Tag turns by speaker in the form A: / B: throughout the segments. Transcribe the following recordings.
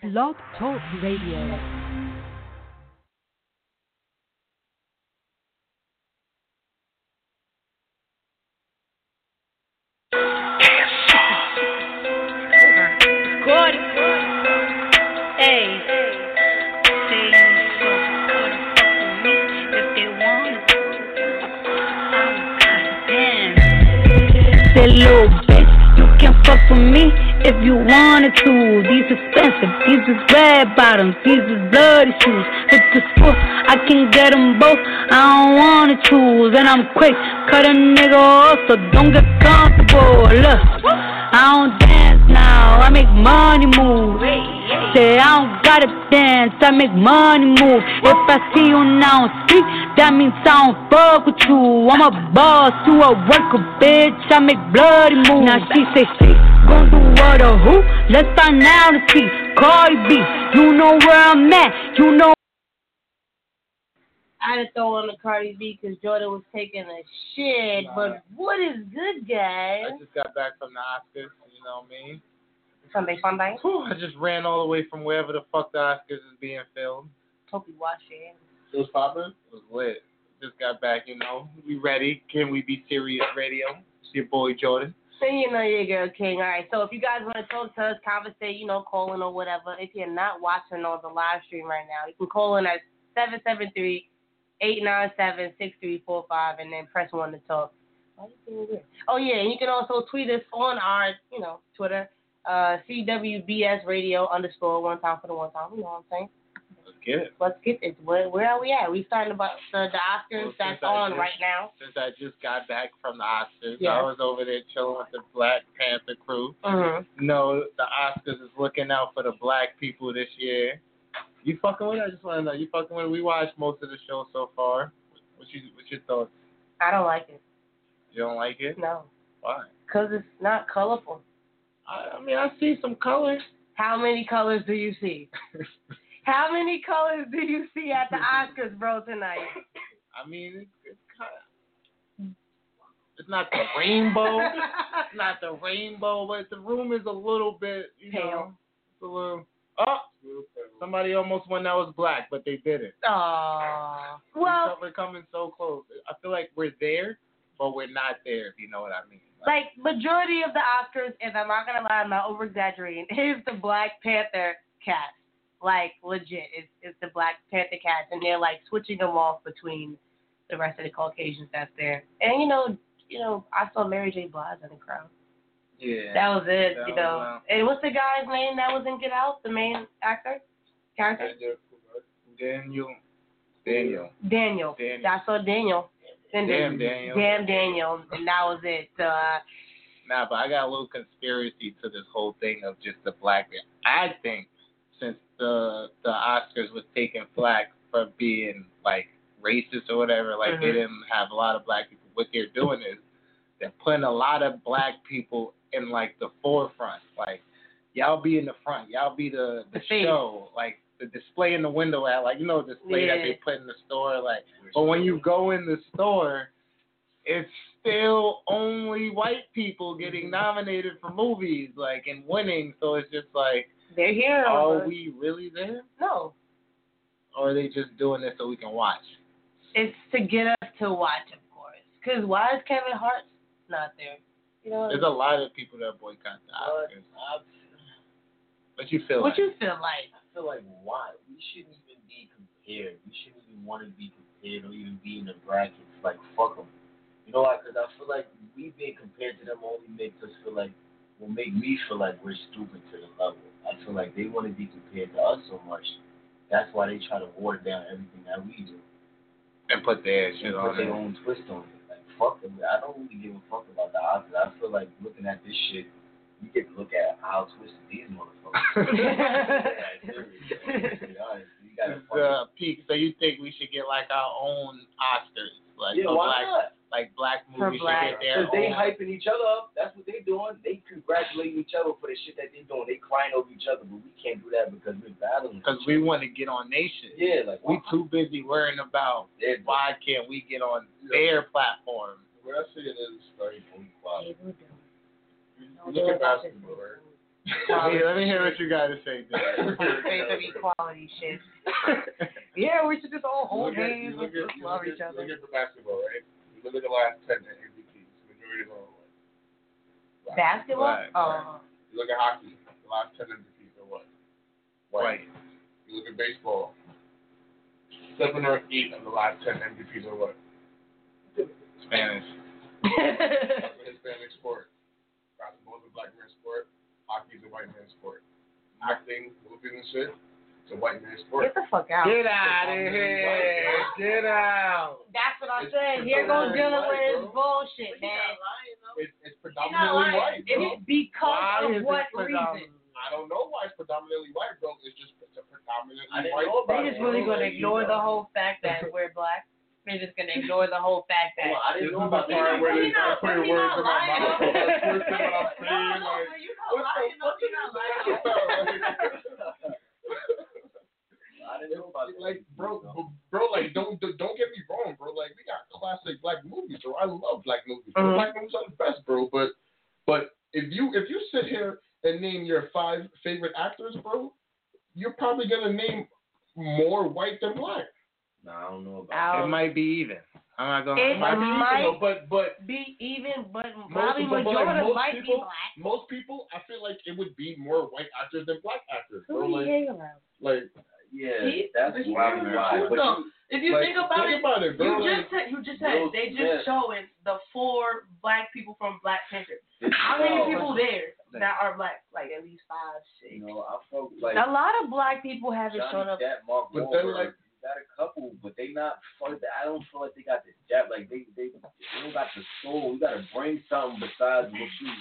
A: Blog Talk Radio.
B: Good. Hey. They so good fuck with me if they want to. I'm goddamn. Say little bitch, you can fuck with me if you wanted to. These expensive, these is red bottoms, these is bloody shoes. If it's full, I can get them both. I don't wanna choose, and I'm quick, cut a nigga off, so don't get comfortable. Look, I don't dance now, I make money move. Say I don't gotta dance, I make money move. If I see you now street, that means I don't fuck with you. I'm a boss, you a worker, bitch. I make bloody moves. Now she say she gon' do what or who? Let's find out and see. Cardi B, you know where I'm at, you know.
C: I had to throw on the Cardi B because Jordan was taking a shit. But what is good, guys?
D: I just got back from the Oscars, you know me.
C: Sunday fun day.
D: Whew, I just ran all the way from wherever the fuck the Oscars is being filmed.
C: Hope you watch it.
D: It was poppin'? It was lit. Just got back, you know. We ready. Can we be serious radio? It's your boy Jordan.
C: So you know you're girl king. All right. So if you guys want to talk to us, conversate, you know, call in or whatever. If you're not watching on the live stream right now, you can call in at 773 897 6345 and then press 1 to talk. Why you doing weird? Oh, yeah. And you can also tweet us on our, you know, Twitter, uh, CWBS radio underscore one time for the one time. You know what I'm saying?
D: Let's get it.
C: Let's get this. Where, where are we at? We starting about the, the Oscars
D: Well, since
C: that's
D: I
C: on
D: just-
C: right now.
D: Since I just got back from the Oscars,
C: Yeah.
D: I was over there chilling with the Black Panther crew.
C: Mm-hmm.
D: No, the Oscars is looking out for the black people this year. You fucking with? it? I just want to know. You fucking with? it? We watched most of the show so far. What's your What's your thoughts?
C: I don't like it.
D: You don't like it?
C: No.
D: Why?
C: Because it's not colorful.
D: I, I mean, I see some color.
C: How many colors do you see? How many colors do you see at the Oscars, bro, tonight?
D: I mean, it's, it's kind of. It's not the rainbow. it's not the rainbow, but the room is a little bit, you know,
C: Pale.
D: it's a little. Oh, somebody almost won that was black, but they didn't.
C: Aww.
D: We're
C: Well,
D: co- we're coming so close. I feel like we're there, but we're not there. If you know what I mean. Like,
C: like majority of the Oscars, and I'm not gonna lie, I'm not over exaggerating, is the Black Panther cast. Like legit, it's it's the Black Panther cast, and they're like switching them off between the rest of the Caucasians that's there. And you know, you know, I saw Mary J. Blige in the crowd.
D: yeah.
C: That was it,
D: That
C: you
D: was,
C: know.
D: uh,
C: and what's the guy's name that was in Get Out? The main actor, character,
D: Daniel. Daniel.
C: Daniel.
D: Daniel.
C: I saw Daniel. Then
D: Damn Daniel.
C: Damn Daniel, and that was it. So, Uh,
D: Nah, but I got a little conspiracy to this whole thing of just the black man. I think since the the Oscars was taking flack for being like racist or whatever, like they
C: Mhm.
D: didn't have a lot of black people. What they're doing is they're putting a lot of black people in like the forefront. Like y'all be in the front, y'all be the the,
C: The face.
D: show, like the display in the window at like you know the display that
C: Yeah.
D: they put in the store, like. But when you go in the store it's still only white people getting
C: Mm-hmm.
D: nominated for movies, like and winning. So it's just like,
C: they're here. Uh,
D: are we really there,
C: No,
D: or are they just doing this so we can watch?
C: it's to get us to watch, of course. Cause why is Kevin Hart not there? You know,
D: There's a lot of people that boycott the Oscars. But you feel like
C: what you feel like?
E: I feel like why we shouldn't even be compared. We shouldn't even want to be compared or even be in the brackets. Like fuck 'em. You know why? Because I feel like we being compared to them only makes us feel like will make me feel like we're stupid to the level. I feel like they want to be compared to us so much. That's why they try to water down everything that we do
D: and put their shit
E: and
D: on
E: put their
D: it.
E: own twist on it. Like fuck them. I don't really give a fuck about the Oscars. I feel like looking at this shit,
A: you get to look at how twisted these motherfuckers. yeah, seriously. bro. To be honest, you
D: This
A: gotta
D: is
A: fucking.
D: the peak. So you think we should get like our own Oscars, like
A: yeah,
D: a
A: why
D: black,
A: not?
D: like black
C: For
D: movies should get
C: black.
D: their
A: Because they
D: own.
A: hyping each other up. That's what they doing. They congratulating each other for the shit that they doing. They crying over each other, but we can't do that because we're battling.
D: Because we want to get on nation.
A: yeah, like
D: We too busy worrying about
A: Yeah,
D: why can't we get on their platform?
A: What I see it is very equal.
C: Look at basketball,
D: Tommy, let me hear what you got to say. Dad.
C: Straight up equality shit. yeah, we should just all hold
A: Look at-
C: hands. Let's just love each other.
A: the basketball, right? You look at the last ten MVPs, majority of them. Black.
C: Basketball?
D: Black,
C: Oh.
A: You look at hockey, the last ten MVPs are what?
D: White.
A: You look at baseball, seven or eight of the last ten MVPs are what?
D: Spanish.
A: That's a Hispanic sport. Basketball's a black man's sport. Hockey's a white man's sport. Acting, moving and shit, it's a white man's sport.
C: Get the fuck out.
D: Get out of here! Get out!
C: That's what I'm
A: It's
C: saying. Here
A: predominantly
C: goes Dylan with
A: white,
C: his
A: bro.
C: bullshit, man.
A: It's, it's
C: You're not
A: predominantly
C: lying.
A: white,
C: It
A: bro.
C: is because
D: Why
C: of
D: is
C: what
D: it
C: reason?
D: predominant?
A: I don't know why it's predominantly white, bro. It's just it's a predominantly
D: I didn't
A: white.
D: know about
C: They just really gonna ignore the whole fact that we're black. They're just gonna ignore the whole fact that.
A: I didn't know about
C: You're
A: that.
C: not- you're not-
A: Put
C: you're
A: words
C: not
A: in my
C: lying.
A: mouth. That's the first thing I'm
C: No,
A: saying,
C: no,
A: like,
C: no, you're not lying. No, you're not lying.
A: I didn't know about that.
F: Like, bro, bro, like, don't don't don't get me wrong, bro. Like, we got classic black movies, bro. I love black movies. bro.
D: Uh-huh.
C: Mhm.
F: Black movies are the best, bro. But but if you if you sit here and name your five favorite actors, bro, you're probably gonna name more white than black.
A: Nah, I don't know about
C: Ow.
D: It might be even. I'm not gonna.
C: It
D: might be even,
C: might-
D: though, but but
C: be even, but probably
F: but, but, like,
C: majority
F: most
C: might be
F: people-
C: black.
F: Most people, I feel like it would be more white actors than black actors, bro.
C: Who do you
F: Like
C: hang around?
F: like
A: Yeah,
C: See?
A: that's
F: This is
A: why we
F: really
A: ride.
F: cool,
A: But
C: So
A: you-
C: if you
F: like,
C: think about it,
F: about it, bro.
C: you
F: Like,
C: just said, you just said
A: Will
C: they
A: Smith.
C: just showing the four black people from Black Panther.
A: this
C: How many
A: is-
C: people there that are black? Like at least five, six.
A: You know, I felt like
C: a lot of black people haven't
A: Johnny
C: shown up.
A: Depp, Mark
F: But
A: Wahlberg.
F: then, like-
A: you got a couple, but they not. Fuck, I don't feel like they got the depth. Like they, they, they don't got the soul. You got to bring something besides what you.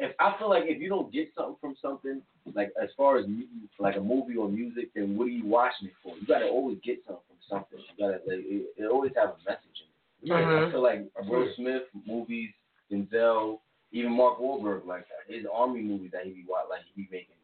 A: If I feel like if you don't get something from something, like as far as mu- like a movie or music, then what are you watching it for? You got to always get something from something. You got to like it, it always have a message in it. Like, I feel like Will Smith movies, Denzel, even Mark Wahlberg, like his army movies that he be watching, like he be making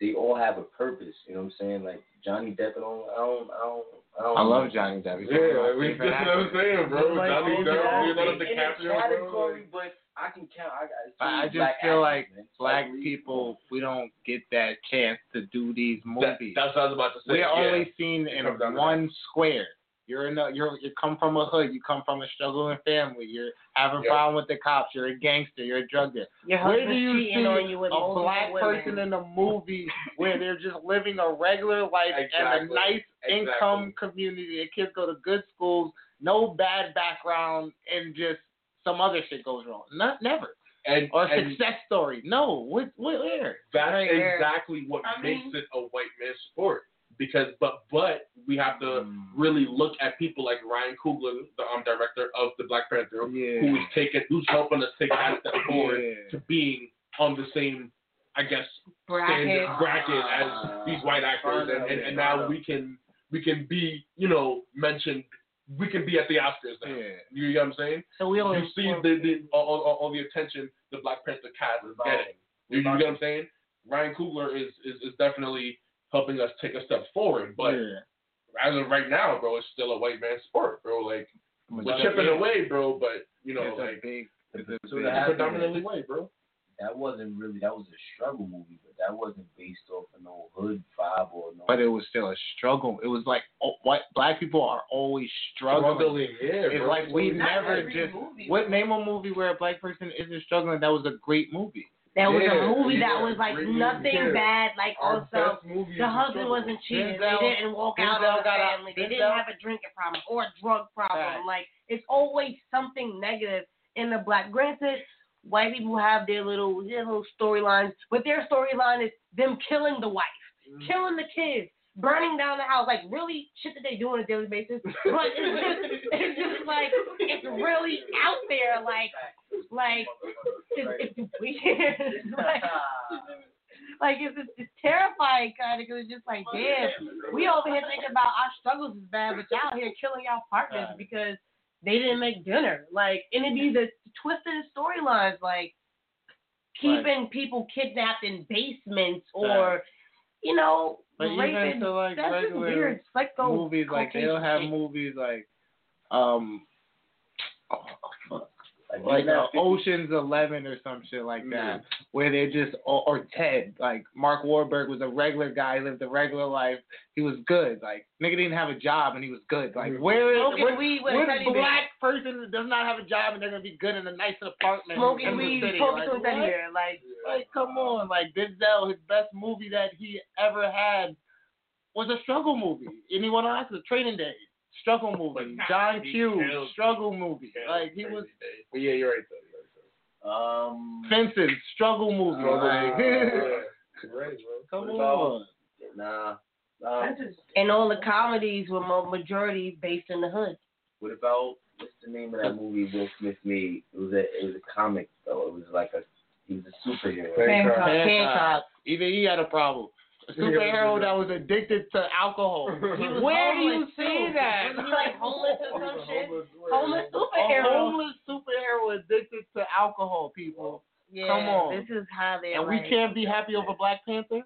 A: they all have a purpose. You know what I'm saying? Like Johnny Depp and all. I don't. I don't. I, don't
D: I love Johnny Depp. He's one of my
F: yeah, we,
D: favorite
F: that's what I'm
D: actors.
F: saying, bro.
C: Like,
F: Johnny
C: oh,
F: Depp,
C: yeah.
F: Leonardo
A: in a
F: DiCaprio, bro. like-
A: category, but I can count. I, got-
D: I
A: it's
D: just
A: black
D: feel like
A: actors, man. It's
D: Black
A: like we-
D: people, we don't get that chance to do these
F: That-
D: movies.
F: that's what I was about to say.
D: We're
F: yeah.
D: only seen
F: It
D: in
F: comes down to
D: one square. You're in a, you're you come from a hood. You come from a struggling family. You're having
F: Yeah.
D: problem with the cops. You're a gangster. You're a drug dealer.
C: Your
D: Where do
C: husband's
D: you see
C: cheating on you with
D: a
C: multiple
D: black
C: women.
D: person in a movie where they're just living a regular life and a
F: Exactly.
D: nice income
F: Exactly.
D: community? The kids go to good schools, no bad background, and just some other shit goes wrong. Not never
F: and,
D: or
F: and
D: success story. No, what, what where?
F: that's
C: Right there.
F: exactly what
C: I
F: makes
C: mean-
F: it a white man's sport. Because but but we have to
D: Hmm.
F: really look at people like Ryan Coogler, the um, director of the Black Panther,
D: Yeah.
F: who's taking who's helping us take that step forward to being on the same, I guess,
C: bracket.
F: standard bracket
C: Ah.
F: as these white actors, and, and, and now we can we can be you know mentioned. We can be at the Oscars now.
D: Yeah.
F: You know what I'm saying?
C: So we only
F: you see the, the all, all, all the attention the Black Panther cast is getting. You, you get what I'm saying? Ryan Coogler is, is is definitely helping us take a step forward, but
D: Yeah.
F: as of right now, bro, it's still a white man's sport, bro. Like we're chipping away, bro, but you know,
D: It's a
F: like
D: big- it's a
A: So
D: big-
F: it's
A: that-
F: predominantly white, bro.
A: That wasn't really. That was a struggle movie, but that wasn't based off of no hood vibe or no.
D: but it was still a struggle. It was like oh, what black people are always struggling.
F: Struggling, yeah,
D: It's
F: bro.
D: like we
C: Not
D: never
C: every
D: just
C: movie.
D: what name a movie where a black person isn't struggling that was a great movie.
C: That was
F: Yeah,
C: a movie that
F: yeah,
C: was like
F: really,
C: nothing
F: yeah.
C: bad. Like
F: Our
C: also,
F: best movie is
C: the
F: struggle.
C: husband wasn't cheating.
D: Denzel-
C: they didn't walk out
D: Denzel
C: on the
D: got out-
C: family. they
D: Denzel-
C: didn't have a drinking problem or a drug problem.
D: Facts.
C: Like it's always something negative in the black. Granted, white people have their little
D: Mm-hmm.
C: their little storylines, but their storyline is them killing the wife, killing the kids, burning down the house, like really shit that they do on a daily basis. But it's just, it's just like it's really out there, like like it's, it's weird. like, like it's, just- it's terrifying kind of because it's just like damn, we over here thinking about our struggles is bad, but y'all here killing y'all partners because they didn't make dinner. Like and it'd be the twisted storylines, like keeping people kidnapped in basements or you know
D: But even
C: raping.
D: to, like,
C: That's just
D: regular
C: weird. Psycho
D: movies like they don't have
C: shit.
D: movies like um oh, fuck.
A: Like,
D: like
A: you know,
D: uh, Ocean's Eleven or some shit
A: Mm.
D: like that, where they just or, or Ted, like Mark Warburg was a regular guy, lived a regular life. He was good, like nigga didn't have a job and he was good.
A: Mm-hmm.
D: Like where is
C: Smoking
D: where,
C: weed with a
D: where
C: teddy
D: black
C: bear.
D: person that does not have a job and they're gonna be good in a nice apartment
C: smoking
D: in the
C: weed,
D: city?
C: talking
D: Like,
C: to a teddy
D: what?
C: bear, like
D: Like, come on. Like, Denzel, his best movie that he ever had was a struggle movie. Anyone else? The Training Day. Struggle movie.
A: Like,
D: John
A: he
D: Q.
A: killed-
D: Struggle movie.
A: Yeah,
D: Like, he
A: crazy
D: was.
A: days. But yeah, you're right though. You're right though. Um.
D: Fences. Struggle movie.
A: Wow.
D: Like,
A: right, bro.
D: come
A: What about-
D: on.
A: Nah. Um,
C: and all the comedies were mo- majority based in the hood.
A: what about what's the name of that movie Will Smith made? It was a it was a comic though. It was like a he was a superhero.
C: Hancock.
D: Hancock. Even he had a problem. A superhero that was addicted to alcohol.
C: He was
D: Where do you
C: homeless,
D: see
C: too.
D: that?
C: Wasn't he like homeless or some shit? Homeless
D: A
C: superhero.
D: homeless superhero addicted to alcohol, people.
C: Yeah,
D: Come on.
C: this is how they.
D: And we
C: like-
D: can't be happy over Black Panther?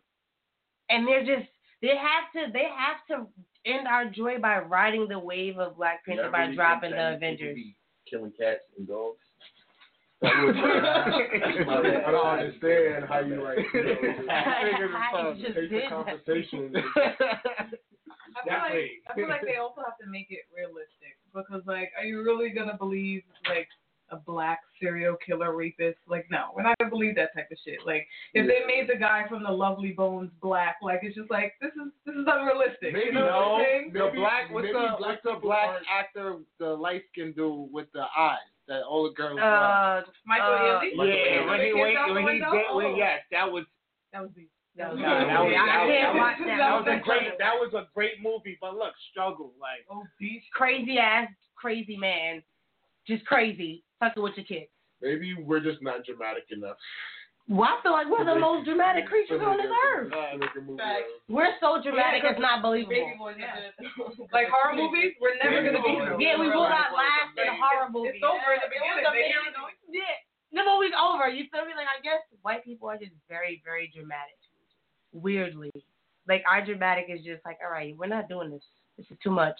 C: and they're just they have to they have to end our joy by riding the wave of Black Panther
A: Y'all
C: by
A: really
C: dropping
A: think
C: the
A: that people
C: Avengers.
A: be Killing cats and dogs.
F: I don't understand how you like. You know, just
C: I just
F: take
C: did
F: the
C: that.
F: conversation.
G: I feel like I feel like they also have to make it realistic because like, are you really gonna believe like a black serial killer rapist? Like, no, we're not gonna believe that type of shit. Like, if they made the guy from the Lovely Bones black, like it's just like this is this is unrealistic.
F: Maybe
G: you know what
D: no.
G: I'm saying?
D: the black what's
F: maybe
D: the
F: black
D: what's the
F: people
D: black
F: aren't-
D: actor the light skinned dude with the eyes that old girl love?
C: Uh,
G: Michael
C: uh,
G: Ealy?
D: yeah when he
G: Kids
D: wait
G: out the
D: when he
G: window?
D: did when yes that was
G: That was the
C: that was,
D: No, that was-
C: I
D: that
C: can't
D: was-
C: watch that.
D: that was
G: That
D: a great that was a great movie but look struggle like
G: oh beach.
C: crazy ass crazy man, just crazy fucking with your kids.
F: Maybe we're just not dramatic enough.
C: Well, I feel like we're the most dramatic creatures on this earth. We're so dramatic, it's not believable.
G: Like horror movies, we're never gonna be. them.
C: Yeah, we will not last in horror movies.
G: It's over in the beginning. They hear the noise.
C: Yeah, the movie's over. You feel me? Like I guess white people are just very, very dramatic. Weirdly, like our dramatic is just like, all right, we're not doing this. This is too much.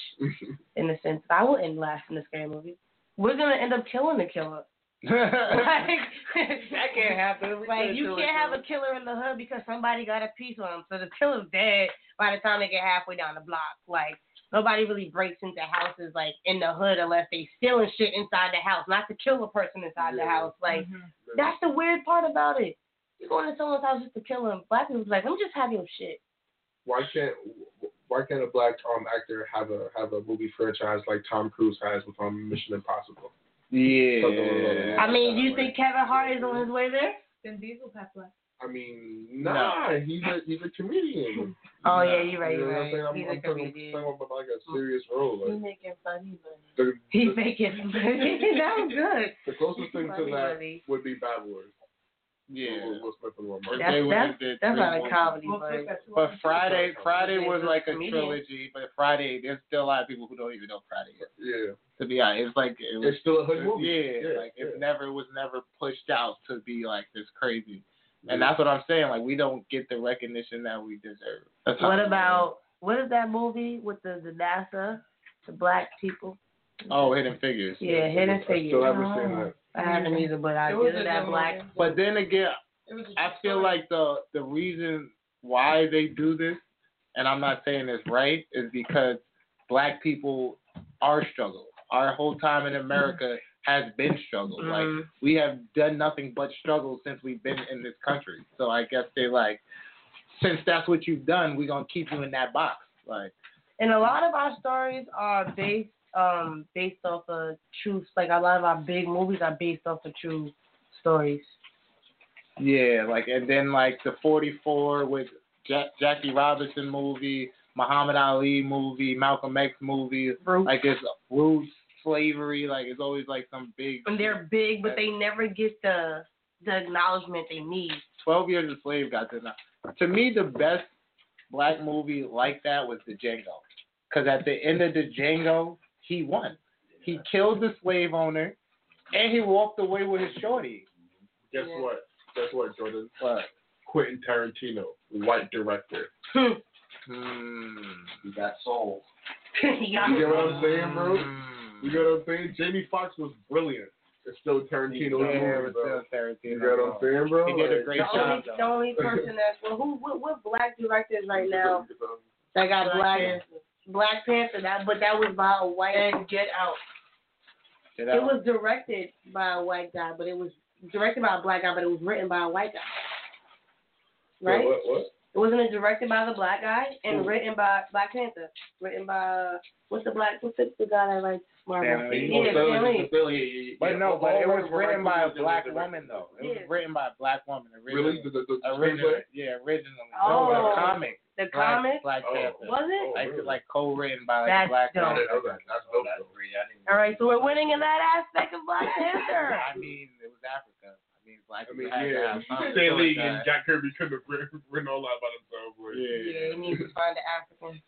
C: in the sense that I will end last in the scary movie. We're gonna end up killing the killer.
D: that
C: Like,
D: can't happen We
C: like
D: could've
C: you
D: done
C: can't have
D: it.
C: a killer in the hood because somebody got a piece on him. So the killer's dead by the time they get halfway down the block. Like nobody really breaks into houses like in the hood unless they stealing shit inside the house, not to kill a person inside the house. Like that's the weird part about it. You go into someone's house just to kill them. Black people's like, let me just have your shit.
F: Why can't why can't a black um actor have a have a movie franchise like Tom Cruise has with um, Mission Impossible?
D: yeah
C: I mean, do you think Kevin Hart is on his way there?
G: Then Diesel passed last.
F: I mean, nah, he's a he's a comedian.
C: Oh yeah, you're right.
F: you know what
C: You're right.
F: I'm saying? I'm,
C: He's
F: I'm
C: a
F: talking,
C: comedian.
F: talking about like a serious role.
C: He's
F: Like
C: making funny money.
F: the,
C: He's
F: the,
C: making money. that was good.
F: the closest thing to
C: Funny
F: that
C: money.
F: would be Bad Wars.
D: yeah
F: Will- Will Smith and Will
D: If they
C: That's,
D: would've
C: that's,
D: did three
C: that's not a
D: movies.
C: comedy,
G: Will
C: but
G: Smith got two
D: but
G: Oscars.
D: Friday Friday
C: He's
D: was
C: a
D: like a
C: comedian.
D: trilogy but Friday there's still a lot of people who don't even know Friday is.
F: Yeah,
D: to be honest it's like it was
F: it's still a hood
D: Yeah,
F: movie.
D: like it's never it was never pushed out to be like this crazy. And
F: Yeah.
D: that's what I'm saying. Like we don't get the recognition that we deserve. That's
C: What
D: all.
C: about what is that movie with the the NASA, the black people?
D: Oh, Hidden Figures.
C: Yeah, Hidden
F: I still
C: Figures.
F: haven't seen that.
C: I haven't either, but I
G: It was
C: did
G: a
C: that
G: good
C: black.
G: movie.
D: But then again,
G: It was a
D: I
G: good
D: feel
G: story.
D: like the the reason why they do this, and I'm not saying it's right, is because black people are struggle. Our whole time in America has been struggle. Like we have done nothing but struggle since we've been in this country. So I guess they like, since that's what you've done, we're gonna keep you in that box. Like
C: And a lot of our stories are based um based off of truths. Like a lot of our big movies are based off of true stories.
D: yeah, like and then like the 44 with Jack, Jackie Robinson movie Muhammad Ali movie, Malcolm X movie.
C: Roots.
D: Like it's roots, slavery. Like it's always like some big.
C: And they're big, but they never get the the acknowledgement they need.
D: Twelve Years a Slave got to now. To me, the best black movie like that was the Django, because at the end of the Django, he won. He killed the slave owner, and he walked away with his shorty.
F: Guess what? Guess what, Jordan?
D: What?
F: Quentin Tarantino, white director.
D: Mm.
A: That soul.
F: You get what I'm saying, bro?
D: mm.
F: You get what I'm saying? Jamie Foxx was brilliant. It's still Tarantino's
D: Yeah,
F: movie,
D: it's
F: bro.
D: still Tarantino,
F: You get what I'm saying, bro?
D: He did a
F: Like,
D: great
C: The only,
D: job. though.
C: the only person that's well, who what, what black directors right now that got black Black Panther that, but that was by a white and Get Out.
D: Get
C: It
D: out.
C: was directed by a white guy, but it was directed by a black guy, but it was written by a white guy. Right?
F: Wait, What? What?
C: It wasn't it directed by the black guy and written by Black Panther, written by what's the black what's the, the guy that writes Marvel?
D: Stan Lee.
C: Yeah, Stan Lee.
D: But no, but it was written by a black woman though. It was
C: Yeah.
D: written by a black woman originally.
F: Really? The, the, the
D: Originally,
F: screenplay?
D: yeah, originally.
C: Oh.
D: No, the comic.
C: The
D: Black,
C: comic
D: Black
F: Oh.
D: Panther.
C: was it?
D: Like,
F: really?
D: like co-written by like
C: That's
D: black.
C: dope.
F: I
D: women.
F: didn't know that. That's dope, though.
C: All right, so we're winning in that aspect of Black Panther.
D: Oh. I mean, it was Africa. I mean, black.
F: I mean,
D: people had to
F: yeah.
D: have something.
F: Stan Lee
D: So, uh,
F: and Jack Kirby couldn't have written, written all that by themselves. Like,
C: Yeah, you need to find an African.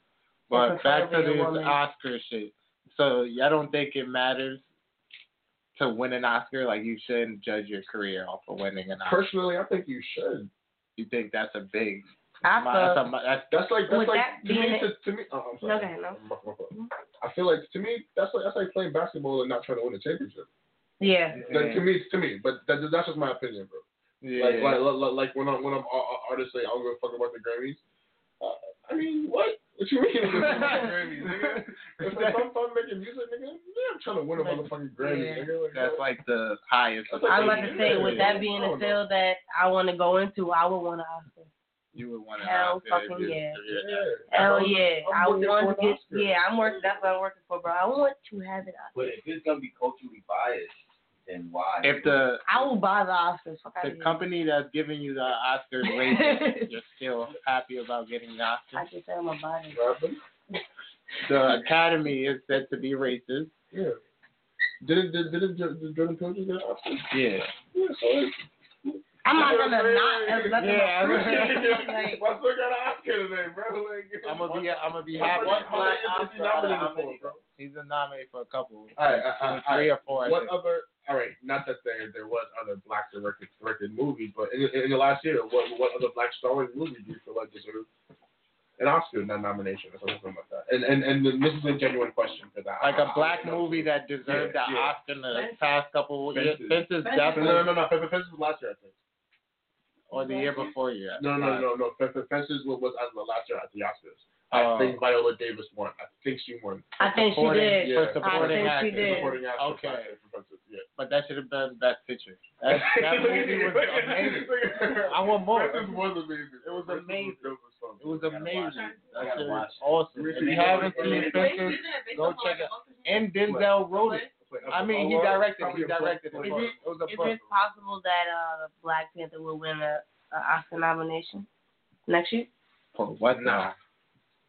D: But back to
C: Preferably a
D: this uh,
C: woman.
D: Oscar shit. So y'all don't think it matters to win an Oscar? Like you shouldn't judge your career off of winning an Oscar.
F: Personally, I think you should.
D: You think that's a big?
C: I
D: that's
C: feel-
D: a, that's
F: That's like that's
C: Would
F: like
C: that
F: to
C: be
F: me.
C: an-
F: To, to me, oh, I'm sorry.
C: No, go ahead, no.
F: My- my fault. I feel like to me that's like that's like playing basketball and not trying to win a championship.
C: yeah.
F: Like, to me, to me, but that, that's just my opinion, bro.
D: yeah.
F: Like, like, like, like when I'm when I'm ar- ar- artists say I don't give a fuck about the Grammys. Uh, I mean, what? What you mean? Grammys, nigga? If, if I'm, if I'm making music, nigga, yeah, I'm trying to win a motherfucking Grammy,
C: Yeah.
F: nigga. Like,
D: That's
F: what?
D: like the highest. of
F: That's
C: I'm
D: the
C: about to say, with that being a field that I want to go into, I would want to Oscar.
D: you would want to have
C: Hell
D: it
C: fucking
D: if
C: yeah.
D: you-
F: yeah.
C: Hell
F: I'm-
C: yeah,
F: I'm
C: I
F: looking
C: want
F: for
C: to
F: an
C: get.
F: Oscar.
C: Yeah, I'm working. That's what I'm working for, bro. I want to have it.
A: But if it's gonna be culturally biased, then why?
D: If the
C: I will buy the Oscars. Fuck out
D: the
C: of here.
D: company that's giving you the Oscar raises, you're still happy about getting the
C: I
D: Oscar.
C: just said my body.
F: Rapping?
D: The Academy is said to be racist.
F: Yeah. Did did did, did, did Jordan Pilgrim get an Oscar?
D: Yeah.
F: Yeah, so it's-
C: I'm not gonna not. That's
D: Yeah.
C: yeah.
F: My son got an Oscar today, bro. Like,
D: I'm gonna be I'm gonna be
F: What-
D: happy.
F: what- what is he nominated
D: How many-
F: for, bro?
D: He's a nominee for a couple.
F: All right, uh, all right, all
D: three
F: right.
D: or four. I
F: What
D: think.
F: other? All right, not that there there was other black directed directed movies, but in, in the last year, what what other black Star Wars movie do you feel like deserves an Oscar not nomination or something like that? And and and this is a genuine question because I
D: Like
F: I- I-
D: a black
F: I don't know.
D: movie that deserved
F: Oh, Yeah,
D: the
F: yeah.
D: Oscar in the past couple of years.
F: Fences.
D: This is
G: Fences.
F: No, no,
D: definitely
F: no, no. Fe- Fe- Fences was last year, I think.
D: or the year before year.
F: No, no, no, no. Fe- Fe- Fences was, was at the last year at the Oscars.
D: Oh.
F: I think Viola Davis won. I think she won.
C: I think she
D: Supporting-
C: did.
D: For
F: Yeah.
D: supporting
C: I think she
D: actor.
C: did.
F: Supporting actor for
D: Okay.
F: Fences, for Fences, yeah.
D: But that should have been best picture. That, that movie was amazing. I want more.
F: This was amazing. It was
D: Fences
F: amazing.
D: It was amazing. That
A: gotta
D: shit
A: watch
D: was
A: it.
D: awesome. If you haven't
F: Yeah.
D: seen Fences, go check it. And Denzel wrote it. I mean, he directed. it. He directed it. It
C: Is
D: was a
C: Is
D: book.
C: it possible that uh, Black Panther will win a, a Oscar nomination next year?
D: What now?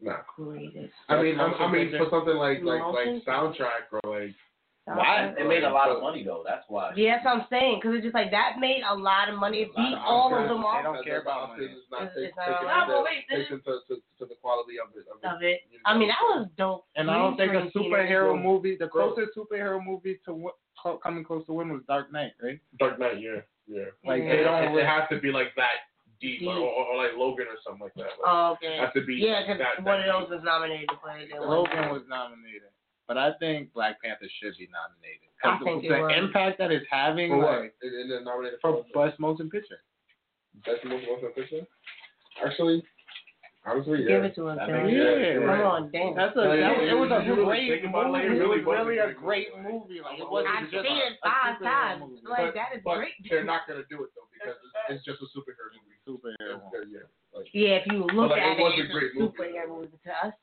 F: Nah.
C: Greatest.
F: I mean, I'm, I mean, for something like like like soundtrack or like
A: why? They made a lot of money though. That's why.
C: Yeah, that's what I'm saying. Because it's just like that made a lot of money. It beat all of them
D: They
C: off
D: don't care about money.
F: It's not taking
C: It's- it's not
G: allowed. Well, wait, this
F: to to to the quality of it.
C: of it. I mean, that was dope.
D: And I don't think a superhero movie,
C: movie.
D: the closest superhero movie to what, co- coming close to win was Dark Knight, right?
F: Dark Knight. Yeah, yeah.
D: Like
C: Yeah.
F: It,
D: they don't.
F: it, it has to be like that deep,
C: Deep.
F: Or, or, or like Logan or something like that. Like,
C: Oh,
F: it
C: okay.
F: has to be
C: Yeah, because
F: that,
C: one
F: that
C: of those was nominated to play. They won.
D: Logan was nominated, but I think Black Panther should be nominated.
C: I
D: 'Cause
C: think it
D: the
C: was.
D: impact that it's having
F: For what?
D: like,
F: And, and then nominated
D: for
F: for
D: best motion picture.
F: best most motion picture. Actually, honestly, yeah.
C: Give it to us.
A: I
C: man.
A: think-
D: Yeah,
C: Come
F: right.
C: on, damn.
D: That's a
F: Yeah,
D: that was,
F: yeah,
D: it was a
F: you really
D: great
F: think
D: movie.
F: about it, like,
D: It
F: it really
D: was really a
F: wasn't
D: great
F: a good
D: movie. Like it
C: I
D: wasn't
C: see
D: just
C: it
D: a
C: five
D: superhero
C: times.
D: movie.
C: Like that is
F: but
C: great.
F: They're not gonna do it though because it's, it's just a superhero movie.
D: Superhero movie.
F: Yeah, yeah. Like,
C: Yeah, if you look
F: like, it
C: at it,
F: was a
C: it's a
F: great movie,
C: superhero
F: though.
C: movie to us.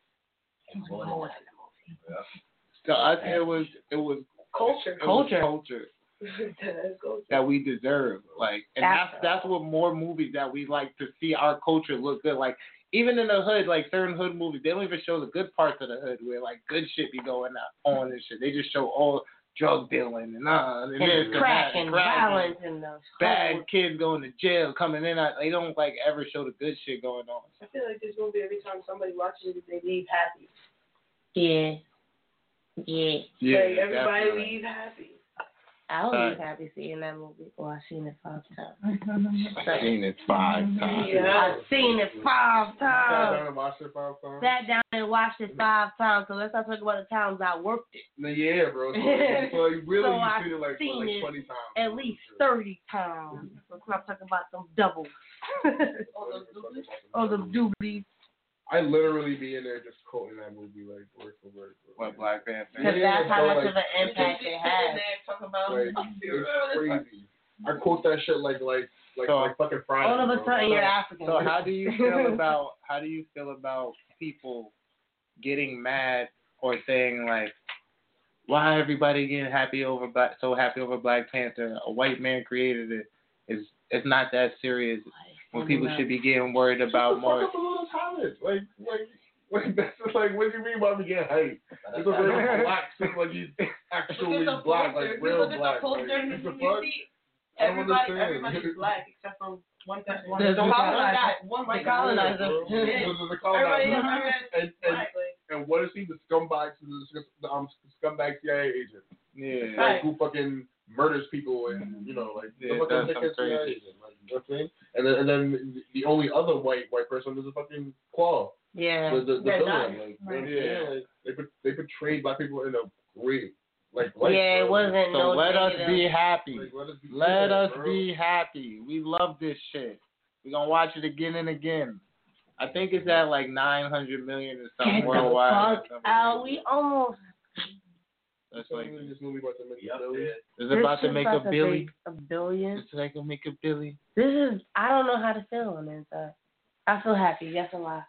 C: It was more than a movie.
D: To us, it was it was culture. It was
C: Culture.
D: culture. that we deserve. Like, and that's that's what more movies that we like to see our culture look good. Like, even in the hood, like certain hood movies, they don't even show the good parts of the hood where like good shit be going on and shit. They just show all drug dealing and uh, and,
C: And
D: this
C: crack
D: and that,
C: and
D: crack and
C: violence and those
D: bad kids going to jail, coming in. uh, They don't like ever show the good shit going on.
B: I feel like this movie, every time somebody watches it, they leave happy.
C: Yeah. Yeah.
D: Yeah,
B: like, everybody
D: definitely.
B: leave happy.
C: I was
D: Facts.
C: happy seeing that movie. Well, I've seen it five times.
D: I've seen it five times.
C: I've seen it five times.
F: and watched it five times.
C: Sat down and watched it five times. So let's not talk about the times I worked it.
F: No, yeah, bro. So, so you really
C: So
F: you
C: I've
F: seen it like,
C: seen
F: like
C: it.
F: 20 times.
C: At least thirty times. Let's not talk about them doubles. Or the doobies.
F: I literally be in there just quoting that movie like word for word. What
D: Black Panther?
C: Because that's how much of an impact it
G: And
C: has.
G: then talking about
F: Like, it's crazy. I quote that shit like like like,
D: So-
F: like fucking Friday.
C: All of a
F: bro.
C: sudden, you're African.
D: So how do you feel about how do you feel about people getting mad or saying like, why everybody getting happy over black so happy over Black Panther? A white man created it. It's it's not that serious. When people should be getting worried
F: Shut
D: about
F: the
D: more.
F: Fuck up a little talent. Like like. Like, that's just like, what do you mean by me getting hate? It's a real black, it's like he's
G: look
F: actually
G: at the
F: black,
G: poster.
F: like
G: You
F: real
G: look at
F: black.
G: the poster
F: like,
G: and
F: what the
G: you
F: fuck?
G: see
F: I don't
G: everybody,
F: understand.
G: everybody's black except for one person. One
C: There's
G: person. One
C: the colonizer.
G: guy, one white
C: The
G: guy.
C: colonizer.
G: Yeah.
F: This is a
G: Everybody
F: colonizer.
G: else is
F: And, and,
G: black. Like,
F: and what is he? The scumbag, the, the um, scumbag CIA agent.
D: Yeah.
F: like, who fucking murders people and you know like
D: Yeah,
F: the fucking
D: that's
F: dickhead
D: some
F: CIA
D: crazy
F: agent, like, you know what I'm saying? And then and then the only other white white person is a fucking claw.
C: Yeah.
F: The the, the
C: They're
F: villain. Like, you
C: done.
F: know what I'm saying? Like, they put- they portrayed black people in a great like light.
C: Yeah, it
F: bro.
C: wasn't no
D: So let us
C: negative.
D: be happy.
F: Like, let us be,
D: Let us
F: bro.
D: be happy. We love this shit. We're gonna watch it again and again. I think it's at like nine hundred million or something
C: Get
D: worldwide.
C: the fuck out. We almost.
D: That's
F: Like,
D: like
F: this movie about to make
A: Yup,
F: a billion.
A: yeah.
D: it's
C: this
D: about to
C: shit's
D: make a billion.
C: make A billion.
D: It's like a make a billion.
C: This is. I don't know how to feel on the inside. I feel happy. That's a lie.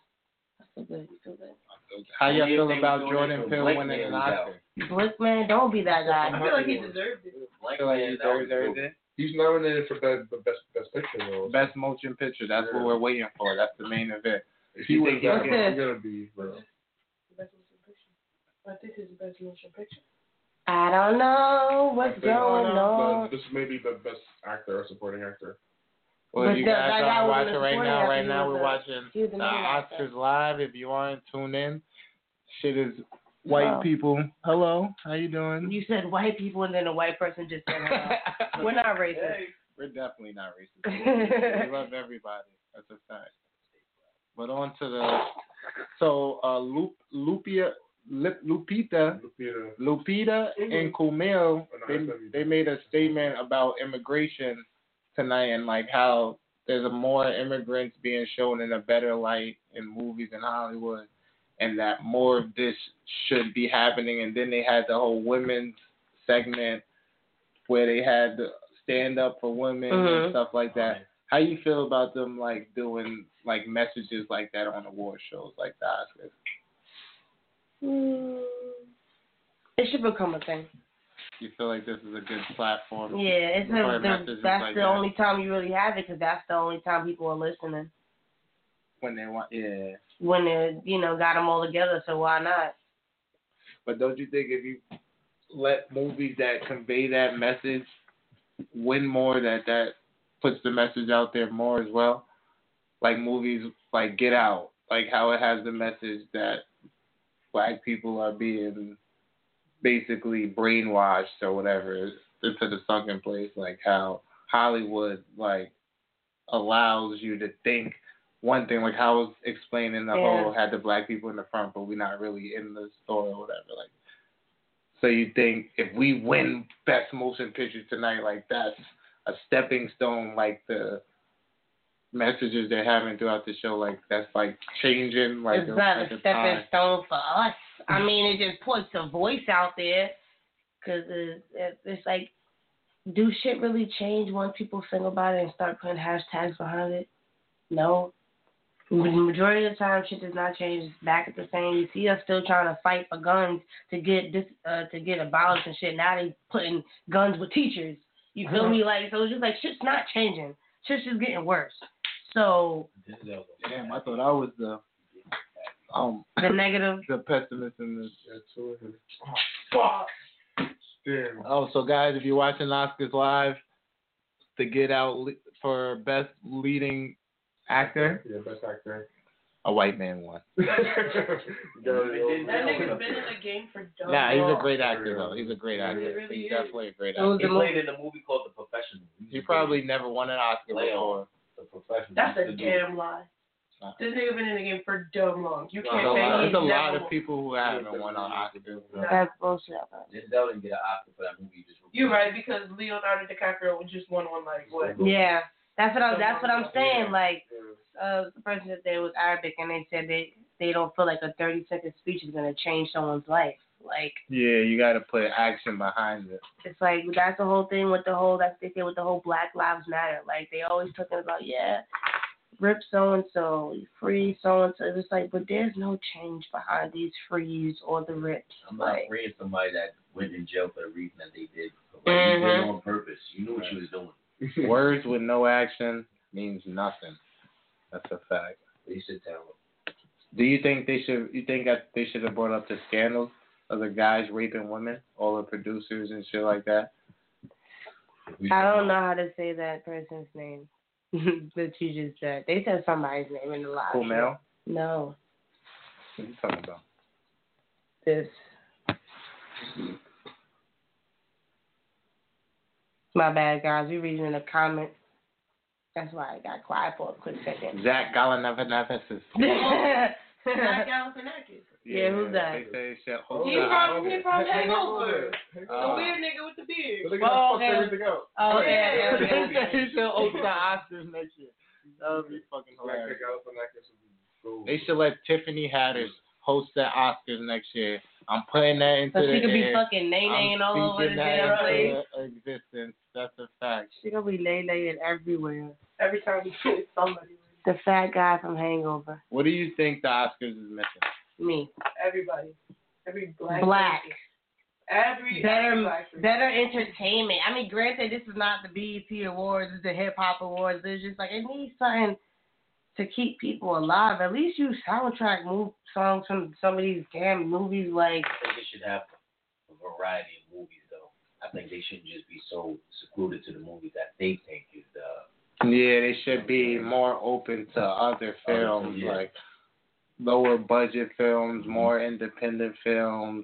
C: I feel good. I feel good.
D: How y'all
A: Yeah,
D: feel
A: they
D: about
A: were doing it
D: Jordan
A: for
D: Peele
A: Blake
D: winning
A: Man,
D: an
A: though.
D: Oscar?
C: Blick man, don't be
G: I
C: that guy.
G: feel like he deserved it.
A: Black
D: Feel like you
A: man, that was
D: deserved
A: dope.
D: it?
F: He's nominated for best best best picture though.
D: Best motion picture. That's what
F: Yeah.
D: we're waiting for. That's the main event.
F: If he wins
D: You
F: that,
D: think
C: he'll
F: he's gonna be bro.
B: Best motion picture. I think it's the best motion picture.
C: I don't know
F: I
C: what's
F: think-
C: going on.
F: But this may be the best actor or supporting actor.
D: Well,
C: But
D: you
C: the-
D: guys
C: that guy
D: gotta watch
C: was
D: it right
C: supporting
D: now.
C: actor.
D: Right
C: He
D: now,
C: was
D: we're
C: a-
D: watching
C: he was a
D: the
C: main actor.
D: Oscars live. If you aren't tuned in, shit is white
C: Wow.
D: people. Hello, how you doing?
C: You said white people, and then a white person just said, hello. "We're not racist."
D: We're definitely not racist. we love everybody. That's a fact. But on to the so uh, Lup, Lupia, Lip, Lupita,
F: Lupita.
D: Lupita and Kumail, they, they made a statement about immigration tonight and like how there's more immigrants being shown in a better light in movies in Hollywood, and that more of this should be happening. And then they had the whole women's segment where they had the stand up for women
C: Mhm.
D: and stuff like that. How you feel about them like doing like messages like that on award shows like the Oscars?
C: Mm, It should become a thing.
D: You feel like this is a good platform?
C: Yeah, it's
D: Or
C: a, the,
D: messages
C: that's
D: like
C: the
D: that.
C: only time you really have it because that's the only time people are listening
D: when they want. Yeah,
C: when they you know got them all together. So why not?
D: but don't you think if you let movies that convey that message win more, that that puts the message out there more as well? Like movies like Get Out, like how it has the message that black people are being basically brainwashed or whatever into the sunken place, like how Hollywood like allows you to think one thing, like how I was explaining the
C: Yeah.
D: whole had the black people in the front but we're not really in the store or whatever, like so you think if we win best motion picture tonight, like that's a stepping stone, like the messages they're having throughout the show, like that's like changing, like
C: it's
D: the-
C: not a
D: like the
C: stepping
D: time.
C: stone for us. I mean, it just puts a voice out there because it, it, it's like, do shit really change once people think about it and start putting hashtags behind it? No. The majority of the time, shit does not change. It's back at the same. You see us still trying to fight for guns to get this uh, to get abolished and shit. Now they putting guns with teachers. You
D: Uh-huh.
C: feel me? Like so, it's just like shit's not changing. Shit's just getting worse. So
D: Damn, I thought I was the um
C: the negative,
D: the pessimist in this. Oh, fuck. Damn. Oh, so guys, if you're watching Oscars live, the Get Out le- for best leading actor,
F: Yeah, best actor.
D: a white man won.
B: That nigga's been in the game for dumb.
D: Nah, he's a great actor though. He's a great actor.
B: really
D: he's
B: is.
D: definitely a great
A: He
D: actor.
A: played in a movie called The Professional.
D: He probably never won an Oscar
A: Play
D: before.
A: The Professional.
B: That's
A: He
B: a
A: used to do-
B: damn lie.
D: not.
B: This nigga been in the game for dumb long. You
D: There's a
B: can't
D: lot,
B: say
D: uh, there's
B: he's
D: a lot
B: never-
D: of people who haven't won an Oscar.
C: that's bullshit. bro.
A: Denzel didn't get an Oscar for that movie. he Just
B: You're right because Leonardo DiCaprio just won one like what?
C: Yeah, that's what I'm. That's what I'm saying. Like, uh, the person that they was Arabic, and they said they they don't feel like a 30 second speech is gonna change someone's life. Like,
D: Yeah, you got to put action behind it.
C: it's like that's the whole thing with the whole. That's what they say with the whole Black Lives Matter. Like, they always talking about yeah, rip so and so, free so and so. It's like, but there's no change behind these frees or the rips.
A: I'm not
C: Like,
A: afraid of somebody that went in jail for the reason that they did. Like, You did it
C: Mhm.
A: on purpose. You knew what you was doing.
D: Words with no action means nothing. That's a fact.
A: They should tell him.
D: Do you think they should? You think that they should have brought up the scandals of the guys raping women, all the producers and shit like that?
C: I don't know how to say that person's name that you just said. They said somebody's name in the live.
D: Cool Mel.
C: No,
D: What you talking about?
C: this. My bad, guys. We're reading the comments. That's why I got quiet for a quick second.
D: Zach Galifianakis.
B: Zach
C: yeah,
B: Galifianakis.
C: who's that?
D: They say shit.
B: He from he from Hangover. The
D: Uh,
B: weird nigga with the beard.
F: Look at how
C: Oh,
F: fucked
C: okay.
F: everything up.
C: Oh, yeah, yeah,
D: They
C: yeah, yeah.
D: should host the Oscars next year. That would be fucking hilarious. They should let Tiffany Haddish host the Oscars next year. I'm putting that into
C: So
D: the
C: she could be
D: air.
C: fucking nay-naying
D: I'm
C: all over the
D: speaking that
C: damn place.
D: into Existence. That's a fact.
C: She could be lay-laying everywhere.
B: Every time he hits somebody,
C: The fat guy from Hangover.
D: What do you think the Oscars is missing?
C: Me.
B: everybody, every black,
C: Black.
B: person. every every
C: better
B: black person.
C: better entertainment. I mean, granted, this is not the BET Awards, it's the Hip Hop Awards. It's just like it needs something to keep people alive. At least you soundtrack move songs from some of these damn movies. Like,
A: I think they should have a variety of movies, though. I think they shouldn't just be so secluded to the movies that they think is uh, the.
D: Yeah, they should be more open to other films, Mm-hmm.
A: yeah.
D: like lower budget films, more independent films,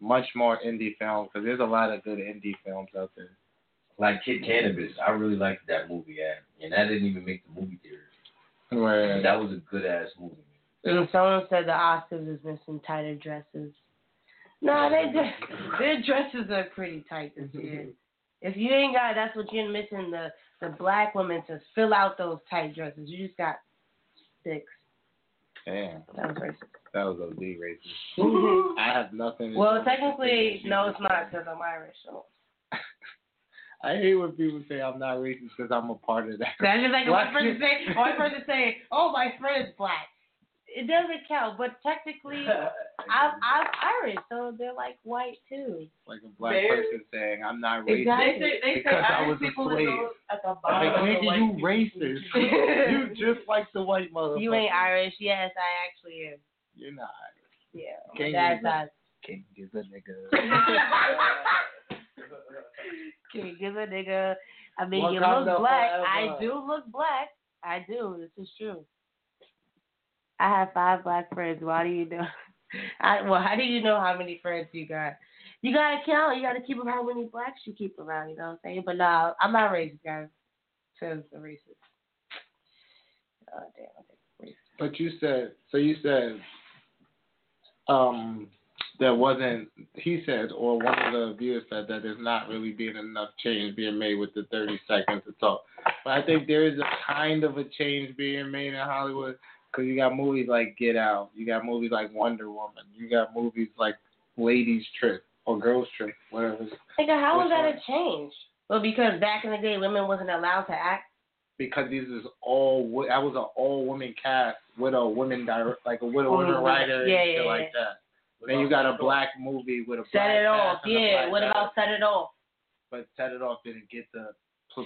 D: much more indie films, because there's a lot of good indie films out there.
A: Like Kid Cannabis, I really liked that movie, yeah. and that didn't even make the movie theater.
D: Where
A: That was a good ass movie.
C: and someone said the Oscars is missing tighter dresses. No, they just their dresses are pretty tight this year. If you ain't got, that's what you're missing the the black women to fill out those tight dresses. You just got sticks.
D: damn,
C: That was racist.
D: that was OD racist. I have nothing. to do
C: Well,
D: with
C: technically,
D: this.
C: no, it's not because I'm Irish. So.
D: I hate when people say I'm not racist because I'm a part of that.
C: That's just like
D: Black
C: one person
D: people-
C: say, one person say, "Oh, my friend is black." It doesn't count, but technically, I'm I'm Irish, so they're like white too.
D: like a black
B: Very-
D: person saying I'm not racist.
B: They say they say
D: Because I
B: Irish
D: was a
B: people
D: slave.
B: is always at the
D: Like,
B: bottom of the
D: nigga,
B: white
D: you
B: people.
D: racist. you just like the white motherfucker.
C: You ain't Irish? Yes, I actually am.
D: You're not.
C: Yeah,
D: Can't
C: that's
D: use that.
C: us.
D: Can't give a nigga.
C: Can't give a nigga. I mean, you
D: Wakanda
C: look black. I
D: forever.
C: do look black. I do. This is true. I have five black friends. Why do you know? I, well, how do you know how many friends you got? You gotta count. You gotta keep around how many blacks you keep around. You know what I'm saying? But no, I'm not racist, guys. Says the racist. Oh damn! I think I'm racist.
D: but you said so. You said um there wasn't. He said, or one of the viewers said that there's not really being enough change being made with the 30 seconds to talk. But I think there is a kind of a change being made in Hollywood because you got movies like Get Out, you got movies like Wonder Woman, you got movies like Ladies Trip or Girls Trip, whatever. it's
C: Nigga, how
D: Which
C: was that
D: one?
C: a change? Well, because back in the day, women wasn't allowed to act.
D: because this is all wo- that was an all woman cast with a woman direct like a with a
C: Oh,
D: woman writer
C: yeah,
D: and shit
C: yeah,
D: like
C: yeah.
D: that. Then you got a black movie with a
C: Set
D: black
C: it off.
D: cast and a
C: Yeah.
D: black
C: What about
D: director.
C: set it off?
D: But set it off didn't get the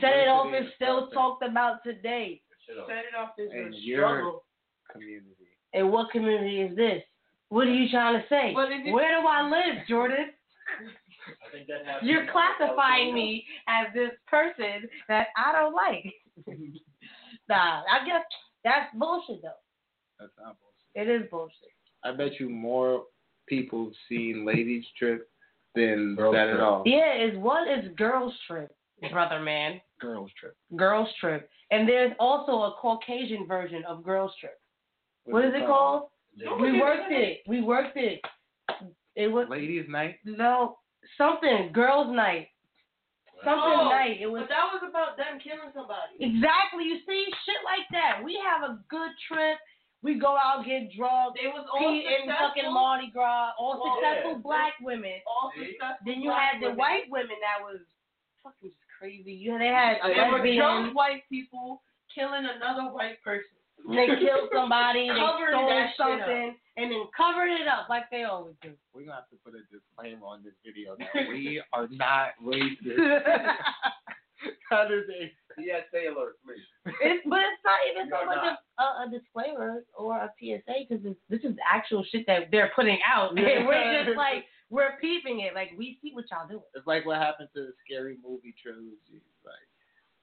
C: Set it off
D: publicity
C: is still talked about today.
D: Set It Off.
G: Set it off is
D: in
G: a
D: your
G: struggle.
D: community.
C: And what community is this? What are you trying to say?
G: Well, if you-
C: Where do I live, Jordan?
A: I think that happened.
C: You're classifying me as this person that I don't like. nah, I guess that's bullshit though.
D: That's not bullshit.
C: It is bullshit.
D: I bet you more people have seen Ladies Trip than
A: Girls
D: Set It
A: Trip.
D: Off.
C: Yeah, is what is girls trip, brother man.
D: Girls Trip.
C: Girls trip. And there's also a Caucasian version of girls trip. What is it called?
A: They-
C: We worked it. We worked it. It was
D: Ladies Night.
C: no something girls night. Something
G: Oh,
C: night. It was
G: But that was about them killing somebody.
C: Exactly. You see, shit like that. We have a good trip. We go out, get drunk,
G: They was all
C: pee in fucking
G: successful.
C: Mardi Gras. All
G: Well,
C: successful
G: yeah.
C: black women.
G: All successful.
C: Then you
G: black
C: had the
G: women.
C: white women that was fucking just crazy. You they had a
G: They were
C: lesbian.
G: drunk white people killing another white person.
C: They killed somebody. they
G: Covered
C: stole
G: that shit up.
C: something, and then covered it up like they always do.
D: We're gonna have to put a disclaimer on this video that we are not racist.
C: it's,
D: that is a
A: Yeah, say alert, please.
C: but it's not even so
A: You're
C: much of
A: not.
C: a, a disclaimer or a PSA because this, this is actual shit that they're putting out, and we're just like we're peeping it. Like we see what y'all doing.
D: it's like what happened to the scary movie trilogy. Like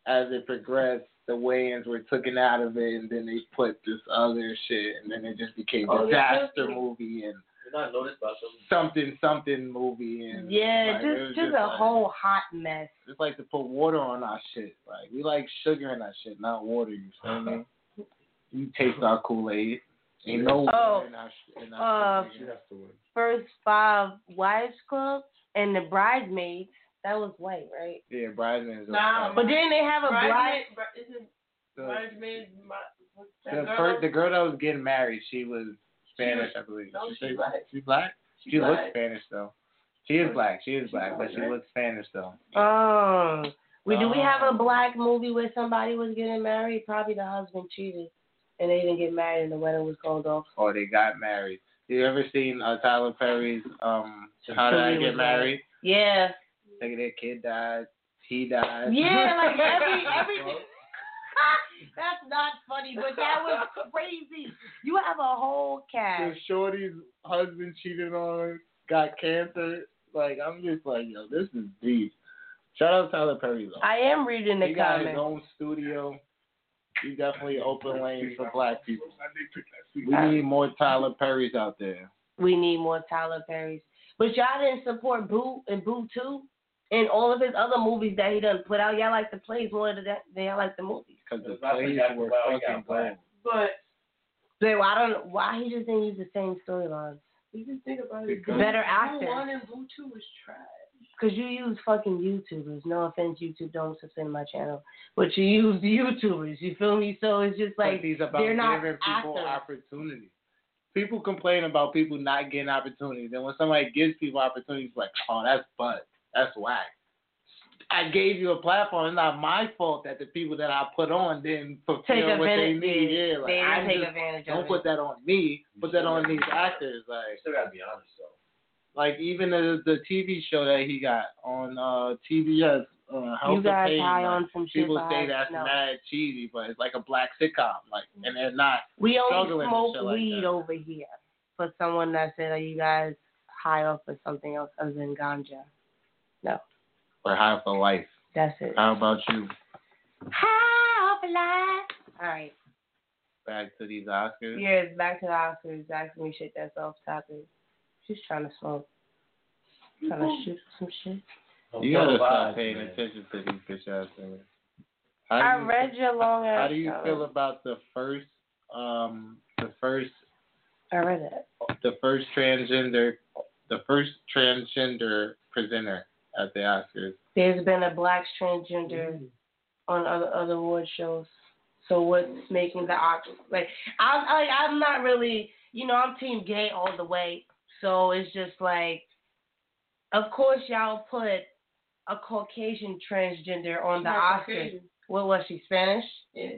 D: as it progressed, the weigh-ins were taken out of it, and then they put this other shit, and then it just became
A: Oh, yeah.
D: disaster movie and
A: You're not noticed by some.
D: something something movie and
C: Yeah,
D: like, it was
C: just just a
D: like-
C: whole hot mess.
D: It's like to put water on our shit. Like we like sugar in our shit, not water. You feel me?
A: Mm-hmm.
D: You taste our Kool Aid. Ain't no water
C: Oh,
D: in our, sh- in our
C: uh,
D: shit,
F: She
D: nigga.
F: has to win.
C: First five wives club and the bridesmaids. That was white, right?
D: Yeah, bridesmaids. are
G: Nah,
D: fire.
C: But then they have a bride.
G: Bridesmaid, bri- isn't
D: the,
G: bridesmaid, my, what's that
D: the,
G: girl?
D: fir- the girl that was getting married, she was Spanish, I believe.
G: No,
D: She
G: she's
D: say-
G: black.
D: She black. She, looks
G: black.
D: Spanish though. She is black. She is black, but she
G: black, right?
D: looks Spanish though.
C: Oh. We, do we have a
D: Oh.
C: black movie where somebody was getting married? Probably the husband cheated and they didn't get married and the wedding was called off.
D: Or they got married. You ever seen uh, Tyler Perry's um, How Did
C: Somebody
D: I
C: was
D: Get Married?
C: Yeah.
D: Like their kid died. He died.
C: Yeah, like every everything. That's not funny, but that was crazy. You have a whole
D: the
C: cast.
D: shorty's husband cheated on her, got cancer. Like I'm just like, yo, this is deep. Shout out Tyler Perry though.
C: I am reading the
D: he got his
C: comments.
D: own studio. He definitely open lane for black people.
F: I did pick that
D: We
C: Uh,
D: need more Tyler Perrys out there.
C: We need more Tyler Perry's. But y'all didn't support Boo and Boo Two and all of his other movies that he done put out. Y'all like the plays more than that- than y'all like the movies.
D: Because the
A: If I
D: plays
A: forgot
D: were
A: about it, I
D: fucking
A: got
D: gold.
A: black.
G: But
C: So I don't know why he just didn't use the same storylines.
G: you just think about it.
F: Because-
C: Better
G: Blue One
C: actors.
G: and Blue Two was trash.
C: Because you use fucking YouTubers. No offense, YouTube, don't subscribe to my channel. But you use YouTubers. You feel me? So it's just
D: But
C: like,
D: he's about
C: they're not
D: giving people
C: actors.
D: opportunity. People complain about people not getting opportunities, and when somebody gives people opportunities, like, oh, that's butt, that's whack. I gave you a platform. It's not my fault that the people that I put on didn't
C: take
D: fulfill what they
C: advantage.
D: need. Yeah, like,
C: they
D: I
C: didn't take
D: just-
C: advantage
D: don't
C: of it.
D: put that on me. Put that on these actors.
A: You
D: Like,
A: still gotta be honest though.
D: like even the, the TV show that he got on uh, TBS, uh, House
C: You
D: of
C: guys
D: Pain,
C: high
D: like,
C: on some shit.
D: people
C: but
D: say that's
C: no.
D: mad cheesy, but it's like a black sitcom, like, and they're not.
C: We
D: struggling
C: only
D: and
C: smoke
D: shit like
C: weed
D: that.
C: over here for someone that said, Are you guys high off of something else other than ganja?
D: We're high for life.
C: That's it.
D: How about you?
C: High off of life. All right.
D: Back to these Oscars.
C: Yeah, it's back to the Oscars. Asking me shit that's off topic. She's trying to smoke. Trying to shoot some shit.
D: You gotta
A: Don't
D: stop
A: vibe,
D: paying
A: man.
D: attention to these bitch ass niggas.
C: I read your long ass.
D: How do you feel
C: about
D: about the first, um, the first,
C: I read it.
D: the first transgender, the first transgender presenter at the Oscars?
C: There's been a black transgender on other other award shows. So what's making the Oscars? Like I'm I, I'm not really you know I'm team gay all the way. So it's just like, of course y'all put a Caucasian transgender on the
G: Not
C: Oscars.
G: Caucasian.
C: What was she? Spanish?
H: Yeah.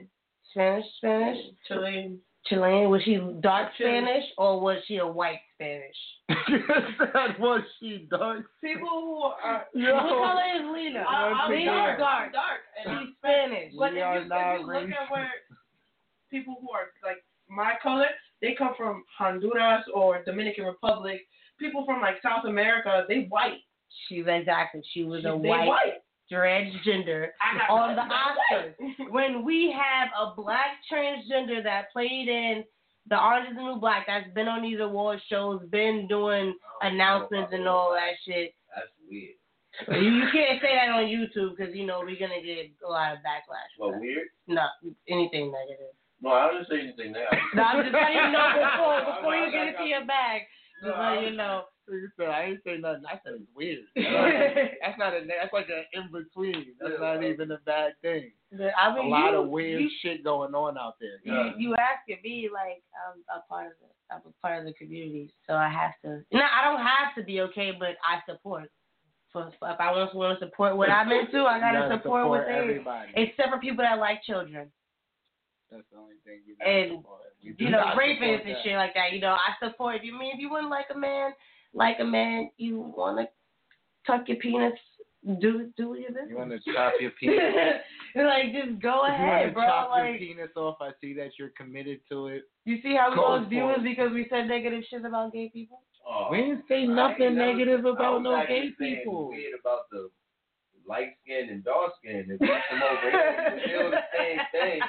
C: Spanish? Spanish?
H: Chilean.
C: Chilean? Was she dark
H: Chilean.
C: Spanish or was she a white Spanish?
A: that was she dark.
B: People who are
A: Yo.
C: What color is Lena?
B: I- I'm
C: Lena's
B: dark.
C: dark.
B: dark, and I'm
C: She's Spanish.
B: But if
A: We
B: you,
A: are
B: if
A: not
B: you look
A: racist.
B: at where people who are like my color, they come from Honduras or Dominican Republic. People from like South America, they white.
C: She's exactly. She was a
B: they
C: white,
B: white.
C: transgender
B: I got
C: on the
B: nothing but
C: Oscars. when we have a black transgender that played in the Orange is the New Black that's been on these award shows, been doing announcements and all that shit.
I: That's weird.
C: You, you can't say that on YouTube because you know we're gonna get a lot of backlash. for
I: Well,
C: that.
I: weird?
C: No, anything negative.
I: No, I don't say anything now.
C: No, I'm just letting you know before before you get into your bag. Just let you know.
A: You said I didn't say nothing. I said it's weird. that's not a. That's like an in between. That's not even a bad thing.
C: But I
A: A
C: mean,
A: lot
C: you,
A: of weird
C: You,
A: shit going on out there.
C: you, you asking me like I'm a part of the I'm a part of the community, so I have to. No, I don't have to be okay, but I support. For, for- if I want someone to support what I'm into, I
A: You
C: gotta
A: gotta
C: support, what they.
A: everybody.
C: Except for people that like children
A: That's the only thing you gotta
C: and
A: support. do
C: you know
A: not
C: rapists
A: support
C: and
A: that.
C: shit like that. You know, I support. You mean if you wouldn't like a man, like a man, you wanna tuck your penis, do do your business.
A: You want to chop your penis?
C: like just go
A: If you want
C: ahead,
A: to
C: bro.
A: chop your
C: Like
A: penis off, I see that you're committed to it.
C: you see how we
A: Go
C: lost
A: for
C: viewers
A: it.
C: because we said negative shit about gay people.
I: Oh,
A: We didn't say
I: I ain't
A: nothing
I: never-
A: negative
I: I
A: about
I: was
A: no
I: actually
A: gay
I: saying
A: people.
I: Weird about the light skin and dark skin. If you come over here, it's still the same thing.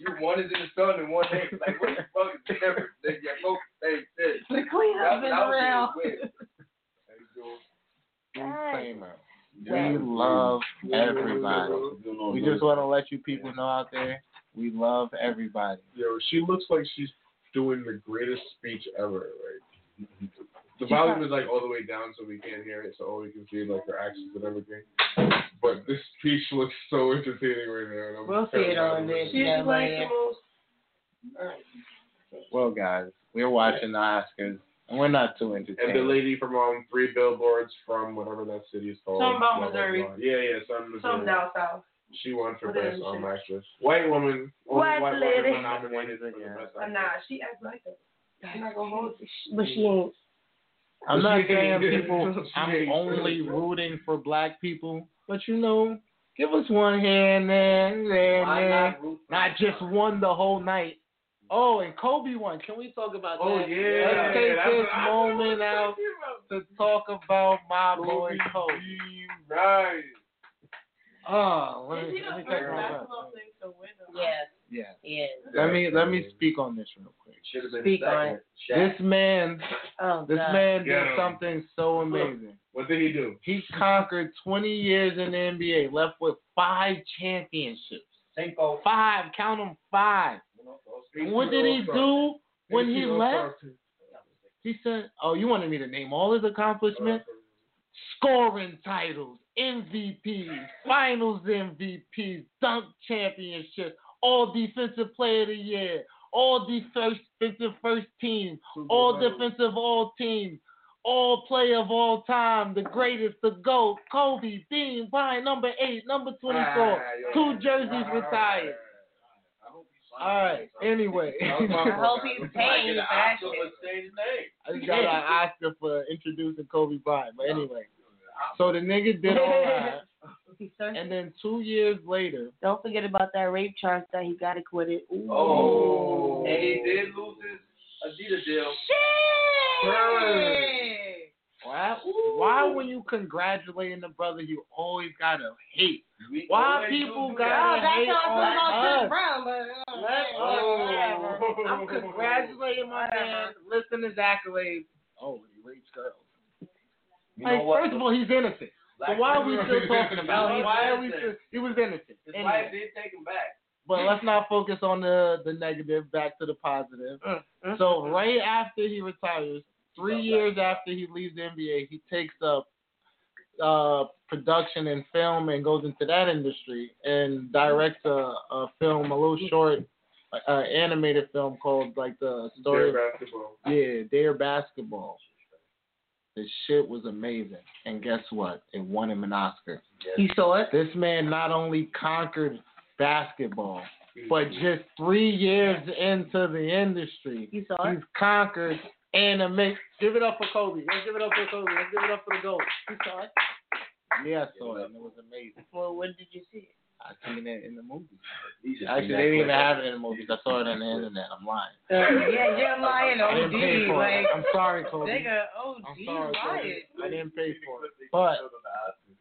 I: you one is in the sun and one ain't. Like what the fuck is the difference? They get both the same thing.
C: The queen
I: That
C: has
I: was
C: been
I: that was
C: around.
I: weird. How you doing?
A: Disclaimer.
C: Yeah.
A: We love everybody. We just want to let you people know out there, we love everybody.
D: Yo, she looks like she's doing the greatest speech ever. Like the volume is like all the way down, so we can't hear it. So all we can see is like her actions and everything. But this speech looks so entertaining right now. and I'm
C: We'll see it
D: terrified
C: on
D: of
C: this.
B: She's
C: Yeah,
B: like
C: yeah.
B: the most.
A: Well, guys, we're watching the Oscars, and we're not too entertained.
D: And the lady from um three billboards from whatever that city is called.
B: Something about
D: blah, blah,
B: Missouri.
D: blah. Yeah, yeah, some Missouri.
B: Some down south.
D: She won for
B: What is
D: best
B: she?
D: um actress. White woman. only
C: White
D: white
C: lady.
D: Woman nominated for the best
B: But
D: actress.
B: nah, she acts like that. She's not gonna hold it.
C: But she ain't.
A: I'm not
D: She
A: saying
D: ain't good.
A: people.
D: She
A: I'm
D: ain't
A: only
D: good.
A: rooting for black people, but you know, give us one here and there, and there, and
I: Why
A: there.
I: not root for
A: Not just
I: her?
A: one the whole night. Oh, and Kobe won. Can we talk about
D: Oh
A: that?
D: yeah.
A: Let's take
D: that's
A: this
D: what I-
A: moment out to talk about my boy
D: Kobe
A: Kobe.
D: Bean Bryant.
A: Oh, let
B: Is
A: me,
B: he
A: let
B: the
A: me
B: first
A: talk about
B: basketball player to win? the-
C: Yes,
A: Yeah.
C: yes.
A: Let me let me speak on this real quick.
I: Should have been
C: Speak
I: second.
C: on it.
I: Shaq.
A: This man,
C: Oh
A: this
C: God.
A: man did
D: Yeah.
A: something so amazing.
D: What did he do?
A: He conquered 20 years in the NBA, left with five championships.
I: Cinco.
A: Five, count them five. And what did he do when he left? He said, "Oh, you wanted me to name all his accomplishments: scoring titles, MVPs, Finals MVPs, dunk championships, All Defensive Player of the Year, All Defensive First Team, All Defensive All Team, All Player of All Time, the greatest, the GOAT, Kobe Bean Bryant, number eight, number twenty-four, two jerseys retired." All right. Anyway,
C: I hope he's paying you for that
I: Oscar
C: shit.
I: would say his name.
A: I just got an Oscar for introducing Kobe Bryant. But anyway, so the nigga did all that,
C: He searched-
A: and then two years later,
C: Don't forget about that rape charge that he got acquitted. Ooh.
I: Oh, and he did lose his Adidas deal.
C: Shit!
A: why, why when you congratulating the brother, you always gotta hate?
I: We
A: Why
I: always
A: people
I: do that.
A: gotta
C: Oh, that's
A: hate
C: how I feel about
A: on
C: Chris
A: us?
C: Brown, but uh, whatever.
A: I'm congratulating my man. Listen to his accolades. Oh, he rapes girls.
I: You know
A: Like,
I: what?
A: first of all, he's innocent. So
I: Black
A: why are
I: people-
A: we still talking about
I: No,
A: him?
I: he's
A: Why are we
I: innocent.
A: still? He was innocent.
I: His
A: Anyway.
I: wife did take him back.
A: But let's not focus on the the negative. Back to the positive. So right after he retires, three years after he leaves the NBA, he takes up uh, production and film and goes into that industry and directs a, a film, a little short, uh, animated film called like the story.
D: Dear basketball.
A: Yeah, Dare Basketball.
D: The shit was amazing. And guess what? It won him an Oscar.
C: You saw it?
D: This man not only conquered basketball, but just three years into the industry,
C: you saw it?
D: he's conquered anime. Give it up for Kobe. Let's give it up for Kobe. Let's give it up for the GOAT.
C: You saw it?
D: Yeah, I saw it. And it was amazing.
C: Well, when did you see it?
D: I seen it in the movies.
A: just
D: Actually,
A: seen
D: they
A: that
D: didn't even
A: clip.
D: have it in the movies. I saw it on the internet. I'm lying.
C: Uh, yeah, you're lying,
D: I didn't pay
C: OG.
D: for
C: Like,
D: it. I'm sorry, Kobe.
C: nigga, OG
D: I'm sorry,
C: riot.
D: Kobe. I didn't pay for it, but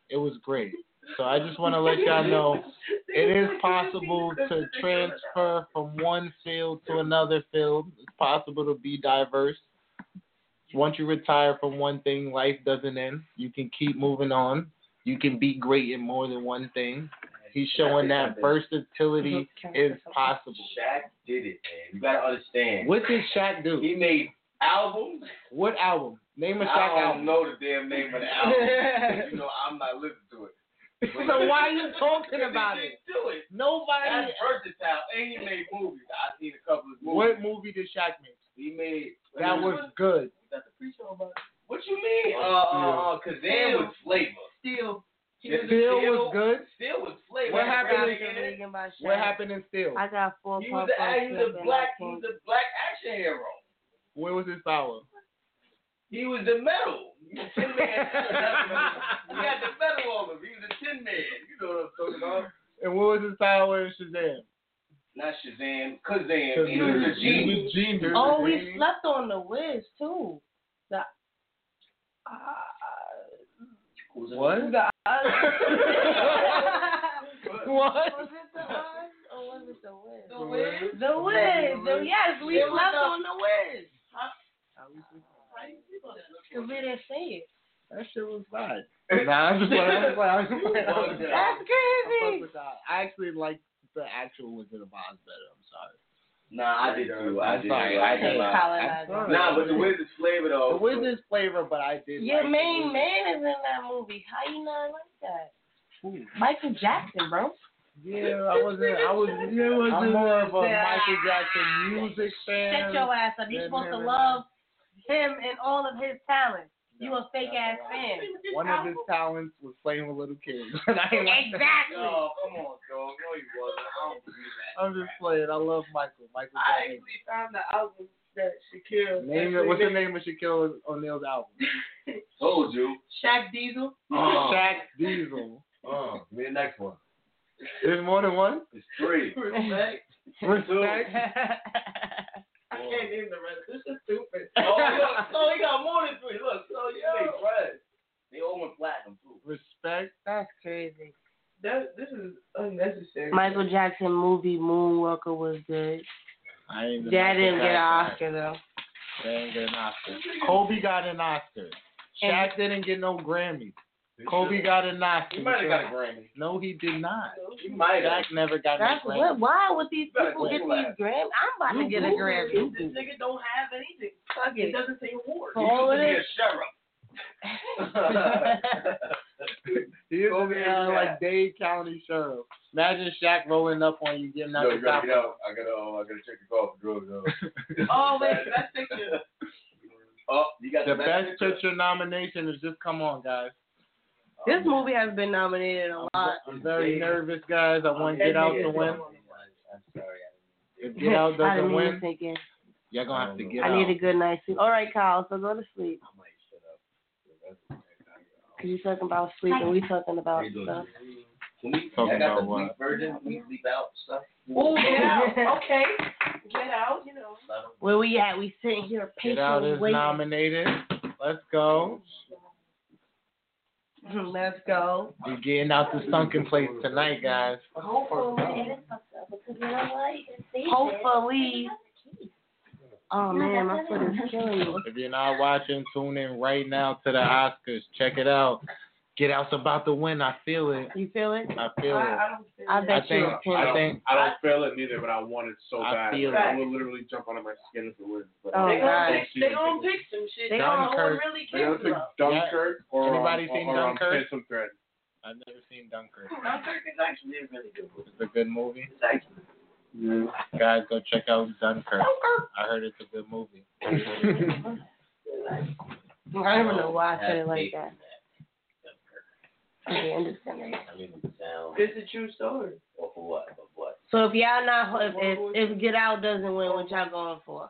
D: it was great. So I just want to let y'all know it is possible to transfer from one field to another field. It's possible to be diverse. Once you retire from one thing, life doesn't end. You can keep moving on. You can be great in more than one thing. He's showing that versatility is possible.
A: Shaq did it, man. You gotta understand.
D: What did Shaq do?
A: He made albums.
D: What album? Name a Shaq
A: I don't
D: album.
A: know oh, the damn name of the album. 'cause you know, I'm not listening to it.
D: So why are you talking about it?
A: Do it.
D: Nobody.
A: That's versatile, and he made movies. I've seen a couple of movies.
D: What movie did Shaq make?
A: He made.
D: That was good.
A: That's a pre-show about. it. What you mean? Uh, uh, uh, Kazan with flavor.
G: Still,
D: Steel was good.
A: Steel was flavor.
D: What
A: That's
D: happened
A: right,
D: in-
A: nigga.
D: What happened in Steel?
C: I got four
A: He was
C: pump
A: the he was
C: ups
A: a
C: and
A: black
C: I
A: he was
C: can't-
A: a black action hero.
D: Where was his power?
A: He was the metal. He was Tin Man. he had the metal on him. He was a Tin Man. You know what I'm talking about?
D: And where was his power in Shazam?
A: Not Shazam, Kazam. He was a
F: He
A: genius.
F: was genius.
C: Oh, we
D: Mm-hmm.
C: slept on the Wiz, too. The, uh,
D: What?
C: the
D: What?
C: Was it the Oz or was it the Wiz?
G: the way
C: The Wiz. The, yes, we slept on the Wiz. Because we didn't say it.
D: That shit was bad. Nah, I'm just playing. I'm just playing. I'm just playing. I'm just playing.
C: That's
D: I fuck
C: crazy.
D: with that. I actually like the actual Wizard of Oz better. I'm sorry.
A: Nah, I did too. I
D: I'm
A: did.
D: sorry.
A: too.
D: I
A: did.
D: did.
A: too.
C: Colonizer.
D: I'm sorry.
A: Nah, but the Wizard's flavor though.
D: The Wizard's flavor, but I did.
C: Your
D: like
C: main man is in that movie. How you not like that?
D: Who?
C: Michael Jackson, bro.
D: Yeah, I wasn't. I was. I'm more of a Michael Jackson music fan.
C: Shut your ass up.
D: Yeah,
C: You're supposed to
D: man.
C: love him and all of his talent. You a fake ass
D: that's all
C: fan.
D: One of his talents was playing with little kids. And I ain't like that.
C: Exactly.
A: No, come on, dog. No, you wasn't. I don't believe that.
D: I'm just playing. I love Michael.
B: I
D: Michael Jackson.
B: actually found the album that Shakira.
D: Name it. What's the name of Shaquille O'Neal's album?
A: Told you.
G: Shaq Diesel.
A: Uh,
D: Shaq Diesel.
A: Uh, me the next one.
D: There's more than one.
A: It's three.
B: Respect.
D: Respect.
B: I can't name the rest. This is stupid.
A: Oh, look, so he got more than three. Look, so you made bread. They all went platinum too.
D: Respect.
C: That's crazy.
B: That this is unnecessary.
C: Michael Jackson movie Moonwalker was good.
D: I ain't even
C: That didn't get an
D: Oscar.
C: Oscar though.
D: That didn't get an Oscar. Kobe got an Oscar. Shaq didn't get no Grammy. Kobe got an Oscar.
A: He might have got a Grammy.
D: No, he did not.
A: He might
D: Shaq
A: have.
D: never got
C: That's
D: no
C: what.
D: Grammy.
C: Why would these
A: better
C: people get
A: Google that.
C: these Grammy? I'm about to get a Grammy.
B: This nigga don't have anything.
C: Fuck
B: It
C: it.
B: doesn't say war.
C: For all of
A: He
C: this.
A: a sheriff.
D: He is
A: Kobe
D: uh,
A: is
D: like
A: that.
D: Dade County Sheriff. Imagine Shaq rolling up on you, getting out
A: Yo,
D: the
A: you gotta
D: top.
A: get out. I gotta, uh, I gotta check the call for drugs. though.
G: Oh wait, that's picture.
A: Oh, you got
D: The
A: the,
D: best picture nomination has just come on, guys.
C: This movie has been nominated a lot.
D: I'm very nervous, guys. I want Get Out to win.
A: I'm sorry.
D: If Get Out
C: I
D: doesn't
C: didn't mean to
D: win,
C: take it.
D: you're gonna have to get
C: I need a
D: out.
C: good night's sleep. All right, Kyle. So go to sleep. Cause you talking about sleep and we talking about stuff.
A: Can we,
D: Talking
A: I got
D: about
A: the
D: what?
A: bleep version. Can we bleep out stuff?
B: Oh, get out. Okay. Get out, you know.
C: Where we at? We sitting here
D: Get Out
C: patiently
D: is
C: waiting.
D: nominated. Let's go.
C: Let's go.
D: We're getting out the sunken place tonight, guys.
C: Hopefully. Oh man, my foot is killing me.
D: If you're not watching, tune in right now to the Oscars. Check it out. Get Out's about to win. I feel it.
C: You feel it?
D: I feel it.
B: Oh,
C: I
D: I
C: bet you.
D: think.
C: it's
F: I
D: I
F: don't,
D: think.
F: I don't feel it neither, but I want it so
D: I
F: bad.
D: feel
F: I
C: it.
F: would literally jump out of my skin if it was. But
C: Oh,
B: They
C: God.
B: gonna pick, they gonna pick some shit.
C: They
B: that no one
D: Dunkirk.
B: Oh, really
F: They gotta
B: cares
F: pick
B: about.
F: Dunkirk or
D: Anybody
F: or,
D: seen
F: or, um,
D: Dunkirk?
F: Phantom Thread.
D: I've never seen Dunkirk.
B: Oh, Dunkirk is actually a really good movie.
D: It's a good movie.
B: It's actually
D: Guys, go check out Dunkirk. I heard it's a good movie.
C: I don't know why I said it
A: Have
C: like
A: faith
C: that.
A: in
C: I didn't understand that.
A: I mean, it sounds.
B: It's a true story.
A: Or for what? Of what?
C: So if y'all not if if, if Get Out doesn't win, what y'all going for?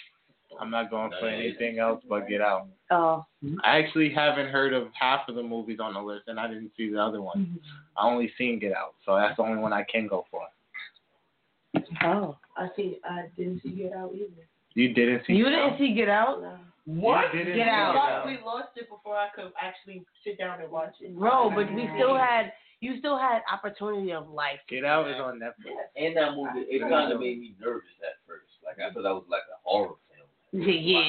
D: I'm not going for anything else but Get Out.
C: Oh,
D: I actually haven't heard of half of the movies on the list, and I didn't see the other one. I only seen Get Out, so that's the only one I can go for.
C: oh.
B: I see. I didn't see Get Out either.
D: You didn't see.
C: You
D: Get
C: didn't
D: Out?
C: see Get Out?
D: What? You didn't
C: Get
D: see
C: Out.
D: Get Out.
B: We lost it before I could actually sit down and watch it.
C: Bro, but we still had you still had opportunity of life.
D: Get Out is on Netflix.
A: And that movie, it kind of made me nervous at first. Like I thought that was like a horror film.
C: Yeah,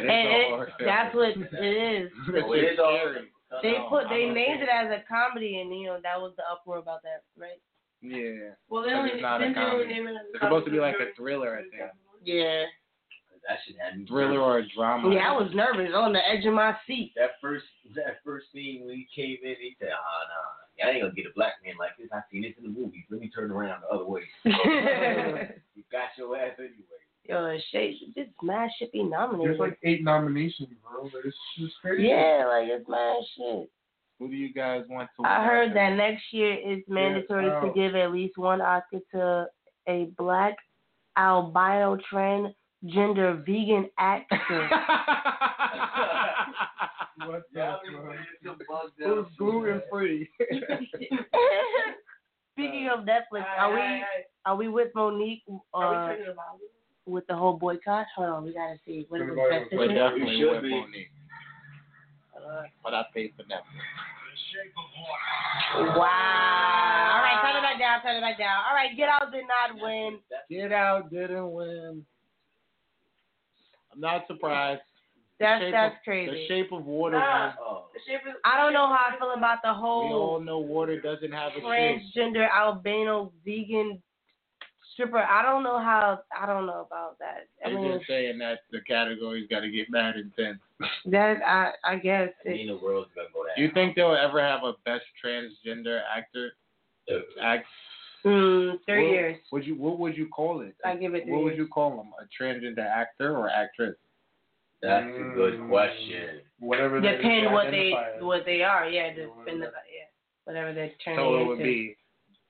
C: and
A: a
C: it,
A: horror film.
C: that's what it is.
A: So it is all. no,
C: They
A: no,
C: put
A: I'm
C: they
A: not
C: named
A: saying-
C: it as a comedy, and you know that was the uproar about that, right?
D: Yeah.
B: Well, they
D: But
B: only-
D: it's not a
B: didn't they only
D: comedy.
B: name it as a
D: It's supposed to be like
B: comedy?
D: a thriller, I think.
C: Yeah.
A: That shit had me
D: Thriller
A: nervous.
D: or a drama.
C: Yeah, I was nervous on the edge of my seat.
A: That first, that first scene when he came in, he said, "Ah, nah, I ain't gonna get a black man like this. I seen this in the movies. Let me turn around the other way." you got your ass anyway.
C: Yo, Shay, this mad shit be nominated.
F: There's like eight nominations, bro. It's just crazy.
C: yeah, like it's mad shit.
D: Who do you guys want to?
C: I
D: win?
C: heard that next year it's mandatory to
F: oh.
C: give at least one Oscar to a black albino transgender vegan actor.
F: What the
A: Yeah,
F: fuck?
A: some bug
F: Who's gluten free?
C: Speaking of Netflix, are we are we with Monique
B: Uh, Are
C: uh,
B: we talking about it?
C: with the whole boycott? Hold on, we gotta see what is the Uh, best
D: We're
C: picture?
A: It
D: definitely
A: should
D: with
A: be.
D: Monique. But I paid for Netflix.
C: Wow! All right, turn it back down, turn it back down. All right, Get Out did not win.
D: Get Out didn't win. I'm not surprised.
C: That's
D: Shape
C: that's
D: of- The
C: crazy. Ah.
D: Shape of Water
B: Nah.
D: won.
A: Oh,
B: The shape is-
C: I don't know how I feel about the
D: We all
C: whole
D: know water doesn't have a shape.
C: transgender albino vegan stripper. I don't know how. I don't know about that. I
D: They've
C: mean,
D: been saying that the categories got to get mad intense.
C: that I I guess.
A: I mean,
C: It,
A: the world's gonna go that.
D: Do you think they'll ever have a best transgender actor? Act,
C: mm, three
D: what-
C: years.
D: Would you what would you call it?
C: I give it three
D: What would
C: years.
D: you call them? A transgender actor or actress?
A: That's a good question.
F: Whatever. they
C: Depend what they
F: identify as.
C: what they are. Yeah,
F: Yeah,
C: depend
F: whatever.
C: about yeah whatever they're turning
D: So it
C: into.
D: would be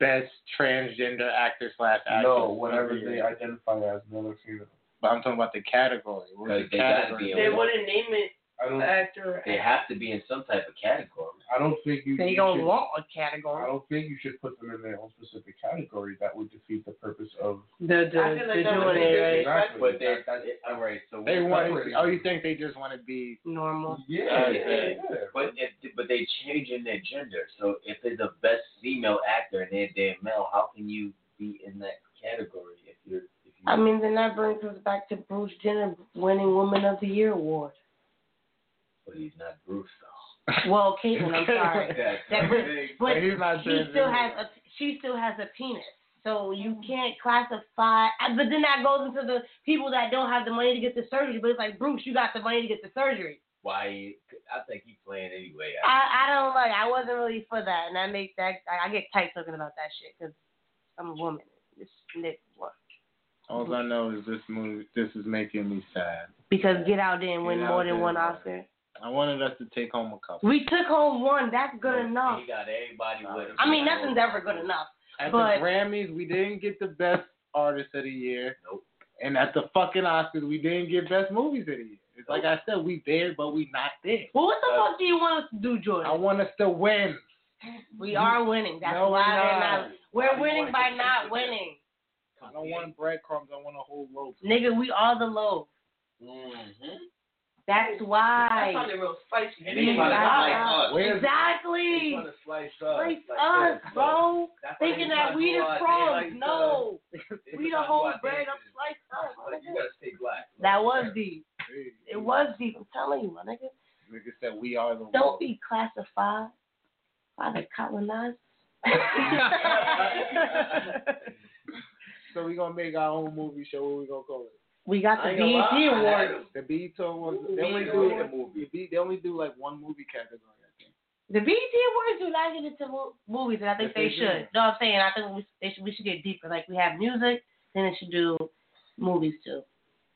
D: best transgender actor slash actress.
F: No, whatever they
D: are.
F: identify as, male or female.
D: But I'm talking about the category. What was
A: 'Cause
D: the
A: they gotta
D: category?
A: be in
B: They wouldn't name it
F: I don't.
B: actor.
A: They have to be in some type of category.
F: I don't think you.
C: They
F: you
C: gonna
F: should-
C: want a
F: I
C: category.
F: don't think you should put them in their own specific category. That would defeat the purpose of.
C: They're,
B: I feel like that would
C: doing
B: be
C: it right.
F: Exactly.
A: But they, all right. So
D: They
A: we're
D: want.
A: separating.
D: Oh, you think they just want to be?
C: Normal.
F: Yeah.
A: Yeah.
F: yeah.
A: But if, but they changing their gender. So if they're the best female actor and they're damn male, how can you be in that category if you're if you
C: I mean, then that brings us back to Bruce Jenner winning Woman of the Year award.
A: but he's not Bruce though.
C: Well, Caitlin, I'm sorry.
A: That's
C: That
A: the
C: was-
A: thing.
C: But
D: he's not
C: she
D: transgender.
C: still has a she still has a penis, so you can't classify. uh, But then that goes into the people that don't have the money to get the surgery. But it's like Bruce, you got the money to get the surgery.
A: Why? he- I think he's playing anyway. I,
C: I I don't like. I wasn't really for that, and I make that I, I get tight talking about that shit because I'm a woman. This Nick one.
D: All I know is this movie. This is making me sad.
C: Because Get Out didn't win
D: Get Out
C: more than
D: didn't
C: one
D: win.
C: Oscar.
D: I wanted us to take home a couple.
C: We took home one. That's good enough.
A: He got everybody with him.
C: I mean, nothing's ever good enough.
D: At
C: But-
D: the Grammys, we didn't get the best artist of the year.
A: Nope.
D: And at the fucking Oscars, we didn't get best movies of the year. It's like I said, we there, but we not there.
C: Well, what the
A: Uh,
C: fuck do you want us to do, Jordan?
D: I want us to win.
C: We are winning. That's
D: No,
C: why
D: we're
C: we're
D: not.
C: not. We're
A: Why
C: winning
A: you
C: by
A: wanna-
C: not winning.
D: I don't want breadcrumbs. I want a whole loaf.
C: Nigga, we are the low.
A: Mm-hmm.
C: That's
B: I
C: why.
B: found it real spicy.
A: And they trying to slice us.
D: Where's-
A: They
C: Exactly.
A: trying to slice us.
C: Like
A: like
C: us,
A: this.
C: bro.
A: That's why
C: Thinking
A: they
C: that
A: tryna
C: we
A: go
C: the
A: out there
C: crumbs.
A: like us.
C: No.
A: They
C: We the
A: tryna go
C: whole
A: out there
C: bread
A: and
C: up
A: just-
C: slice
A: Like,
C: up.
A: you gotta stay black.
C: That was deep.
D: Hey,
C: It was deep. I'm telling you, my nigga.
D: Nigga said we are the loaf.
C: Don't be classified by the colonizers.
D: so we gonna make our own movie show. What we gonna call it?
C: we got the
A: I ain't gonna lie,
C: BET
A: I had
C: Awards.
D: The BET Awards.
A: Ooh,
D: They only
A: BET
D: do
A: Awards.
D: the B- They only do like one movie category. I think.
C: The BET Awards do not get into mo- movies, and I think
D: Yes,
C: they
D: they do.
C: should. No, I'm saying I think we they should we should get deeper. Like we have music, then it should do movies too.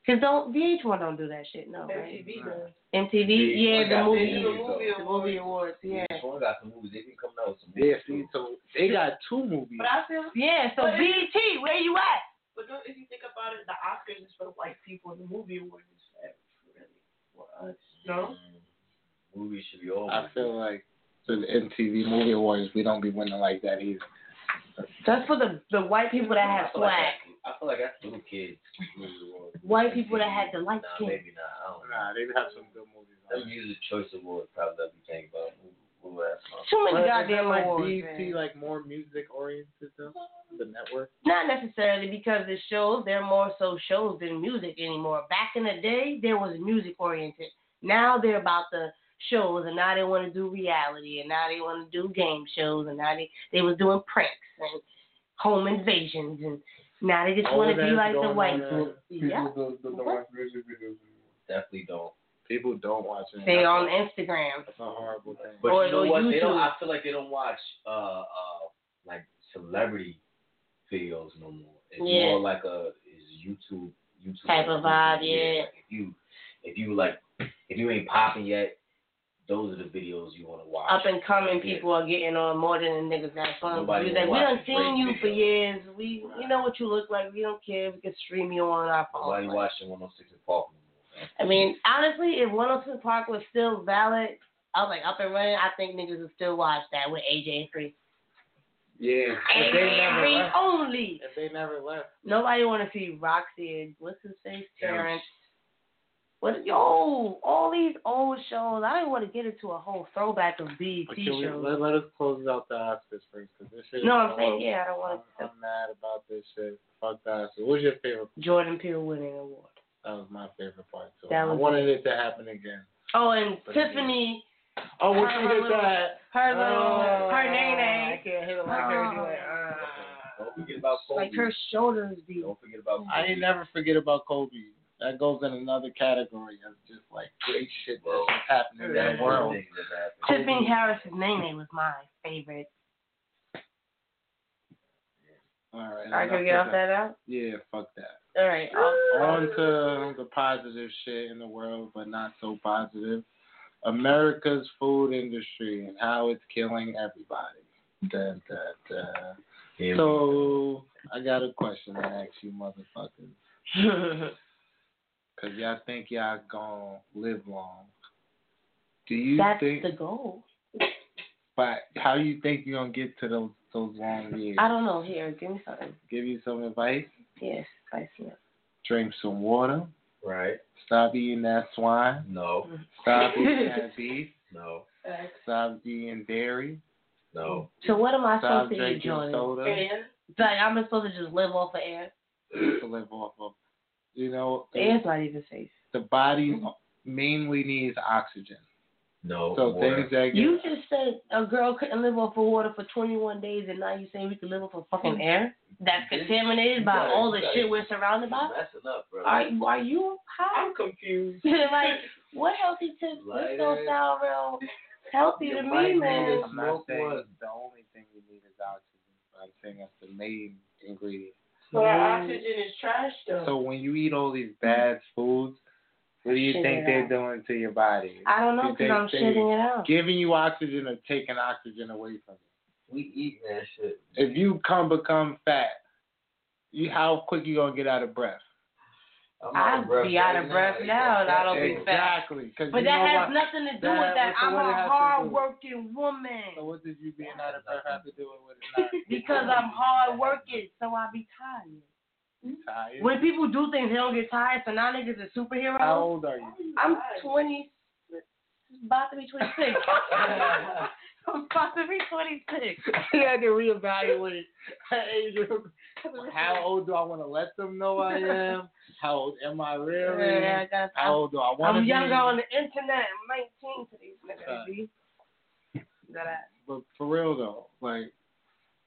C: Cause don't VH1 don't do that shit. No, right?
B: MTV does.
C: MTV, yeah, the movie, the movie awards, yeah.
A: VH1 got some movies. They been coming out with some
D: Yeah, see, so they got two movies.
B: But I feel.
C: Yeah, so
B: but if-
C: BET, where you at?
B: But don't, if you think about it, the Oscars is for white people, and the movie awards is for really for us. No.
A: Mm, Movies should be over.
D: I feel like the MTV Movie Awards, we don't be winning like that either.
C: That's for the the white people that have
A: I feel like
C: swag.
A: that- I feel like that's little kids. Movie awards.
C: White people that had the light
A: Nah,
C: skin.
A: maybe not. I don't know.
D: Nah, they have some good movies.
A: Them music choice awards probably that we think about. Who, who asked my
C: Too many
D: But
C: goddamn
D: isn't, like
C: awards.
D: BET
C: man.
D: like more music oriented though? The network.
C: Not necessarily because the shows, they're more so shows than music anymore. Back in the day, there was music oriented. Now they're about the shows, and now they want to do reality, and now they want to do game shows, and now they they was doing pranks and home invasions, and now they just
F: All
C: want
F: of
C: to
F: that
C: be
F: is
C: like the
F: going
C: white
F: on,
C: people.
F: uh, People
C: Yeah,
F: don't, don't watch music videos anymore.
A: Definitely don't.
D: People don't watch it.
C: they
D: That's
C: on
D: a-
C: Instagram.
D: That's a horrible thing.
A: But
C: Or-
A: you know
C: or
A: what? They don't,
C: YouTube.
A: I feel like they don't watch uh uh like celebrity videos no more. It's
C: Yeah.
A: more like a is YouTube YouTube
C: Type of vibe, yeah.
A: Like if you if you like if you ain't popping yet, those are the videos you want to watch.
C: Up and coming
A: Yeah.
C: people are getting on more than the niggas that fun.
A: Nobody
C: He's like, we
A: watch
C: done
A: the
C: seen you
A: great
C: for
A: videos.
C: years. We, we know what you look like. We don't care. We can stream you on our phone.
A: Nobody
C: Like,
A: watching 106 and Park no more. man.
C: I mean, honestly, if 102 Park was still valid, I was like up and running, I think niggas would still watch that with AJ and Free.
D: yeah. If they
C: AJ and
D: never
C: Free
D: left.
C: only.
D: If they never left.
C: Nobody want to see Roxy and what's his face,
A: Terrence.
C: Terrence. What yo? All these old shows. I didn't want to get into a whole throwback of BET
D: But can we,
C: shows.
D: let, let us close out the Oscars first, cause this shit. is
C: No, I'm saying
D: horrible.
C: yeah. I don't want
D: I'm,
C: to.
D: I'm mad about this shit. Fuck the Oscars. What's your favorite?
C: Jordan Peele winning award.
D: That was my favorite part. So
C: That
D: I
C: was-
D: wanted it to happen again.
C: Oh, and
D: But it
C: Tiffany,
D: Oh,
C: what you did
D: that? Oh,
C: her little, her
D: I
C: nene,
D: can't hit it Oh. like
C: like
D: that.
C: that.
A: Don't forget about Kobe.
C: like her shoulders be.
A: Don't forget about Kobe.
D: I ain't never forget about Kobe. That goes in another category of just like great shit that's just happening in
A: That's
D: that
A: the
D: world.
A: thing that happened.
C: Tiffany Harris's nene was my favorite.
D: All right.
C: All right,
D: enough
C: can we get
D: of
C: off that out?
D: Yeah, fuck that.
C: All right. off.
D: On to the positive shit in the world, but not so positive. America's food industry and how it's killing everybody. Da, da, da.
A: Here we
D: So I got a question to ask you, motherfuckers. Cause y'all think y'all gonna live long. Do you
C: That's
D: think
C: the goal.
D: by how you think you're gonna get to those those long years?
C: I don't know. Here, give me something.
D: Give you some advice.
C: Yes, spicy.
D: Drink some water.
A: Right?
D: Stop eating that swine.
A: No,
D: Stop eating that beef.
A: no,
D: Stop eating dairy.
A: no.
C: So what am I
D: Stop
C: supposed to eat,
D: drinking
C: Jordan?
D: soda
B: And
C: Like I'm just supposed to just live off of air?
D: to live off of. You know,
C: Air's not even safe.
D: the body mainly needs oxygen.
A: No.
D: So
A: water.
D: things that get
C: You just said a girl couldn't live off of water for 21 days, and now you saying we can live off of fucking air that's contaminated by
A: Right,
C: all the
A: right.
C: shit we're surrounded by?
A: You're messing up, bro.
C: Are are you high?
B: I'm confused.
C: like, what healthy tips? This
A: Lighter.
C: don't sound real healthy to
A: Your
C: me,
A: lighter.
C: man.
D: I'm not
A: Smoke
D: saying
A: was-
D: it's the only thing you need is oxygen. but I'm saying that's the main ingredient.
B: But our oxygen is trash, though.
D: So when you eat all these bad foods, what do you
C: Shit
D: think
C: it
D: they're
C: out.
D: doing to your body?
C: I don't know
D: They-
C: because I'm
D: they-
C: shitting it out.
D: Giving you oxygen or taking oxygen away from you.
A: we eat that shit.
D: If you come become fat, you how quick you gonna get out of breath?
A: I'm
C: I'd be out of breath now, and I don't be fat.
D: Exactly. 'cause
C: But
D: you
C: that
D: know
C: has
D: what?
C: nothing to do
D: That-
C: with that.
D: so
C: I'm
D: what it has
C: a
D: to do?
C: hard-working
D: So
C: woman
D: what does you being out of breath have to do with it?
C: because I'm hard-working, so I be tired.
D: Not tired.
C: When people do things, they don't get tired. So now niggas are
D: How
C: superheroes.
D: old are you?
C: I'm 20, about to be 26. I'm about to be 26.
D: I had to reevaluate at age of- how old do I want to let them know I am? How old am I really?
C: Yeah, I got-
D: How old do I want to
C: I'm
D: be?
C: younger on the internet. I'm 19 to these niggas. B. That ass.
D: But for real though, like,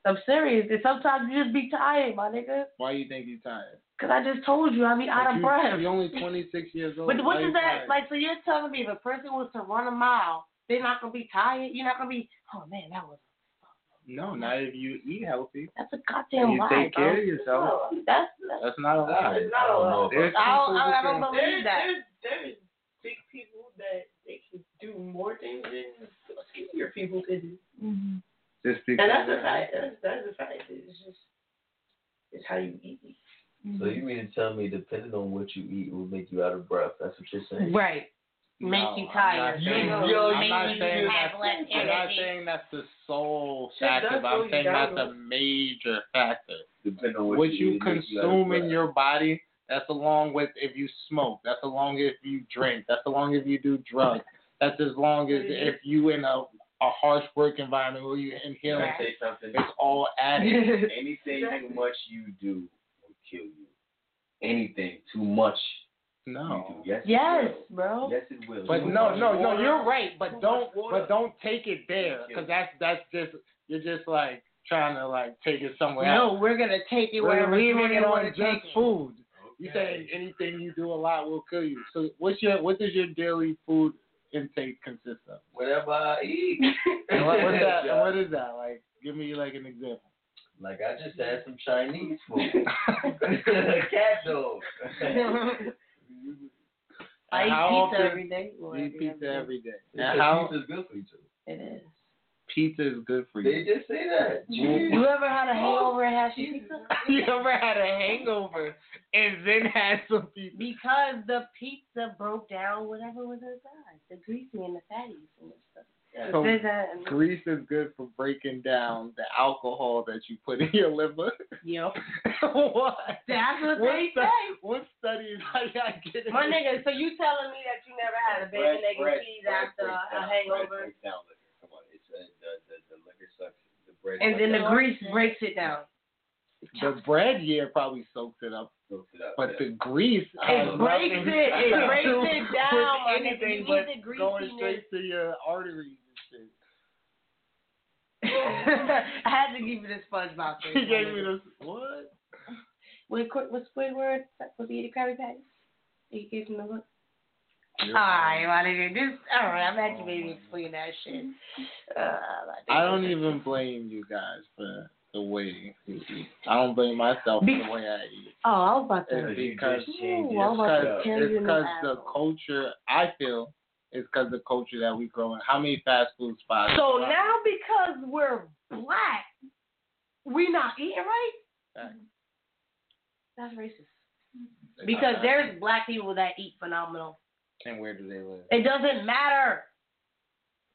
C: I'm serious. And sometimes you just be tired, my nigga.
D: why you think you tired?
C: Cause I just told you I be out
D: Like,
C: of
D: you,
C: breath.
D: You're only 26 years old.
C: But what
D: Why
C: is
D: you
C: that
D: tired?
C: like? So you're telling me if a person was to run a mile, they're not gonna be tired. You're not gonna be. Oh man, that was.
D: No, not if you eat healthy.
C: That's a goddamn
D: you
C: lie,
D: take care
C: bro.
D: of yourself.
C: That's
D: That's not a lie.
B: It's not a lot.
D: There's
C: I don't,
D: people
C: I, I
D: who
C: don't
D: can-
C: believe that.
B: There's, there's big people that they can do more things than skinnier people can do.
D: Just because
B: And that's a
D: they're-
B: fact. That's, that's a fact. It's just it's how you eat.
C: Mm-hmm.
A: So you mean to tell me depending on what you eat will make you out of breath? That's what you're saying.
C: Right. Make
D: No,
C: you
D: I'm
C: tired.
D: not saying-
C: Make
D: yo,
C: you-
D: I'm
C: make
D: not
C: you
D: saying
C: have
D: that-
C: less
D: I'm not
C: energy.
D: saying that's the sole
B: Shit,
D: factor.
B: that's
D: but I'm
B: really
D: saying that's a
B: valuable.
D: major factor.
A: Depending on
D: What,
A: what,
D: you,
A: eat, it makes out of
D: consume in
A: breath.
D: your body, that's along with if you smoke. That's along if you drink. That's along if you do drugs. That's as long as if you in a a harsh work environment where you
A: Can
D: inhaling.
A: I say something?
D: It's all added.
A: Anything too much you do will kill you. Anything too much you
D: No.
A: do. Yes.
C: Yes,
A: It will.
C: bro.
A: Yes, it will.
D: But
A: Too
D: no,
A: much
D: no, no.
A: water.
D: You're right,
A: Too
D: but
A: much
D: don't,
A: water.
D: but don't take it there, because that's that's just you're just like trying to like take it somewhere else.
C: No, we're gonna take it
D: We're
C: wherever you
D: leaving it on
C: want to
D: just
C: take it.
D: food. You saying
A: Okay.
D: anything you do a lot will kill you. So what's your what does your daily food intake consist of?
A: Whatever I eat.
D: And what, what's that? And what is that like? Give me like an example.
A: Like I just had some Chinese food. Cat dog.
C: I
D: How
C: eat pizza
D: often
C: every day. Well,
D: You eat
C: every
D: pizza
C: other
D: every day.
A: Because
D: And how
A: pizza's good for you too.
C: day. It is.
D: pizza is good for
A: They
D: you?
A: just say that.
C: You ever had a hangover and had some pizza?
D: you ever had a hangover and then had some pizza?
C: Because the pizza broke down whatever was inside. The greasy and the fatty and stuff.
D: So-
C: There's that-
D: Grease is good for breaking down the alcohol that you put in your liver.
C: Yep.
D: what?
C: That's what
D: What
C: they
D: stu-
C: say.
D: What studies are y'all getting?
C: My nigga, so you telling me that you never had a bacon, egg, and cheese after a hangover,
D: uh,
C: and then the grease breaks it down?
D: The bread, yeah, probably soaks it up, but the grease. has
C: It breaks
D: nothing
C: it. It
D: to
C: breaks
D: do
C: it
D: with
C: down. my nigga.
D: Anything
C: you
D: but
C: need the
D: going
C: greasiness.
D: straight to your arteries and
C: I had to give you the SpongeBob
D: shit.
C: thing.
D: He gave me this. What?
C: Wait, quick, what's Squidward? Was he eating Krabby Patties? He gave him the look. Alright, my nigga. This, alright, I'm glad you made me explain that shit. Uh, my
D: Oh, I
C: nigga.
D: don't even blame you guys for the way you eat. I don't blame myself for the way I eat.
C: Oh, I was about to.
D: It's because
C: Ooh, I was about to
D: because
C: tell
D: it's
C: you in
D: because
C: the
D: the culture I feel is because the culture that we grow in. How many fast food spots?
C: So now because we're black, we not eating right?
D: Right.
C: That's racist. Because there's black people that eat phenomenal.
D: and where do they live?
C: It doesn't matter.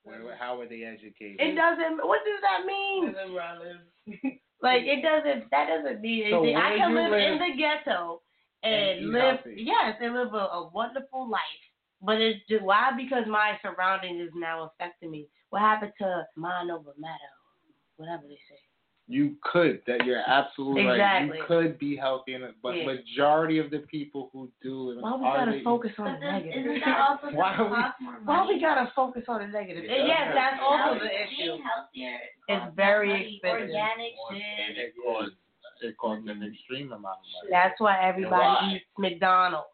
D: Where, how are they educated?
C: It doesn't. What does that mean?
B: That's where I live.
C: Like it doesn't. That doesn't mean
D: So
C: anything. I
D: where
C: can
D: you
C: live, in
D: live-
C: the ghetto
D: And
C: and,
D: eat
C: live.
D: healthy.
C: Yes, and live a, a wonderful life. But it's just, why? Because my surrounding is now affecting me. What happened to mind over matter? Whatever they say.
D: You could. That you're absolutely right.
C: Exactly.
D: You could be healthy, in it, but
C: Yeah.
D: majority of the people who do it
C: Why we
D: are
C: gotta
D: they-
C: focus on the
B: But then,
C: negative?
B: isn't that also
D: Why
B: gonna
D: we-
B: cost more
C: Why
B: money?
C: we gotta focus on the negative?
A: Yeah.
C: Yes, that's also the
B: Being
C: issue.
B: healthier
C: It's
B: costs
C: very
B: more money.
C: expensive.
B: Organic shit.
D: And it costs it costs an extreme amount of money.
C: That's why everybody
D: why?
C: eats McDonald's.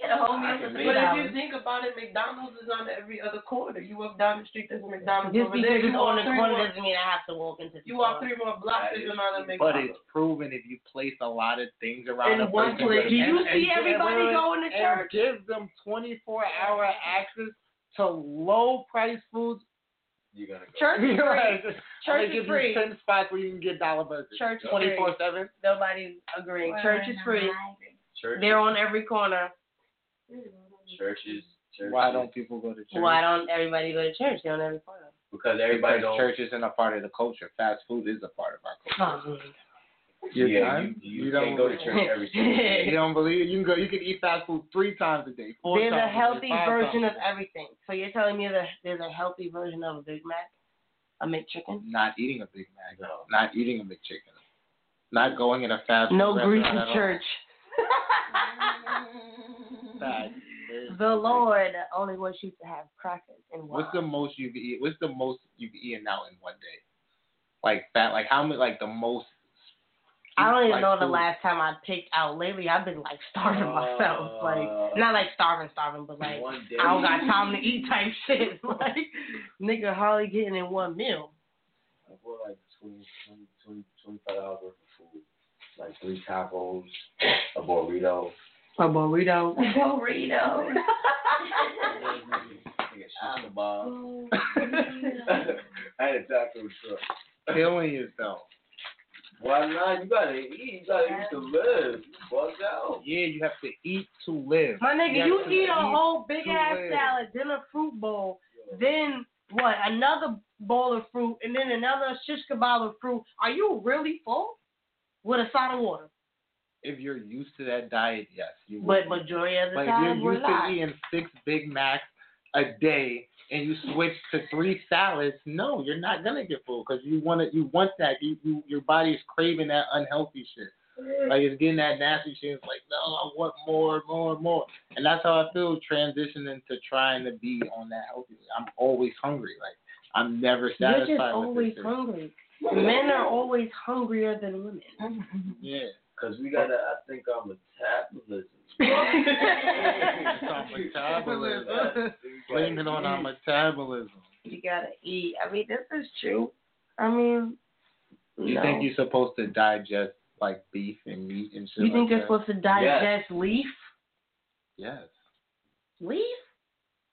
B: Get a whole
A: I
B: meal
A: can
B: for
A: make
B: three But
C: dollars.
B: if you think about it, McDonald's is on every other corner. You walk down the street, there's a McDonald's
C: Just
B: over there.
C: because
B: You
C: it's on
B: walk
C: the
B: three
C: corner
B: more,
C: doesn't mean I have to walk into. the
B: you walk
C: store.
B: three more blocks,
A: That is
B: there's another
D: But
B: McDonald's.
D: it's proven if you place a lot of things
B: In
D: around a
B: one
D: person-
B: place.
C: Do you
D: and-
C: see
D: and- and-
C: everybody going to
D: and
C: church?
D: give them 24 hour access to low price foods.
A: You're gonna go.
C: Church is free.
D: They
C: Church
D: give you
C: is free.
D: 10 spots where you can get dollar burgers.
C: Church is
D: 24 7.
C: Nobody's agreeing. Church is free.
A: Church.
C: They're on every corner.
A: Churches. Churches.
D: Why don't people go to church?
C: Why don't everybody go to church? They're on every corner.
A: Because everybody don't.
D: because church isn't a part of the culture. Fast food is a part of our culture.
C: Oh,
D: You're
A: yeah,
D: done?
A: you, you,
D: You
A: can't
D: don't-
A: go to church every single day.
D: You don't believe it? You can go. You can eat fast food three times a day. Four
C: There's
D: times
C: a
D: day,
C: healthy
D: five
C: version
D: times
C: of
D: a day.
C: everything. So you're telling me that there's a healthy version of a Big Mac, a McChicken?
D: Not eating a Big Mac.
A: No.
D: Not eating a McChicken. Not going in a fast food
C: No
D: restaurant
C: greasy
D: at all.
C: church.
D: Fact. There's-
C: the Lord only wants you to have crackers and wine.
D: What's the most you've eaten? What's the most you've eaten out in one day? Like that? Like how many? Like the most
C: I don't even
F: like
C: know the
F: food.
C: last time I picked out. Lately, I've been like starving myself. Like, not like starving, starving, but like
A: One day.
C: I don't got time to eat type shit. Like, nigga, hardly getting in one meal.
A: I bought like 20, 20, 20, 25 dollars worth of food, like three tacos, a burrito.
C: A burrito.
B: Burrito.
A: Um, Shish kebab. I had a taco truck.
D: Killing yourself.
A: Why not? You gotta eat. You gotta eat to live. You bugged out.
D: Yeah, you have to eat to live.
C: My nigga, you
D: have to
C: eat a whole big
D: to
C: ass
D: live.
C: salad, then a fruit bowl, then what? Another bowl of fruit, and then another shish kebab of fruit. Are you really full? With a side of water.
D: If you're used to that diet, yes, you will.
C: But majority of the
D: Like
C: time,
D: if you're
C: we're
D: used
C: not.
D: to eating six Big Macs a day and you switch to three salads, no, you're not gonna get full because you want to. You want that. You, you your body is craving that unhealthy shit.
C: Mm.
D: Like it's getting that nasty shit. It's like, no, I want more, more, more. And that's how I feel transitioning to trying to be on that healthy. I'm always hungry. Like I'm never
C: You're
D: satisfied.
C: just
D: with
C: always
D: this shit.
C: hungry. Men are always hungrier than women.
D: Yeah.
A: Cause we gotta, I think our metabolism.
D: It's our metabolism.
A: Blame
D: Blaming on our metabolism.
C: you gotta eat. I mean, this is true. I mean,
D: You
C: no.
D: think you're supposed to digest like beef and meat and shit?
C: You think
D: like
C: you're
D: that?
C: supposed to digest leaf?
D: Yes.
C: Leaf?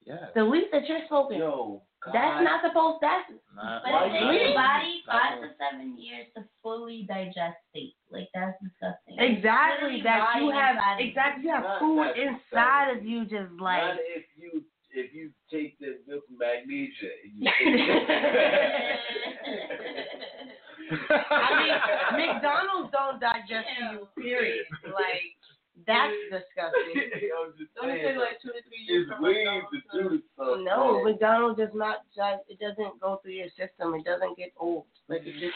D: Yes.
C: The leaf that you're smoking.
A: Yo,
C: That's not supposed. That's
D: Not-
J: But it takes your
D: not-
J: body
D: not-
J: five to seven years to fully digest steak. Like that's disgusting.
C: exactly
J: Literally
C: that you
J: rotting
C: have.
J: inside of you.
C: Exactly, you have
A: Not
C: food
A: that
C: inside of you, just like
A: Not if you if you take the milk of magnesia and you take
C: I mean, McDonald's don't digest you. Period. Like that's disgusting.
A: I'm just
B: Don't it
A: saying,
B: take like two to three years
A: it's
B: for
A: weird
B: myself?
A: to do this stuff.
C: No,
A: man.
C: McDonald's does not. Just, it doesn't go through your system. It doesn't get old. Like it just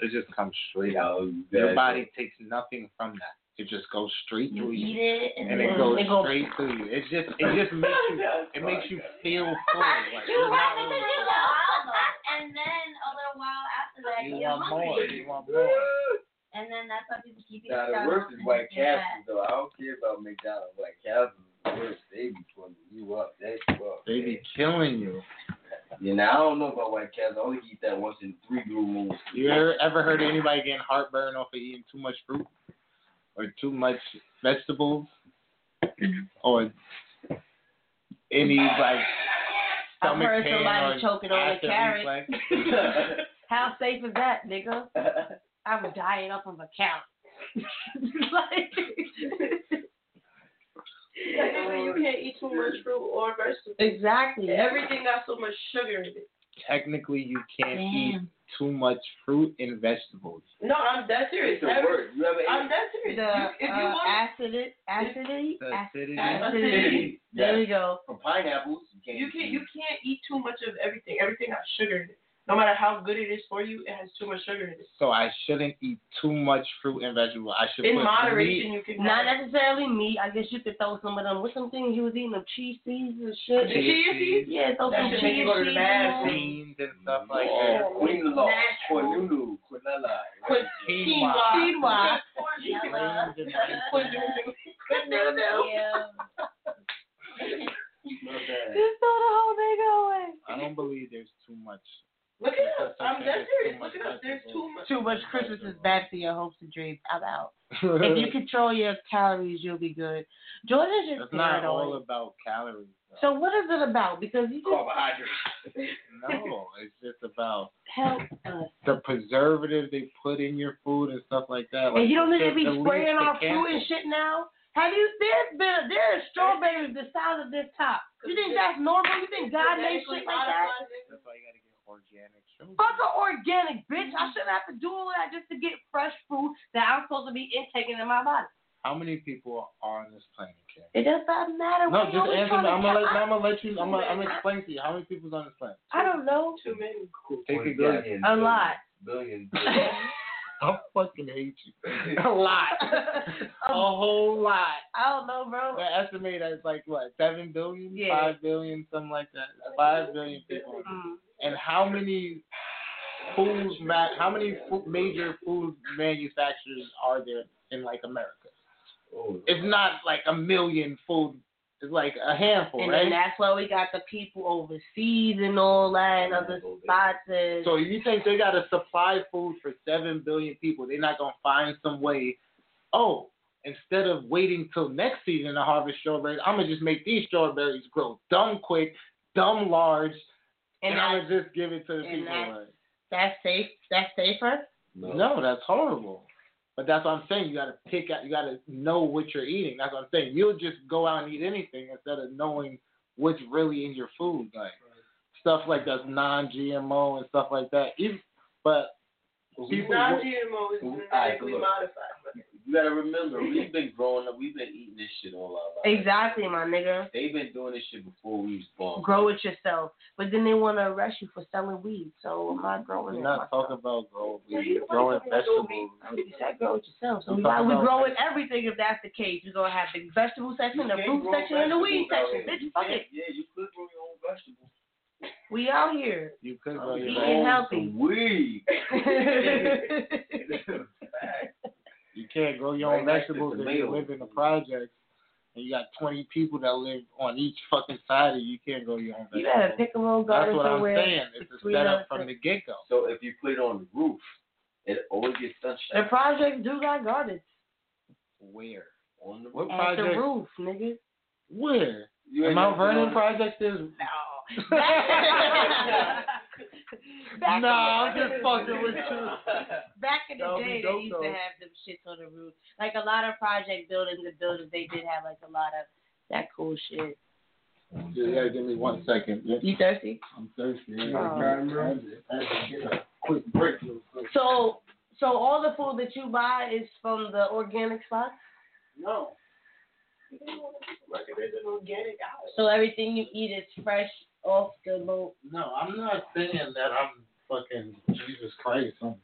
D: It just comes straight out.
A: Yo,
D: Your
A: that-
D: body takes nothing from that. It just goes straight
J: You
D: through
J: eat
D: you,
J: it and,
D: and
J: then
D: it goes
J: it goes
D: straight through you. It just it just makes you it makes you feel full. Like
J: You
D: you're
J: want
D: not
J: it to
D: really-
J: take a while though, and then a little while after that
D: you
J: you're
D: want more.
J: hungry,
D: You want more.
J: and then that's why people keep eating
A: Now the worst is White Castle though. I don't care about McDonald's. White Castle is the worst. They be putting you up. They you up.
D: They be killing you.
A: You know, I don't know about White Castle. I only eat that once in three blue moons.
D: You ever, ever heard of anybody getting heartburn off of eating too much fruit or too much vegetables or any like
C: I've
D: stomach
C: heard
D: pain
C: somebody
D: or
C: choking on a
D: acid
C: carrot.
D: reflex?
C: How safe is that, nigga? I was dying up of a cow. like,
B: Technically, you can't eat too much fruit or vegetables.
C: exactly.
B: Everything got so much sugar in it.
D: Technically, you can't eat
J: Damn.
D: too much fruit and vegetables.
B: No, I'm dead serious.
A: It's the
B: Every-
A: worst. You ever ate
B: I'm dead
C: The
B: serious.
C: uh,
B: if you want,
C: acid, acidity,
D: The
C: ac-
D: acidity.
C: acidity. There
A: Yeah.
C: you go.
A: From pineapples, you can't.
B: you can't you can't eat too much of everything. Everything has sugar in it. No matter how good it is for you, it has too much sugar in it.
D: So I shouldn't eat too much fruit and vegetables. I should
B: In
D: put
B: moderation,
D: meat.
B: you can.
C: Not
B: have it.
C: necessarily meat. I guess you could throw some of them. What's some things you was eating? Them cheese seeds and shit.
B: The chia seeds?
C: Yeah, throw
B: That
C: some
B: should
C: cheese
B: make you
C: seeds.
B: go to the
C: on.
B: bathroom.
D: beans and stuff like that.
C: uh,
A: Oh, Quinoa, Quinulu,
B: Quin-
A: Quinella.
B: Quinoa.
C: Quinoa.
J: Quinoa.
A: Not bad.
C: Just throw the whole thing away.
D: I don't believe there's too much.
B: Look it up. I'm dead serious. Look it up. There's too much.
C: Too much Christmas is bad for your hopes and dreams. I'm out. if you control your calories, you'll be good. Jordan's just
D: It's not all
C: paranoid.
D: about calories. though.
C: So what is it about? Because you just
A: Carbohydrates.
D: no, it's just about
C: help us.
D: the preservatives they put in your food and stuff like that. Like
C: And you don't need to
D: the-
C: be
D: the least
C: spraying
D: to
C: our fruit
D: cancel.
C: and shit now. Have you? There's been there's strawberries the size of this top. You think that's normal? You think God made shit like that?
D: That's why you gotta get organic sugar.
C: Bunch of organic, bitch.
A: Mm-hmm.
C: I shouldn't have to do all that just to get fresh food that I'm supposed to be intaking in my body.
D: How many people are on this planet, Kim?
C: It does not matter.
D: No,
C: We
D: just
C: always
D: answer me.
C: trying to
D: I'm gonna, let,
C: count-
D: I'm gonna let you. I'm gonna, I'm gonna explain to you how many people's on this planet.
C: I don't know.
B: Too many.
A: One
D: Take a guess.
A: billion,
C: A lot.
A: billion, billion.
D: I fucking hate you. a lot. a whole lot.
C: I don't know, bro.
D: The estimate is like what, seven billion,
C: Yeah.
D: Mm-hmm. five billion, something like that. Five billion people.
C: Mm.
D: And how many foods ma- how many fo- major food manufacturers are there in like America? It's not like a million food. It's like a handful,
C: And
D: right?
C: then that's why we got the people overseas and all that and other spots. And
D: So if you think they got to supply food for seven billion people, they're not gonna find some way. Oh, instead of waiting till next season to harvest strawberries, I'm gonna just make these strawberries grow dumb quick, dumb large, and,
C: And
D: I'm gonna just give it to the
C: and
D: people.
C: that's-
D: like,
C: that's safe. That's safer.
D: no. that's horrible. But that's what I'm saying. You gotta pick out. You gotta know what you're eating. That's what I'm saying. You'll just go out and eat anything instead of knowing what's really in your food, like stuff like that's non-GMO and stuff like that. Even, but
B: It's
D: people-
B: not GMO. It's
A: Alright,
B: genetically
A: look.
B: modified.
A: You gotta remember, we've been growing up, we've been eating this shit all our lives.
C: Exactly, my nigga.
A: They've been doing this shit before we was born.
C: Grow it yourself. But then they want to arrest you for selling weed. So I'm not growing
D: We're
C: it.
D: not talking about growing
C: you
D: weed,
C: talking
D: growing
C: about growing
D: vegetables.
C: You said grow it yourself. So
D: I'm
C: we,
D: talking
C: we
D: about-
C: growing everything if that's the case. We're going to have the vegetable section, the
A: can't
C: fruit
A: grow
C: section, and the weed
A: vegetables
C: section.
A: out here.
C: Bitch, fuck
A: Yeah,
C: it.
A: Yeah, you could grow your own vegetables.
C: We out here.
D: You could grow
C: Eating
D: your own.
C: healthy.
A: Weed.
D: You can't grow your own
A: Right next to
D: vegetables if you
A: tomatoes.
D: live in the project. And you got 20 people that live on each fucking side, and you can't grow your own vegetables.
C: You gotta pick a little
D: That's
C: garden
D: what
C: somewhere.
D: I'm saying. It's a
C: between
D: setup
C: us.
D: from the get go.
A: So if you put it on the roof, it always gets sunshine.
C: The projects do got gardens.
D: Where?
A: On the
D: What
A: roof.
C: At
D: project?
C: the roof, nigga.
D: Where?
A: You
D: the
A: ain't
D: Mount
A: never
D: Vernon
A: known-
D: project is.
C: Back
D: Nah, I'm
C: in the-
D: just fucking with you.
C: Back in the
D: That would be
C: day,
D: dope,
C: they used
D: though.
C: to have them shits on the roof. Like a lot of project buildings and buildings, they did have like a lot of that cool shit.
D: Yeah, yeah, give me one second. Yeah.
C: You thirsty?
D: I'm thirsty.
C: Oh.
D: I had to get a quick break real quick.
C: So, so all the food that you buy is from the organic spot.
D: No.
B: Like it is an organic house.
C: So everything you eat is fresh off the boat.
D: No, I'm not saying that I'm fucking Jesus Christ. I'm,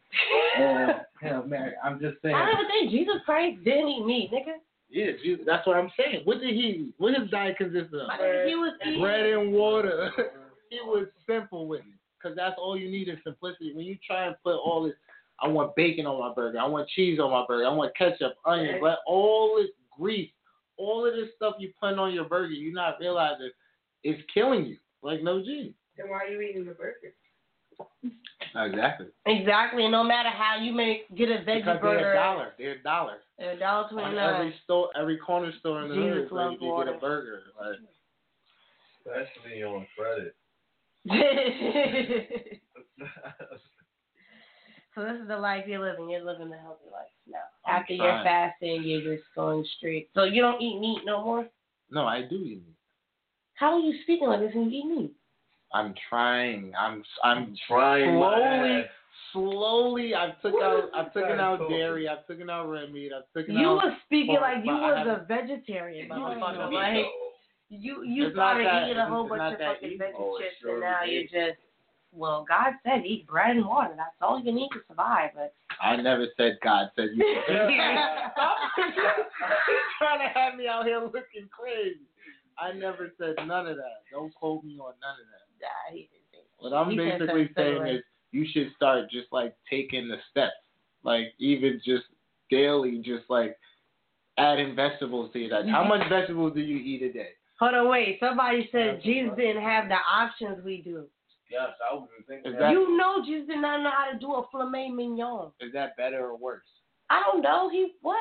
D: oh, hell, man. I'm just saying.
C: I never think Jesus Christ didn't eat meat, nigga.
D: Yeah, Jesus, that's what I'm saying. What did he eat? What his diet consist of?
C: My nigga, he was eating.
D: Bread and water. he was simple with it. Because that's all you need is simplicity. When you try and put all this, I want bacon on my burger. I want cheese on my burger. I want ketchup, onions,
B: Right.
D: let all this grease, all of this stuff you putting on your burger, you're not realizing it's killing you. Like, no, gee.
B: Then why are you eating the burger?
D: Exactly.
C: Exactly. No matter how you may get a veggie
D: Because they're
C: burger,
D: a dollar. They're a dollar.
C: they're a dollar twenty
D: On
C: nine.
D: every store, every corner store in the hood,
C: Jesus
D: is where you
C: loves
D: can get
C: water.
D: a burger. Like,
A: Especially on credit.
C: so this is the life you're living. You're living a healthy life now.
D: I'm
C: After
D: trying.
C: you're fasting, you're just going straight. So you don't eat meat no more.
D: no, I do eat meat.
C: How are you speaking like this when you eat meat?
D: I'm trying. I'm I'm
A: Trying
D: slowly,
A: my
D: slowly. I've took
B: What
D: out.
B: is
D: I've
B: this
D: taken
B: guy
D: out
B: talking?
D: dairy. I've taken out red meat. I've taken
C: You
D: out.
C: was speaking
D: pork,
C: like
D: but
C: you
D: I
C: was
D: haven't-
C: a vegetarian, motherfucker.
A: meat,
C: Like
A: though.
C: you, you
D: It's not
C: started
D: that-
C: eating a whole
D: it's
C: bunch
D: not
C: of
D: that
C: fucking
D: easy.
C: veggie
A: Oh, it
C: chips,
A: sure
C: and now you're
A: is.
C: just. Well, God said eat bread and water. That's all you need to survive. But
D: I never said God said you. Stop trying to have me out here looking crazy. I never said none of that. Don't quote me on none of that.
C: Nah, he didn't say that.
D: What I'm
C: He said
D: basically
C: something
D: saying
C: similar.
D: is you should start just like taking the steps, like even just daily, just like adding vegetables to your diet. How much vegetables do you eat a day?
C: Hold on, wait. Somebody said Jesus didn't have the options we do.
A: Yes, I was thinking
D: Is
A: that.
D: that
C: You know Jesus did not know how to do a filet mignon.
D: is that better or worse?
C: I don't know. He what?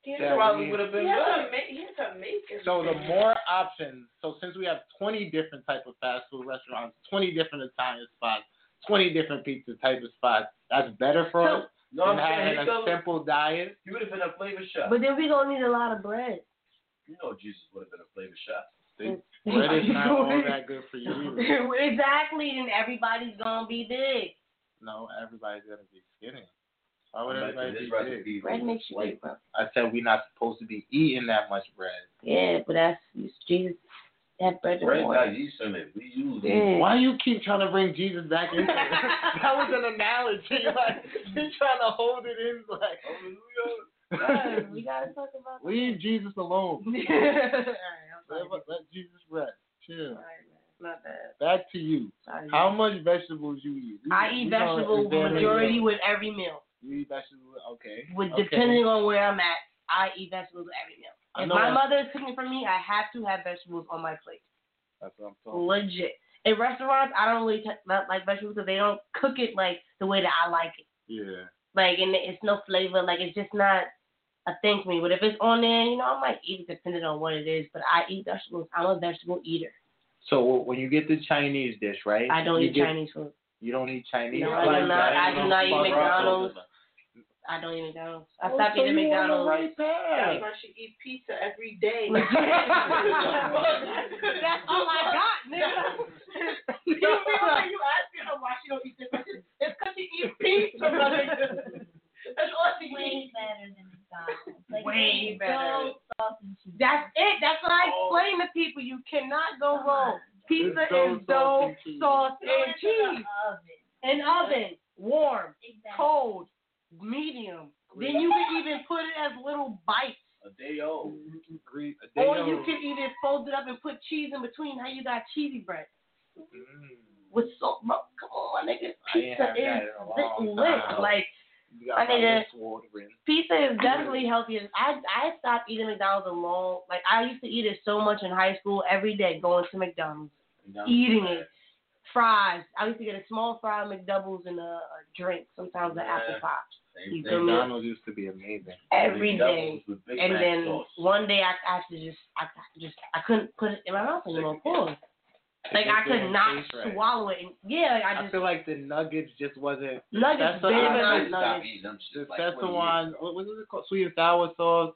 B: He
D: That
B: probably
D: means-
B: would have
D: He
B: been
D: had
B: better. He had to make it.
D: So the more options, so since we have 20 different type of fast food restaurants, 20 different Italian spots, 20 different pizza type of spots, that's better for
C: So-
D: us
A: No,
D: than
A: I'm saying
D: having
A: he
D: a
A: could've-
D: simple diet.
A: he would have been a flavor shot.
C: But then we gonna need a lot of bread.
A: you know Jesus would have been a flavor shot.
D: Bread is not all that good for you either.
C: exactly, and everybody's gonna be big.
D: No, everybody's gonna be skinny. Why would
A: I'm not
D: everybody
A: saying this
D: be
A: recipe
D: big?
C: Bread
A: was
C: makes you
A: like-
C: big, bro.
D: I said we're not supposed to be eating that much bread.
C: Yeah, but that's Jesus. That bread and
A: Bread
C: water.
A: not yeast in it. We use it.
C: Yeah.
D: Why do you keep trying to bring Jesus back into it? that was an analogy. Like you're trying to hold it in.
C: Bro,
D: Like
C: we gotta talk about.
D: leave Jesus alone.
C: All right, I'm sorry.
D: Let, let Jesus rest. Chill.
C: All right, man. Not bad.
D: Back to you.
C: Sorry.
D: How much vegetables you eat? You
C: I eat
D: You know,
C: vegetables
D: is there any-
C: majority with every meal.
D: You eat vegetables, okay.
C: With
D: okay.
C: depending on where I'm at, I eat vegetables with every meal.
D: I
C: If
D: know
C: my
D: that.
C: mother is cooking for me, I have to have vegetables on my plate.
D: That's what I'm
K: Oh.
D: talking.
C: Legit. In restaurants, I don't really t- not like vegetables because they don't cook it like the way that I like it.
D: Yeah.
C: Like, and it's no flavor. Like, it's just not a thing to me. But if it's on there, you know, I might eat it depending on what it is. But I eat vegetables. I'm a vegetable eater.
K: So when you get the Chinese dish, right?
C: I don't
K: you
C: eat
K: get-
C: Chinese food.
K: You don't eat Chinese.
C: No,
K: food?
C: I do not- I do not eat
K: Fuck
C: McDonald's.
K: Russell.
C: I don't eat McDonald's. I
B: Oh,
C: stopped
B: so
C: eating
B: you on the
C: McDonald's.
B: right
C: path.
B: I should eat pizza every day.
C: That's all I got, nigga.
B: you feel like you asking her why she don't eat this? I said, It's because she eats pizza, brother. That's all she
J: Way
B: eats.
J: better than McDonald's. Like,
B: Way
J: they So
B: better.
J: sausage and
C: That's it. That's what I explain to people. You cannot go wrong. Pizza
B: dough,
C: is dough,
J: No,
C: sauce, and
J: it's in the
C: cheese. An oven, warm, cold, medium. Then you can even put it as little bites.
A: A day old.
D: Grease. A day
C: Or
D: old.
C: you can even fold it up and put cheese in between. Now you got cheesy bread.
D: Mm.
C: With salt, bro. Come on, nigga.
D: I ain't
C: Pizza
D: had that
C: is
D: in a long
C: lit.
D: time.
C: Like,
D: You got
C: I
D: my
C: nigga-
D: lips watering.
C: Pizza is definitely healthier. I I stopped eating McDonald's a long like I used to eat it so much in high school every day going to McDonald's eating it fries. I used to get a small fry McDoubles and a, a drink sometimes an apple
D: Yeah.
C: pop You feel me?
D: McDonald's used to be amazing.
C: every day.
D: McDonald's with Big
C: And
D: Mac
C: then
D: sauce.
C: one day I I actually just I I just I couldn't put it in my mouth anymore. Pause. Like I could
D: didn't
C: not
D: taste right.
C: swallow it. And, yeah, like, I just
D: feel like the nuggets just wasn't.
C: Nuggets,
D: that's the-
C: baby,
D: I
C: not
D: just stopped
C: nuggets.
D: eating them shit,
C: like,
D: That's the
C: 20
D: one. What what is it called? Sweet and sour sauce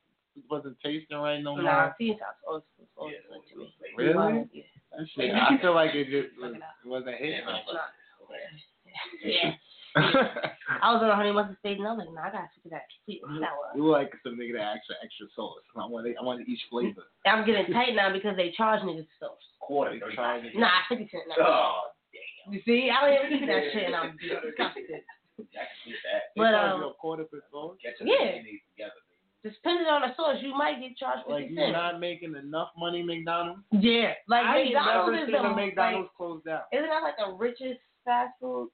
D: wasn't tasting right no more.
C: nah, seeing sauce always always good to me.
D: Really?
C: Yeah.
D: That shit, I feel like it just was, wasn't hitting.
C: It's not- Yeah. I was on a honey mustard stage and I was like, nah, I gotta fix that sweet and sour.
D: Mm-hmm. You like some nigga that extra extra sauce. I want I want each flavor.
C: I'm getting tight now because they charge niggas so.
D: Quarter. They trying to-
C: Nah, fifty cent now.
D: Oh,
C: You see, I don't even eat that shit and I'm disgusted.
D: They
C: But,
D: charge
C: um,
D: you a quarter for sauce.
C: Yeah. Depending on the sauce, you might get charged
D: Like
C: fifty
D: you're
C: cents.
D: not making enough money, McDonald's.
C: Yeah, like
D: I ain't never
C: McDonald's is
D: seen
C: the
D: a McDonald's
C: like,
D: close down.
C: Isn't that like the richest fast food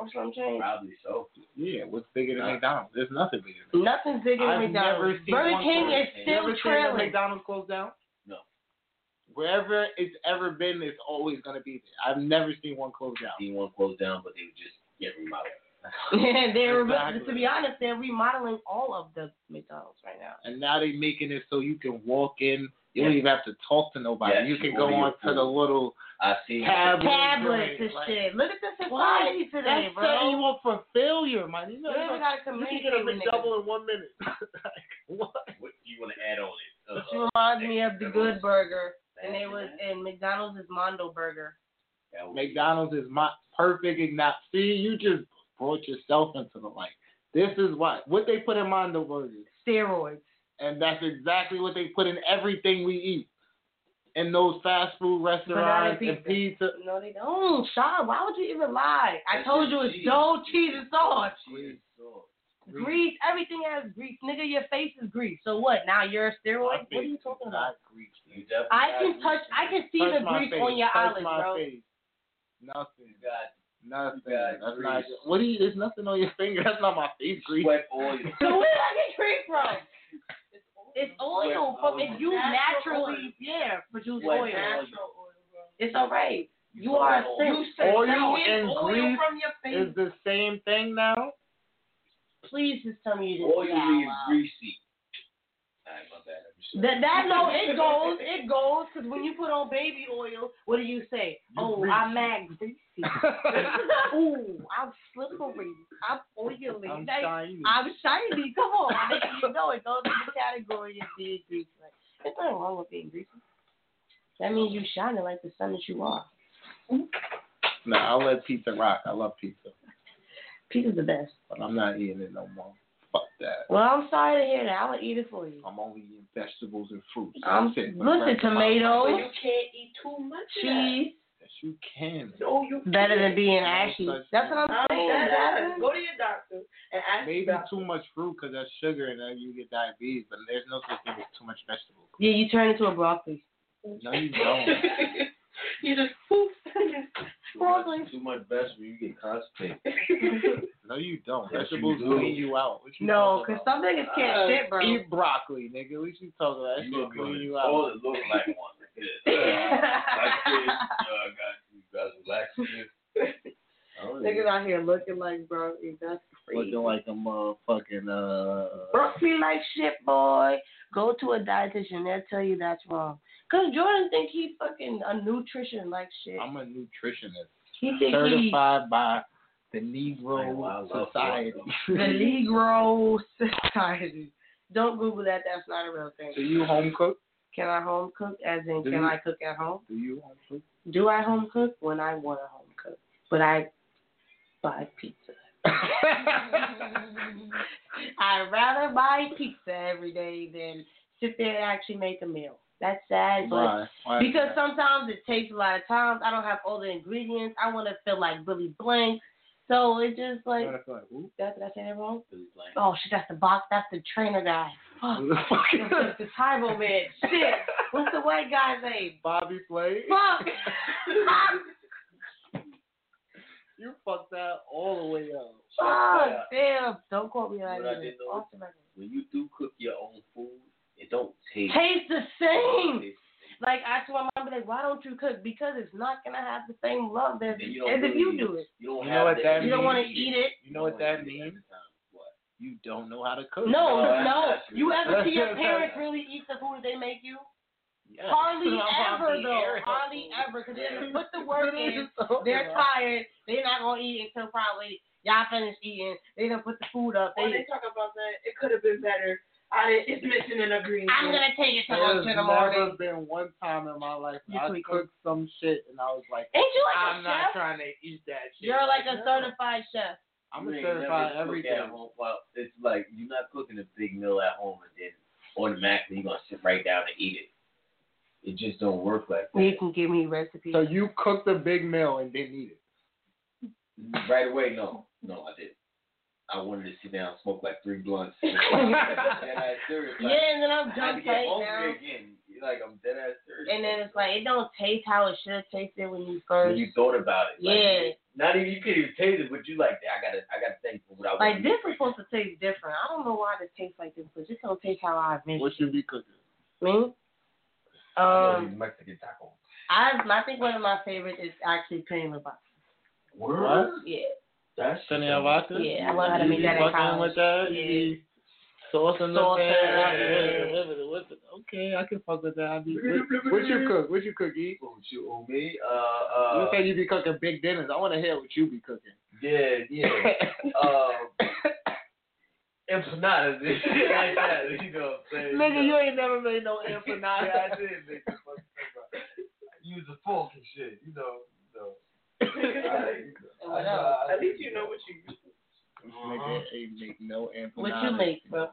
C: or something?
A: Probably so.
D: Yeah, what's bigger than McDonald's? There's nothing bigger. than
C: Nothing's bigger
D: I've
C: than McDonald's.
D: never seen
C: Burger
D: one
C: King
D: close.
C: is
D: You
C: still
D: ever seen a
C: trailing.
D: McDonald's closed down?
A: No.
D: Wherever it's ever been, it's always gonna be there. I've never seen one close down.
A: Seen one close down, but they just get remodeled.
C: they're
D: Exactly.
C: to be honest, they're remodeling all of the McDonald's right now.
D: and now they making it so you can walk in. You don't even have to talk to nobody.
A: Yes,
D: you
A: you
D: can go
A: order your
D: on to the
A: food.
D: little
A: I see.
D: tablet.
C: Tablets and
D: like,
C: shit. Look at the
D: Why?
C: society today,
D: That's setting
C: bro.
D: you up for failure, man. You know,
C: You
D: you
C: ever
D: know,
C: gotta
D: you can get a
C: communicate with
D: double in one minute. what?
A: What do you want to add on it? Uh-huh.
C: She reminds me of the Good Burger, and it was and McDonald's is Mondo Burger.
D: McDonald's is my perfect not See, you just brought yourself into the light. This is what what they put in Mondo burgers.
C: Steroids.
D: And that's exactly what they put in everything we eat. In those fast food
C: Banana
D: restaurants and pizza.
C: No, they don't. Stop. Why would you even lie? I told you it's dough, cheese, and sauce. Grease. Everything has grease. Nigga, your face is grease. So what? Now you're a steroid? What are you talking about?
A: You definitely
C: I
A: got
C: can
A: it.
C: touch. I can see
D: Touch
C: the
D: my
C: grease
D: face.
C: on your
D: Touch
C: eyelids,
D: my
C: bro.
D: face. Nothing.
A: You got
D: Nothing.
A: got
D: That's not.
A: grease.
D: What do you? There's nothing on your finger. That's not my face grease.
A: sweat oil.
C: So where did I get grease from? It's oil
A: Sweat
C: from
A: oil.
C: if you
B: Natural
C: naturally, yeah, produce
A: Sweat
C: oil.
A: oil.
C: It's alright. You
A: sweat
C: are a
A: oil.
C: saint.
D: Oil and
B: oil
D: grease
B: from your face.
D: is the same thing now.
C: Please just tell me you didn't
A: Oily
C: say
A: and
C: that.
A: greasy. Alright, my bad. I'm just-
C: That, that no, it goes, it goes. Cause when you put on baby oil, what do you say? oh, I'm mad greasy. Ooh, I'm slippery. I'm oily.
D: I'm
C: Like,
D: shiny.
C: I'm shiny. Come on, nigga, you know it goes in the category of being greasy. Like, there's nothing wrong with being greasy. That means you shining like the sun that you are.
D: No, I'll let pizza rock. I love pizza,
C: Pizza's the best.
D: but I'm not eating it no more. Fuck that.
C: Well, I'm sorry to hear that. I would eat it for you.
D: I'm only eating vegetables and fruits.
C: Um,
D: That's it. The
C: listen,
D: rest of my
C: tomatoes.
B: But
D: life-
B: you can't eat too much of that.
C: Cheese,
D: Yes, you can.
B: No, you
C: better than
B: can't.
C: being
D: No
C: ashy.
D: such
C: That's what I'm
B: I'm
C: saying.
B: dead
A: Oh,
B: ass.
C: Jasmine.
B: Go to your doctor and ask
D: Maybe
B: your doctor.
D: too much fruit because that's sugar and then you get diabetes. But there's no such thing as too much vegetable.
C: Yeah, you turn into a broccoli.
D: No, you don't.
B: you just poof.
A: much, too much vegetable, you get constipated.
D: no, you don't.
A: Yes, you
D: Vegetables
A: do.
D: clean you out. What you
A: No,
D: talking
A: 'cause
D: about?
A: some niggas can't
D: Uh,
A: shit, bro.
D: Eat broccoli, nigga. At least you talking about that
A: You
D: shit
A: look
D: clean
A: good.
D: you
A: All
D: out.
A: it look like one. Yeah. Like this, yo, I got you guys relaxing. I don't
B: Niggas
A: even-
B: out here looking like bro, that's crazy.
A: Looking like a motherfucking uh.
C: Broke me like shit, boy. Go to a dietitian. They'll tell you that's wrong. Cause Jordan think he fucking a nutrition like shit.
D: I'm a nutritionist.
C: He think he
D: Certified by the Negro Society.
C: the Negro Society. Don't Google that. That's not a real thing.
D: Do you home cook?
C: Can I home cook? As in,
D: Do
C: can
D: you-
C: I cook at home?
D: Do you home cook?
C: Do I home cook when I want to home cook? But I buy pizza. I'd rather buy pizza every day than sit there and actually make a meal. That's sad, but
D: Why? Why?
C: because sometimes it takes a lot of time. I don't have all the ingredients. I want to feel like Billy Blank. So it's just like,
D: I feel like, who?
C: that, did I say that wrong? Oh, shit, that's the box. That's the trainer guy. Fuck.
D: Who the fuck is
C: That's the Tybo man. Shit. What's the white guy's name?
D: Bobby Flay?
C: Fuck.
D: You fucked that all the way up.
C: Fuck. Damn. Don't quote me like
A: What I didn't know is
C: that.
A: when you do cook your own food, it don't taste.
C: Taste the
A: It
C: same.
A: tastes-
C: Like I told my mom, like, why don't you cook? Because it's not gonna have the same love as, as
A: you don't
C: if you
A: really-
C: do it.
A: You don't
D: You
A: have
D: know what that
C: You don't want to
D: means?
C: eat it.
D: You know what that means?
A: What?
D: You don't know how to cook.
C: No,
A: that's
C: no.
A: not true.
C: You ever
D: That's
C: see your
D: not-
C: parents really eat the food they make you?
D: Yes.
C: Hardly
D: I'm
C: ever
D: on the
C: though.
D: air.
C: Hardly ever, because they didn't put the
D: What
C: work
D: are
C: in.
D: you talking
C: They're
D: about?
C: tired. They're not gonna eat until probably y'all finish eating. They done put the food up.
B: When
C: They,
B: they talk about that, it could have been better. I, it's missing an ingredient.
C: I'm gonna take it to
D: There's
C: lunch in the
D: never
C: morning.
D: been one time in my life
C: You
D: I
C: tweaking.
D: cooked some shit and I was like,
C: Ain't you like
D: I'm
C: a
D: not
C: chef?
D: trying to eat that shit.
C: You're like a
D: no.
C: certified chef.
D: I'm
A: You
D: a
A: ain't never
D: certified
A: cook
D: everything.
A: at home. Well, it's like you're not cooking a big meal at home and then automatically you're gonna sit right down and eat it. It just don't work like
C: You
A: that.
C: can give me recipes.
D: So you cooked a big meal and didn't eat it.
A: right away, no, no, I didn't. I wanted to sit down, and smoke like three blunts. and I serious. Like,
C: yeah, and then I'm
A: I had to
C: drunk
A: get
C: right
A: hungry
C: now.
A: again. Like I'm dead ass serious.
C: And then it's like it don't taste how it should have tasted when you
A: when
C: first.
A: you thought about it. Like,
C: Yeah.
A: Not even you could even taste it, but you like, I gotta, I gotta think for what I
C: Like
A: want.
C: this is supposed to taste different. I don't know why it tastes like this, but it's gonna taste how I envisioned.
D: What you be cooking?
C: it. Me?
A: I know
C: Um,
A: these Mexican tacos.
C: I I think one of my favorites is actually cream of
A: What?
C: Yeah,
A: That's
C: yeah. I learned how to make that in college. Yeah.
D: Sauce
C: in the Sauce pan, in the pan.
D: Okay, I can fuck with that. I be,
A: What-
D: what,
A: what you
D: you cook? What you cook? Eat?
A: What you owe me? Uh, uh,
D: you say you be cooking big dinners. I want to hear what you be cooking.
A: yeah, yeah. um, empanadas and shit like that. You know what I'm saying?
D: Nigga, you ain't never made no
A: yeah,
D: empanada.
A: I did make the fucking thing up. Use a fork and shit. You know, you know.
C: What
A: I-
C: else?
A: I-
B: At least you know what you
A: Uh-huh.
D: Nigga ain't make no empanada.
C: What you make, bro?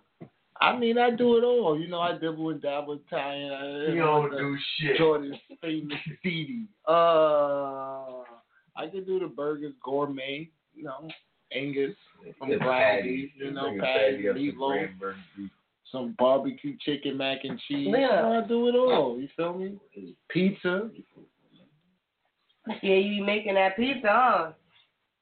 D: I mean, I do it all. You know, I dibble and dabble Italian. I,
A: You don't do shit.
D: Jordan's famous CD. Uh, I can do the burgers gourmet. You know, Angus from
A: It's
D: Gladys.
A: patty.
D: You know,
A: Bring a
D: patty,
A: up to
D: meatloaf,
A: Grand Burger Beef.
D: some barbecue chicken mac and cheese.
C: Yeah.
D: You know, I do it all. You feel me? Pizza.
C: Yeah, you be making that pizza, huh?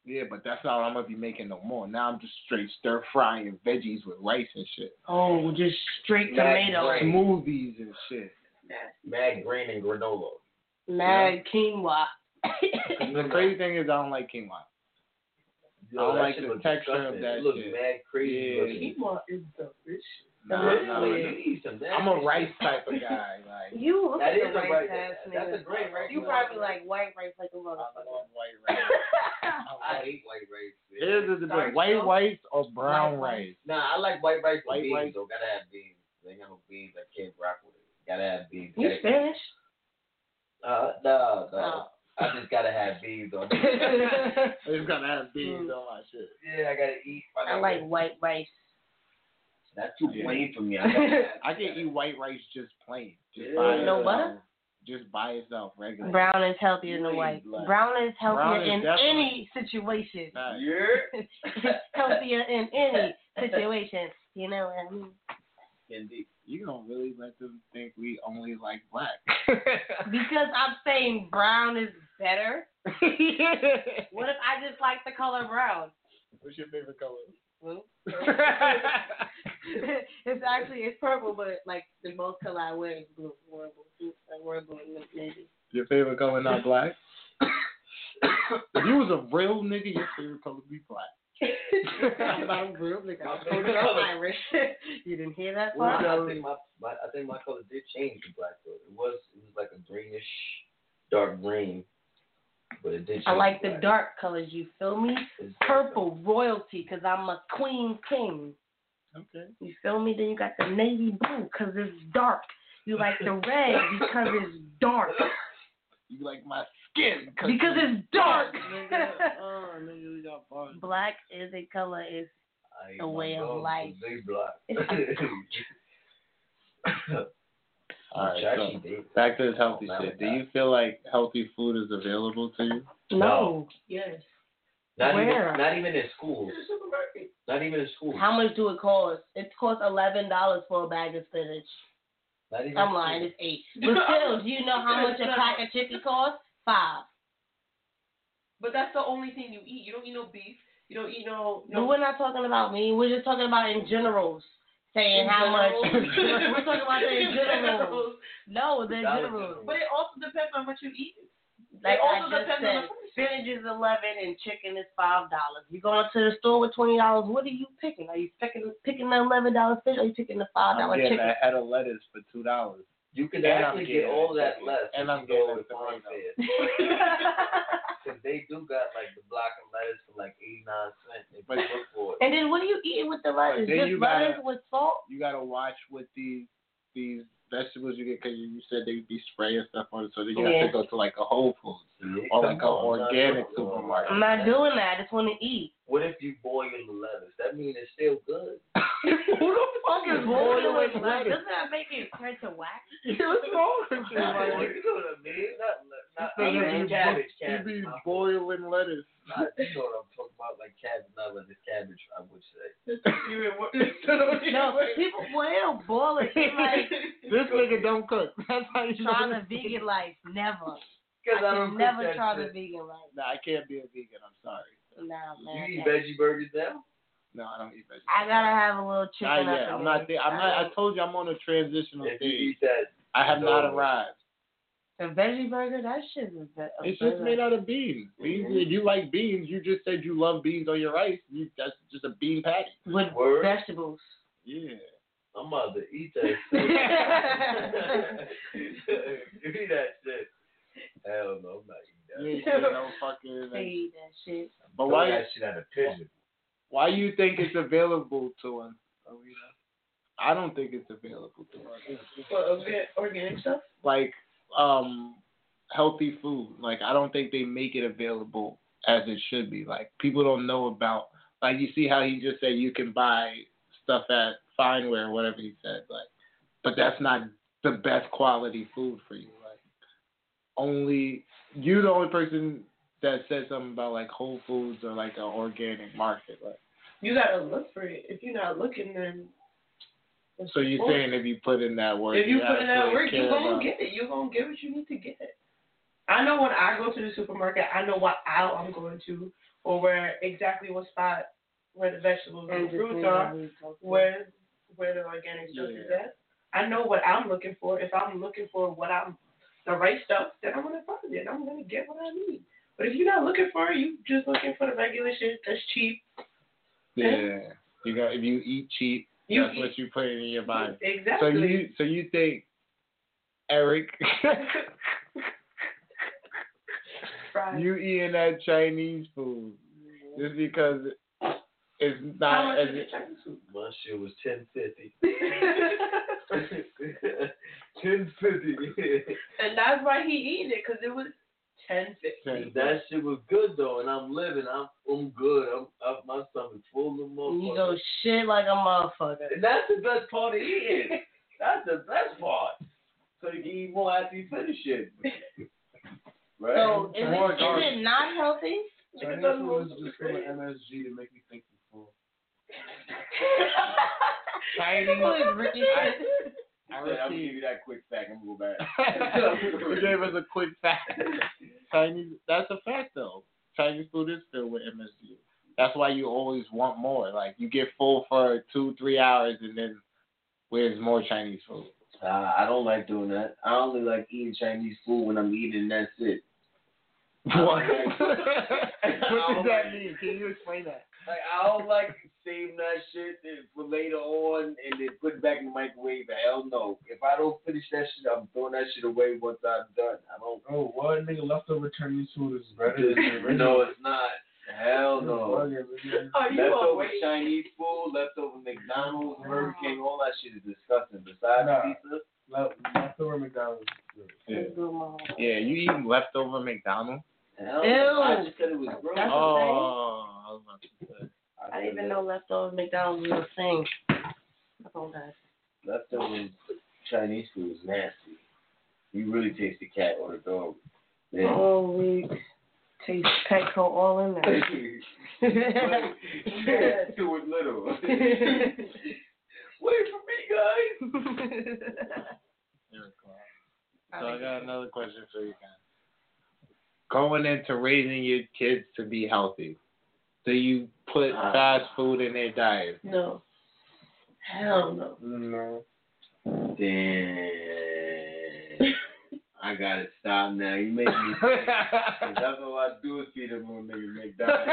D: Yeah, but that's not what I'm gonna be making no more. Now I'm just straight stir frying veggies with rice and shit,
C: Oh, just straight
A: Mac
C: tomato.
A: Right.
D: smoothies and shit.
A: Mad green and granola.
C: Mad quinoa.
D: The crazy thing is I don't like quinoa.
A: Yo,
D: I
A: that
D: like
A: shit
D: the
A: look
D: texture of
A: disgusting.
D: that
A: It looks
D: shit.
A: mad crazy.
D: Yeah.
A: looking.
B: Quinoa is delicious.
D: Nah, nah,
A: Really?
D: nah.
A: You eat some nasty
D: I'm a rice
A: shit.
D: type of guy. Like
C: You look
A: That
C: like
A: is a
C: a rice
A: right.
C: ass
A: That's a
C: nigga.
A: great right.
C: You probably like white rice like a
A: I love
C: motherfucker.
A: white rice. I hate white rice. man.
D: here's the
B: Dark
D: debate: white
B: milk?
D: rice or brown rice?
A: Nah, I like white rice with
D: White
A: beans.
D: rice.
A: Though. Gotta have beans. They ain't got no beans. I can't rock with it. Gotta have beans.
C: you
A: Gotta-
C: Spanish?
A: Uh, no, no.
C: Oh.
A: I just gotta have beans on.
D: I just gotta have beans
A: Mm.
D: on my shit.
A: yeah, I gotta eat.
C: I like white rice.
A: That's too
D: Yeah.
A: plain for me. I, gotta have-
D: I can eat white rice just plain, just
A: Yeah.
D: by
C: No
D: itself.
C: butter?
D: Just by itself, regular.
C: Brown is healthier
D: You
C: than
D: ain't
C: white.
D: black.
C: Brown is healthier
D: Brown is
C: in
D: definitely-
C: any situation.
D: Nah,
A: Yeah.
C: healthier in any situation. You know what I mean?
A: Indeed.
D: You don't really let them think we only like black.
C: Because I'm saying brown is better. What if I just like the color brown?
D: What's your favorite color?
C: Blue. it's actually it's purple, but like the most color I wear is blue. Wear blue, I wear blue and navy.
D: Your favorite color not black? if you was a real nigga, your favorite color would be black.
C: I'm not a real nigga. I'm
A: favorite
C: not
A: color.
C: Oh, Irish. you didn't hear that
A: Well,
C: part?
A: I think my, my I think my color did change to black though. It was it was like a greenish, dark green, but it did. Change
C: I like
A: to
C: the
A: black.
C: dark colors. You feel me? Purple royalty, cause I'm a queen king.
D: Okay.
C: You feel me? Then you got the navy blue, cause it's dark. You like the red because it's dark.
D: You like my skin
C: Because it's dark. Uh,
D: Nigga, oh, nigga, you got bars.
C: Black is a color. It's
A: I-
C: a
A: my
C: way of
A: dog
C: life.
A: was Zay Block.
D: All right,
A: Jackie
D: so
A: Davis.
D: back to this healthy
A: Oh,
D: shit. Do
A: man.
D: you feel like healthy food is available to you?
C: No. Yes.
A: Not
C: Where?
A: even not even in schools. Not even in schools.
C: How much do it cost? It costs eleven dollars for a bag of spinach.
A: Not even
C: I'm
A: in
C: lying,
A: schools.
C: it's eight. But still, do you know how much a pack of chicken costs? Five.
B: But that's the only thing you eat. You don't eat no beef. You don't eat no.
C: But
B: no
C: we're not talking about me. We're just talking about in generals.
B: In
C: Saying how much.
B: general.
C: we're talking about the in
B: Generals.
C: generals. No, the in
A: Dollar
C: generals.
B: But it also depends on what you eat. it
C: Like
B: also
C: I just
B: depends on
C: said,
B: the person.
C: spinach is eleven and chicken is five dollars. You going to the store with twenty dollars? What are you picking? Are you picking picking the eleven dollar fish? Or are you picking the five dollar
D: I'm getting
C: chicken?
D: a head of lettuce for two dollars.
A: You can
D: And I'm
A: actually get
D: getting
A: all
D: it.
A: that less.
D: And
A: if
D: I'm
A: you
D: getting
A: go
D: it
A: to
D: for
A: farm
D: free,
A: fairs. Cause they do got like the block of lettuce for like eighty nine cents. They pay up for it.
C: And then what are you eating with the lettuce?
D: then you
C: Just
D: gotta-
C: lettuce with salt?
D: You gotta watch what these these vegetables you get because you you said they be spraying stuff on it, so then you have
C: Yeah.
D: to go to like a Whole Foods
A: Yeah,
D: or
A: come
D: like an
A: on, I'm not
D: organic
A: doing it.
D: supermarket.
C: I'm not doing that. I just want to eat.
A: What if you boil the lettuce? That means it's still good.
D: Who the fuck
C: Fucking boil it with lettuce. Doesn't that make it turn to wax?
D: What's wrong with you?
A: Not-
D: Like,
A: you know what I mean? Not, not,
D: So
A: I
D: you
A: mean,
D: be
A: cabbage,
D: bo-
A: cabbage.
D: You be
A: my-
D: boiling lettuce.
A: not- you know what I'm talking about, like cabbage, not like this cabbage, I would say.
C: No, people will boil it. They're like
D: This nigga don't cook. That's how you
C: trying
D: know.
C: the vegan life. Never.
A: Because
C: I
A: I,
C: can
A: don't
C: never
A: cook that
C: try the
A: shit.
C: vegan life.
D: Nah, I can't be a vegan. I'm sorry.
C: Nah, man.
A: You eat
C: I-
A: veggie burgers now?
D: No, I don't eat vegetables.
C: I gotta have a little chicken.
D: Not
C: up
D: yet.
C: in
D: I'm not
C: there.
D: there. I'm not. I told you I'm on a transitional
A: If you
D: stage.
A: eat that,
D: I have
A: it's
D: not
A: over.
D: arrived.
C: The veggie burger, that shit is. A, a
D: It's just
C: burger.
D: made out of beans. Beans.
A: Mhm.
D: You like beans? You just said you love beans on your rice. You, that's just a bean patty.
C: with
A: Word.
C: vegetables.
D: Yeah.
A: I'm about to eat that shit. Give me that shit. Hell no, I'm not eating that.
D: You ain't eating no fucking.
C: They eat that shit.
D: But
A: Throw
D: why?
A: that shit at a pigeon.
D: Why you think it's available to us? Alina? I don't think it's available to us.
B: But organ- organic stuff.
D: Like um healthy food. Like I don't think they make it available as it should be. Like people don't know about like you see how he just said you can buy stuff at Fineware or whatever he said, like but that's not the best quality food for you. Like only you the only person that said something about like Whole Foods or like an organic market. Like
B: You gotta look for it. If you're not looking, then
D: So you're saying if you put in that work,
B: if you put in that
D: actually
B: work,
D: care
B: you're gonna
D: about-
B: get it. You're gonna get what you need to get. I know when I go to the supermarket, I know what aisle I'm going to, or where exactly what spot where the vegetables and the fruits are, where where the organic stuff is
D: Yeah.
B: at. I know what I'm looking for. If I'm looking for what I'm the right stuff, then I'm gonna find it. I'm gonna get what I need. But if you're not looking for it, you just looking for the regular shit that's cheap.
D: Yeah, you got if you eat cheap,
B: You
D: that's
B: eat-
D: what you put in your body. So
B: Exactly.
D: you so you think Eric,
B: Fries.
D: you eating that Chinese food just because it's
B: How
D: not
B: much
D: as
B: is the Chinese food?
A: My shit was ten fifty. ten fifty.
B: and that's why he eating it, 'cause it was ten fifty.
A: That shit was good though, and I'm living. I'm I'm good. I'm up. My stomach full of
C: And you
A: motherfuckers.
C: go shit like a motherfucker.
A: And that's the best part of eating. that's the best part. So you can eat more after you finish it. Right?
C: So is it,
D: More garlic.
C: is it not healthy?
D: Chinese food is just for the MSG to make you think you're full. Chinese.
C: Who is Ricky?
A: I'm gonna give you that quick fact. I'm gonna go back.
D: you gave us a quick fact. Chinese. That's a fact though. Chinese food is filled with MSG. That's why you always want more. Like you get full for two, three hours, and then where's more Chinese food?
A: Uh, I don't like doing that. I only like eating Chinese food when I'm eating. That's it.
D: What?
A: what
D: does that mean? Can you explain that?
A: Like I don't like saving that shit and for later on and then put it back in the microwave. Hell no. If I don't finish that shit, I'm throwing that shit away once I'm done. I don't.
L: Oh, what nigga leftover Chinese food is better than the
A: no,
L: original.
A: it's not. Hell no.
C: Oh,
L: Are you
A: leftover
L: awake?
A: Chinese food, leftover McDonald's, Burger King, all that shit is disgusting. Besides
L: Nah.
A: pizza,
L: Le- leftover McDonald's.
D: Yeah. yeah, you eating leftover McDonald's?
A: hell,
C: Ew.
A: I just said it was gross.
C: That's
D: Oh, I was about to say.
C: I didn't even know leftover McDonald's was a thing. Oh, God.
A: leftover Chinese food is nasty. You really taste the cat or the dog. Man.
C: Oh, we taste Petco all in there.
A: Compared to it little. Wait for me, guys.
D: Here it comes. So I got another question for you guys. Going into raising your kids to be healthy, do you put
A: Uh,
D: fast food in their diet?
C: No. Hell no.
D: No.
A: Damn. I gotta stop now. You make me. That's all I do is feed them little niggas McDonald's.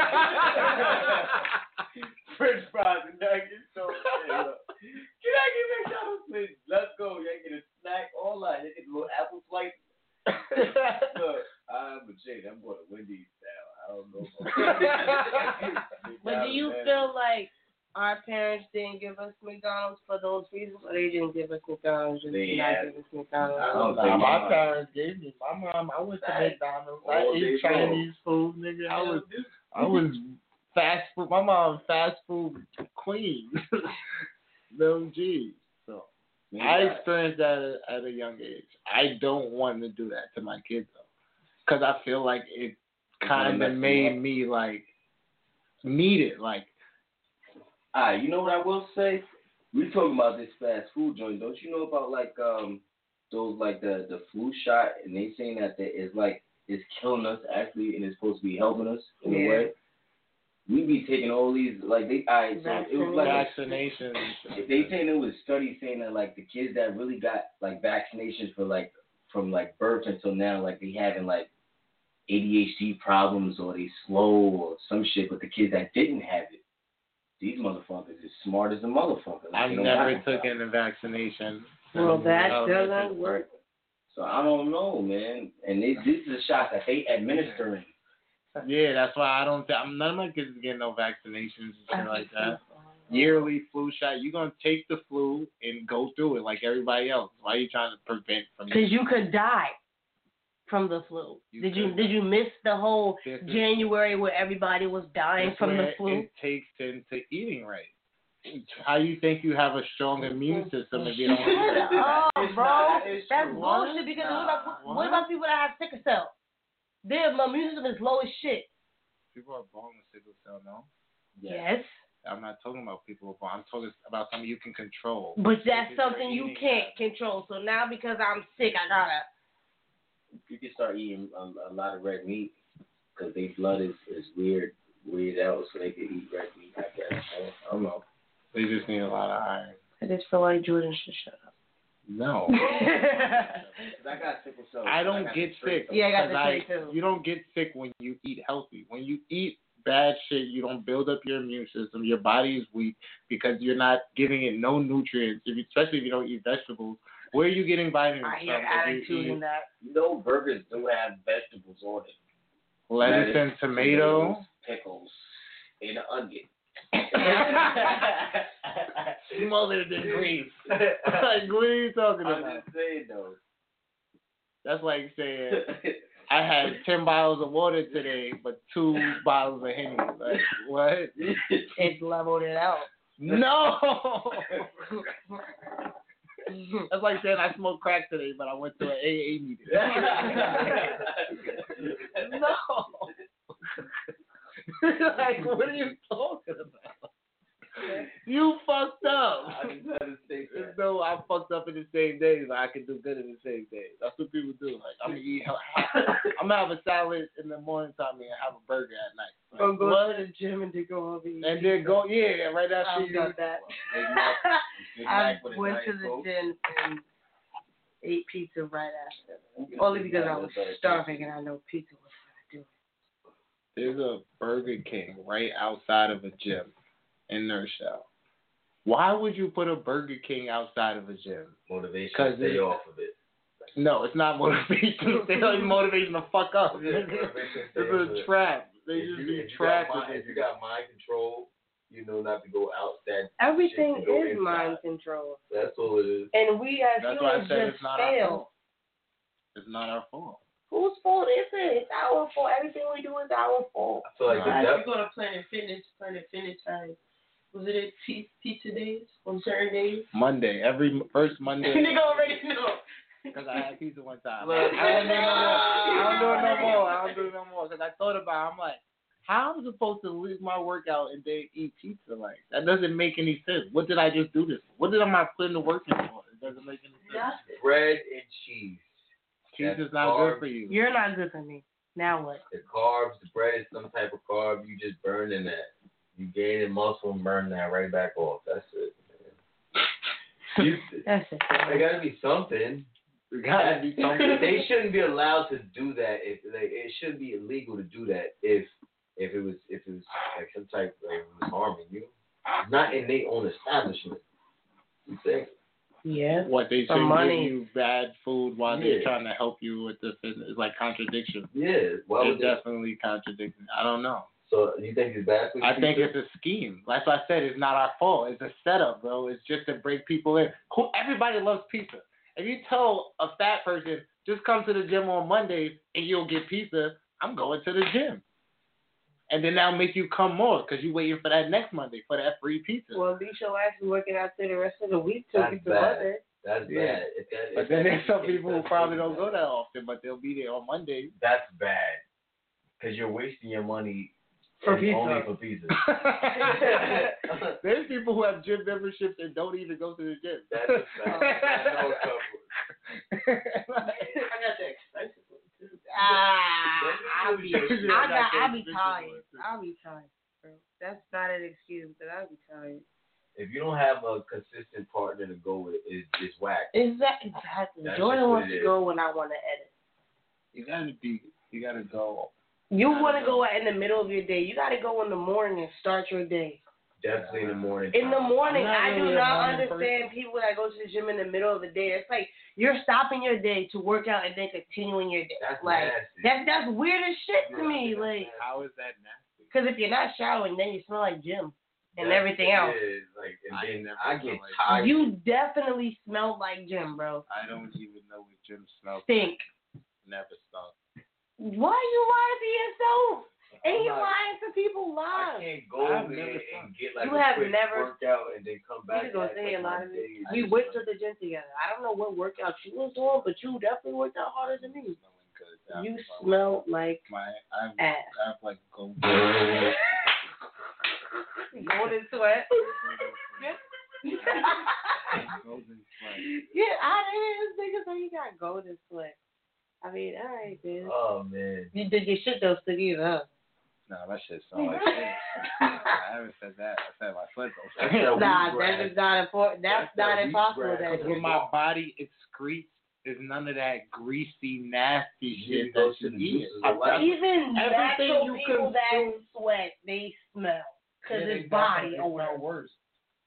A: French fries and nuggets. So, yeah. Can I get McDonald's, please? Let's go. Y'all get a snack. All that. Y'all get a little apple slice. Look, I'm a Jade. I'm going to Wendy's now. I don't know.
C: But do you feel like our parents didn't give us McDonald's for those reasons, or they didn't give us McDonald's just
A: They
C: did not
A: had-
C: give us McDonald's?
A: I don't
D: Nah,
A: think
D: my
A: mine.
D: parents gave me. My mom, I went to
C: Right.
D: McDonald's.
A: All
D: I
A: day
D: ate Chinese food, nigga. I was, I was fast food. My mom, fast food queen. no G. So I experienced that at, at a young age. I don't want to do that to my kids though, because I feel like it
A: gonna
D: kind
A: mess
D: of
A: them up.
D: made me like need it. Like
A: Ah, you know what I will say? We talking about this fast food joint. Don't you know about like um those like the the flu shot and they saying that that is like it's killing us actually and it's supposed to be helping us in a
C: Yeah.
A: way. We be taking all these like they I so it was like a-
D: vaccinations.
A: they saying it was studies saying that like the kids that really got like vaccinations for like from like birth until now like they having like ADHD problems or they slow or some shit, but the kids that didn't have it, these motherfuckers is smart as a motherfucker. Like,
D: I
A: they don't
D: never
A: have it.
D: took any vaccination.
C: Well, that
D: Um,
C: doesn't work.
A: So I don't know, man. And they, this is a shot that they administering.
D: Yeah, that's why I don't. Th- I'm, none of my kids is getting no vaccinations and shit like that. Yearly flu shot. You're gonna take the flu and go through it like everybody else. Why are you trying to prevent from?
C: Because you could die from the flu. did you
D: could.
C: did you miss the whole
D: This is-
C: January where everybody was dying
D: That's
C: from the
D: where
C: flu?
D: It takes into eating right. How you think you have a strong immune system if you don't eat right?
C: oh, bro,
A: not an issue.
C: that's
A: What?
C: bullshit. Because what
A: Nah,
C: about what about people that have sickle cell? Their immune system is low as shit.
D: People are born with sickle cell, no?
C: Yes,
D: I'm not talking about people who are born. I'm talking about something you can control.
C: but that's
D: Because you're
C: something you
D: eating
C: can't control. So now because I'm sick, I gotta.
A: You can start eating a, a lot of red meat because their blood is, is weird, weird out, so they could eat red meat. I guess. I don't know.
D: They just need a lot of iron.
C: I just feel like Jordan should shut up.
D: No.
A: I got sickle cell.
D: I don't get sick.
C: Yeah, I got
D: 'cause
C: the
D: I-
C: same too.
D: You don't get sick when you eat healthy. When you eat bad shit, you don't build up your immune system. Your body is weak because you're not giving it no nutrients, if you, especially if you don't eat vegetables. Where are you getting vitamins
C: I
D: from?
C: hear
D: if you
C: attitude in
D: eat
C: that.
A: You know, burgers do have vegetables on it.
D: lettuce and
A: Lettuce,
D: tomato?
A: pickles, and an onion.
D: Smothered in grease. like, what are you talking
A: I'm
D: about?
A: just saying though.
D: That's like saying I had ten bottles of water today, but two bottles of Henny. Like, what?
C: It's leveled it out.
D: No. That's like saying I smoked crack today, but I went to an AA meeting. no. like, what are you talking about? You fucked up.
A: I just had to say that.
D: There's no, I fucked up in the same day, but I can do good in the same day. That's what people do. Like, I'm gonna eat, hel- I'm I'm gonna have a salad in the morning time and have a burger at night. Like,
C: Or go
D: what?
C: to the gym and then go over eat.
D: And then go, yeah, right after
C: I've
D: you
C: done that.
D: Big Mac- Big
C: I
D: Mac with a
C: went
D: Diet
C: to the
D: Coke.
C: gym and ate pizza right after. Only because I was starving and I know pizza was
D: There's a Burger King right outside of a gym in Nershell. Why would you put a Burger King outside of a gym?
A: Motivation.
D: Because
A: Stay off of it.
D: No, it's not motivation. They don't even motivation to fuck up. it's a trap. They
A: If
D: just
A: you-
D: be
A: if you got
D: trapped.
A: mind- If you got mind control, you know not to go outside.
C: Everything
A: shit to go
C: is
A: inside.
C: mind control.
A: That's all it is.
C: And we as
D: That's why I
C: humans
D: said
C: just
D: it's not our
C: fail.
D: fault. It's not our fault.
C: Whose fault is it? It's our fault. Everything we do is our fault.
D: I feel like the
C: Guys,
D: def-
C: you go to Planet Fitness, Planet Fitness time. Was it at pe- pizza days on certain days?
D: Monday, every first Monday.
C: Nigga already know.
D: Because I had pizza one time.
C: Look,
D: I don't do no more. I don't do it no
C: no.
D: more. I don't do it no more. Because I thought about it. I'm like, how am I supposed to leave my workout and then eat pizza? Like, that doesn't make any sense. What did I just do this for? What did am I putting the work in for? It doesn't make any sense.
A: Bread and cheese.
D: Cheese
A: That's
D: is not
A: carbs.
D: good for you.
C: You're not good for me. Now what?
A: The carbs, the bread is some type of carb. You just burning that. You gaining muscle and burn that right back off. That's it. man. You,
C: That's it.
A: there gotta be something.
D: There gotta be something.
A: they shouldn't be allowed to do that. If like it should be illegal to do that. If if it was if it was like some type of it was harming you, not in their own establishment. You think?
C: Yeah.
D: What they
A: For
D: should
A: money.
D: give you bad food while they're
A: Yeah.
D: trying to help you with the fitness. It's like contradiction.
A: Yeah, why
D: They're
A: would they-
D: definitely contradicting. I don't know.
A: So you think it's bad for you?
D: I think it's a scheme. That's why I said it's not our fault. It's a setup, bro. It's just to break people in. Who everybody loves pizza. If you tell a fat person just come to the gym on Mondays and you'll get pizza, I'm going to the gym. And then that'll make you come more because you're waiting for that next Monday for that free pizza.
C: Well, be your ass be working out through the rest of the week till
D: That's
C: you can
D: bad.
C: mother.
A: That's
D: Yeah.
A: bad. If that,
D: But
A: if
D: then
A: that-
D: there's some people who probably don't go that often, but they'll be there on Mondays.
A: That's bad. Because you're wasting your money
D: For
A: and
D: pizza.
A: only for pizza.
D: There's people who have gym memberships and don't even go to the gym.
A: That's a fact. I know a couple.
C: I got the expensive one too. Ah, I'll be, I got, I'll be tired. I'll be tired, bro. That's not an excuse, but I'll be tired.
A: If you don't have a consistent partner to go with, it's, it's whack.
C: Is that exactly?
A: That's
C: Jordan
A: just what
C: wants
A: it
C: to
A: is.
C: go when I want to edit.
D: You gotta be. You gotta go.
C: You want to go out in the middle of your day. You got to go in the morning and start your day.
A: Definitely in the morning.
C: In the
A: time.
C: morning,
D: not
C: I do
D: really a
C: not
D: morning
C: understand people that go to the gym in the middle of the day. It's like you're stopping your day to work out and then continuing your day.
A: That's
C: like
A: nasty.
C: that's that's weird as shit to me. Like
D: How is that nasty?
C: because if you're not showering, then you smell like gym and
A: That's
C: everything
A: what
C: else.
A: it is. Like,
D: I
A: and then
D: never
A: I,
D: felt
A: get
D: like
A: tired.
C: You definitely smell like gym, bro.
D: I don't even know what gym smells.
C: Stink.
D: Never smelled.
C: Why you lying to yourself? And
A: I'm
C: you
A: not-
C: lying to people
A: I
C: live.
A: can't go
C: I've
A: in
C: never
A: and get like
C: You
A: a
C: have
A: quick
C: never-
A: workout and then come back.
C: We gonna
A: and act
C: say a
A: like
C: lot
A: my
C: of
A: day
C: it.
A: is
C: We
A: just
C: went
A: like-
C: to the gym together. I don't know what workout you was doing, but you definitely worked out harder than me. You smell like
D: My I have,
C: ass.
D: I have like gold.
C: Golden sweat.
D: golden sweat.
C: Get out of here, this nigga. So you got golden sweat. I mean, all right, dude.
A: Oh man.
C: You did your shit though, Sticky, huh?
D: No, that shit smells like shit. I haven't said that. I said my sweat don't smell.
C: Nah, that is not important. That's not impossible. That
D: Because when my body excretes, there's none of that greasy, nasty shit that you eat. everything
C: even natural
D: you
C: people that
D: consume-
C: sweat, they smell because
D: Yeah,
C: it's
D: they
C: body
D: definitely
C: odor.
D: smell worse.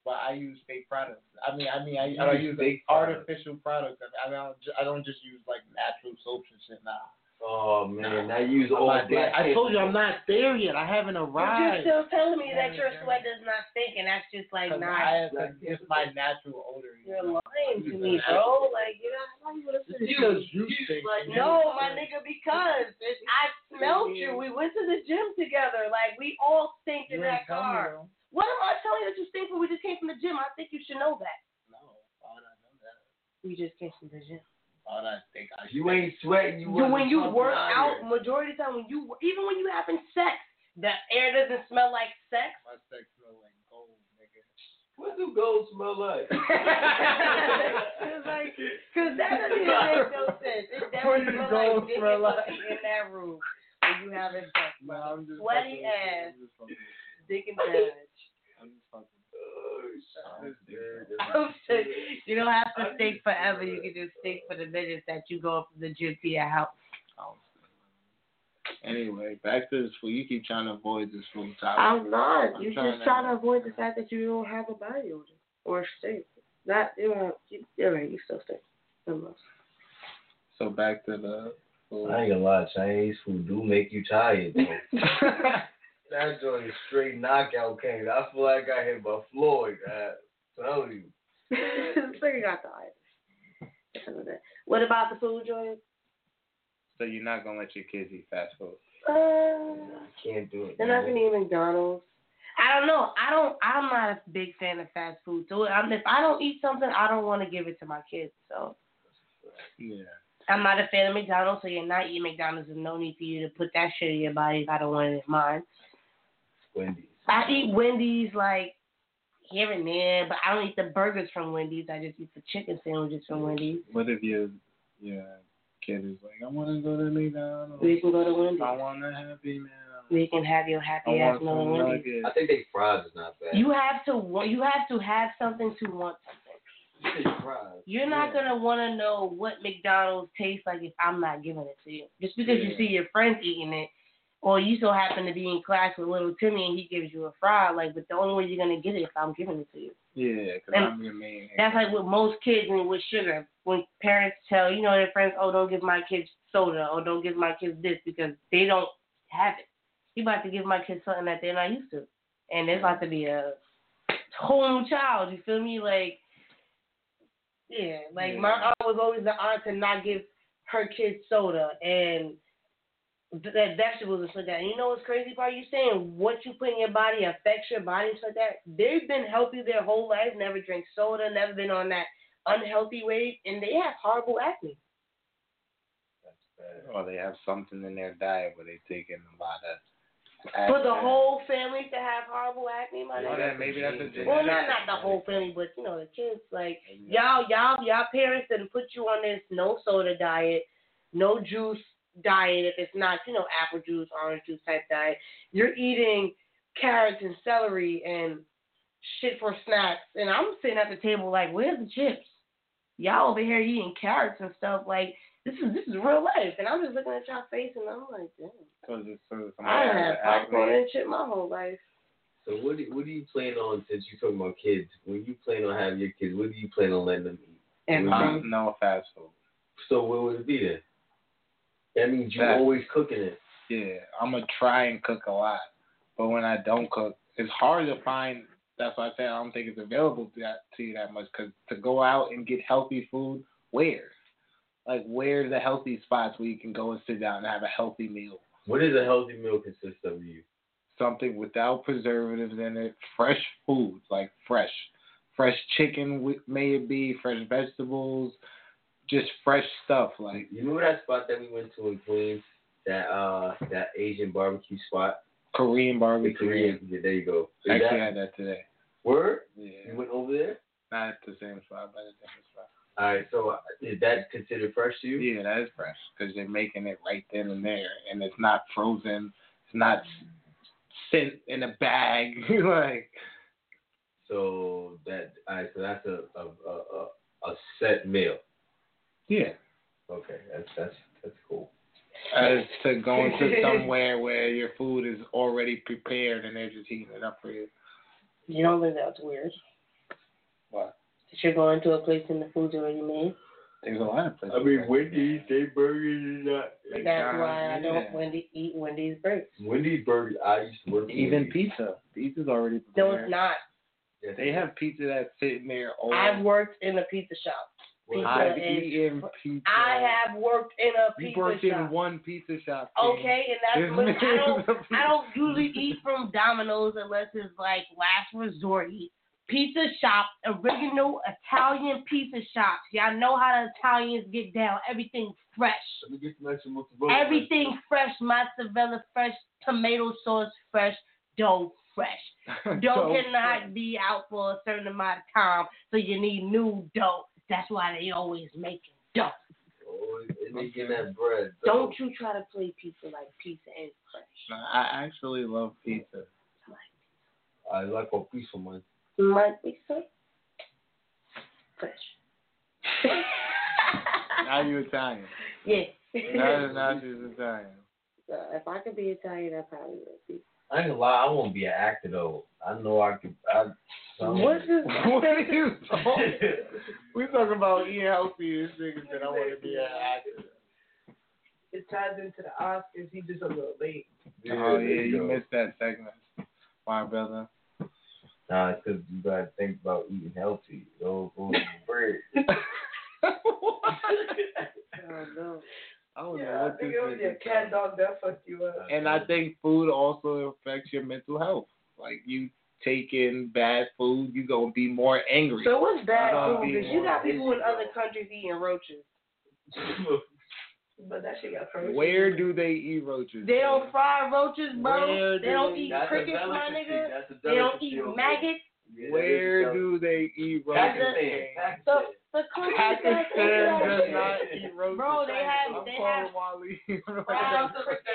D: But I use fake products. I mean, I mean, I,
A: You
D: I don't
A: use
D: use
A: fake
D: artificial products. I mean, I don't, ju- I don't just use like natural soaps and shit now.
A: Oh man, now you use
D: I'm
A: all
D: not there.
A: black.
D: I told you I'm not there yet. I haven't
C: You're
D: arrived.
C: still telling me that your sweat does not stink, and that's just like
D: 'Cause
C: not.
D: I have- 'cause it's my natural odor.
C: You're lying to me, bro. Like, you know, how you would have said
D: Because you think
C: But
D: you
C: no, my
D: stink.
C: nigga, because I smelled you. We went to the gym together. Like, we all stink in
D: You
C: that
D: ain't tell me,
C: car.
D: though.
C: What am I telling you that you stink when we just came from the gym? I think you should know that. We just came from the gym.
D: All that stink. I
A: You ain't sweating. You,
C: You, when
A: wasn't
C: you
A: pumping
C: work out,
A: iron.
C: majority of the time, when you even when you having sex, the air doesn't smell like sex.
D: My sex smell like gold, nigga.
A: What do gold smell like?
C: It's like, cause that doesn't even make no sense. It
D: What
C: definitely
D: does
C: smells
D: gold
C: like dick
D: smell
C: and
D: like?
C: pussy and that roof when you have it done. Sweaty ass, dick and badge.
A: Oh,
C: you don't have to stink forever. You can just stink for the minutes that you go from the gym to your house.
D: Anyway, back to this food. You keep trying to avoid this food topic.
C: I'm not. You're
D: trying
C: just trying to avoid the fact that you don't have a body odor or stink. That you don't. You, all right, you still stink. Never mind.
D: So back to the food.
A: I ain't gonna lie, Chinese food do make you tired. Though. that joint is straight knockout king. I feel like I hit by Floyd. I tell you.
C: this nigga got the eyes. What about the food joint?
D: So you're not gonna let your kids eat fast food.
C: Uh,
A: Can't do it.
C: they're not gonna eat McDonald's. I don't know. I don't. I'm not a big fan of fast food. So I'm, if I don't eat something, I don't want to give it to my kids. So
D: Yeah.
C: I'm not a fan of McDonald's. So you're not eating McDonald's. There's no need for you to put that shit in your body if I don't want it in mine.
A: Wendy's.
C: I eat Wendy's like here and there, but I don't eat the burgers from Wendy's. I just eat the chicken sandwiches from Wendy's.
D: What if your your kid is like, I wanna go to McDonald's.
C: We can go to Wendy's.
D: I want a happy meal.
C: We can have your
D: I
C: happy ass
D: want
C: meal at
D: some
C: Wendy's.
D: nuggets.
A: I think they fries is not bad.
C: You have to wa- you have to have something to want something.
A: You say fries.
C: You're not gonna want to know what McDonald's tastes like if I'm not giving it to you. Just because you
A: Yeah.
C: see your friends eating it, or you so happen to be in class with little Timmy and he gives you a fry, like, but the only way you're gonna get it if I'm giving it to you.
D: Yeah, because
C: And
D: I'm your main.
C: That's like with most kids and with sugar. When parents tell you know their friends, oh, don't give my kids soda, or don't give my kids this because they don't have it. You about to give my kids something that they're not used to, and it's about to be a whole new child. You feel me? Like, yeah, like my
D: Yeah.
C: aunt was always the aunt to not give her kids soda and th- that vegetables and stuff like that. And you know what's crazy about you saying what you put in your body affects your body and stuff like that. They've been healthy their whole life, never drank soda, never been on that unhealthy weight, and they have horrible acne.
D: Or they have something in their diet where they take in a lot of.
C: For the
D: aspirin.
C: whole family to have horrible acne, my
D: Well,
C: nigga.
D: that- maybe that's a
C: Well,
D: genetic
C: not not the whole family, but you know the kids. Like y'all, y'all, y'all parents didn't put you on this no soda diet, no juice diet. If it's not you know apple juice, orange juice type diet, you're eating carrots and celery and shit for snacks. And I'm sitting at the table like, where's the chips? Y'all over here eating carrots and stuff. Like this is this is real life. And I'm just looking at y'all face and I'm like, damn,
D: So it's- uh, so somebody
C: I done
D: has
C: had
D: an
C: popcorn
D: acne.
C: and shit my whole life.
A: So what do, what do you plan on since you talking about kids? When you plan on having your kids, what do you plan on letting them eat?
C: And
D: Uh, no fast food.
A: So what would it be then? That means you
D: That-
A: always cooking it.
D: Yeah, I'm gonna try and cook a lot, but when I don't cook, it's hard to find. That's why I said I don't think it's available to, that, to you that much. Cause to go out and get healthy food, where? Like where's the healthy spots where you can go and sit down and have a healthy meal?
A: What does a healthy meal consist of you?
D: Something without preservatives in it, fresh foods like fresh, fresh chicken wi- may it be, fresh vegetables, just fresh stuff like.
A: You remember that spot that we went to in Queens? That uh that Asian barbecue spot?
D: Korean
A: The
D: barbecue.
A: Korean yeah, there you go. Is
D: I actually
A: that-
D: had that today.
A: word?
D: Yeah.
A: You went over there?
D: Not at the same spot, but a different spot.
A: Alright, so uh, is that considered fresh to you?
D: Yeah, that is fresh because they're making it right then and there, and it's not frozen. It's not sent in a bag. like
A: So that alright, so that's a a, a a a set meal.
D: yeah,
A: Okay, that's that's that's cool.
D: as to going to somewhere where your food is already prepared and they're just heating it up for you.
C: You don't think that's weird?
D: What?
C: That you're going to a place and the food's already made.
D: There's a lot of places.
A: I mean
D: that-
A: Wendy's, they burgers is not
C: But that's
D: McDonald's,
C: why I
D: yeah.
C: don't Wendy eat Wendy's breaks.
A: Wendy's burgers I used to work
D: Even
A: Wendy's.
D: pizza. Pizza's already
C: No,
D: prepared.
C: it's not.
A: Yes,
D: They have pizza that's sitting there. All
C: I've worked in a pizza shop. Pizza
D: I've
C: is-
D: eaten E pizza.
C: I have worked in a
D: You
C: pizza
D: worked
C: shop.
D: in one pizza shop. King.
C: Okay, and that's
D: This
C: what
D: man
C: I don't.
D: is a
C: I don't usually eat from Domino's unless it's like last resort. eat. Pizza shop, original Italian pizza shops. Y'all know how the Italians get down. Everything fresh.
A: Let me get some extra mozzarella.
C: Everything fresh. Mozzarella fresh. Tomato sauce fresh. Dough fresh. dough
D: So-
C: cannot be out for a certain amount of time, so you need new dough. That's why they always making dough.
A: Oh, and, and they get that bread. So
B: Don't you try to play pizza like pizza is fresh.
D: No, I actually love pizza.
A: I like a piece of mine.
B: My pizza? Fresh.
D: Now you Italian.
B: Yes.
D: Now, now she's Italian.
B: So Uh, if I could be Italian, I probably would be.
A: I ain't gonna lie, I won't be an actor though. I know I could. I, some-
B: What's this?
D: What are you talking? We talking about eat healthy and niggas that I want to be an actor.
C: It ties into the Oscars. He just a little late.
D: oh
A: there
D: yeah,
A: you
D: you
A: go.
D: missed that segment, my brother.
A: Nah, it's 'cause you gotta think about eating healthy. Those those bread.
B: no.
D: I don't know
C: Yeah,
D: what
C: I
D: this
C: think it was your
D: is.
C: cat dog that fucked you up.
D: And I think food also affects your mental health. Like you taking bad food, you gonna be more angry.
B: So what's bad
D: Uh,
B: food? Because you got people in other countries eating roaches. But that shit got crazy.
D: Where do they eat roaches?
B: They don't fry roaches, bro.
D: Where
B: they
D: do
B: don't
D: they-
B: eat
D: That's a
B: crickets, my
D: delicacy.
B: nigga.
D: That's a
B: They don't
D: delicacy
B: eat
D: over there.
B: maggots.
D: Where do they eat roaches?
A: Pakistan.
B: So the countries that-
D: Pakistan does not eat roaches.
B: Bro, they have
D: I'm
B: they
D: calling
B: have
D: Wally.
B: fried crickets.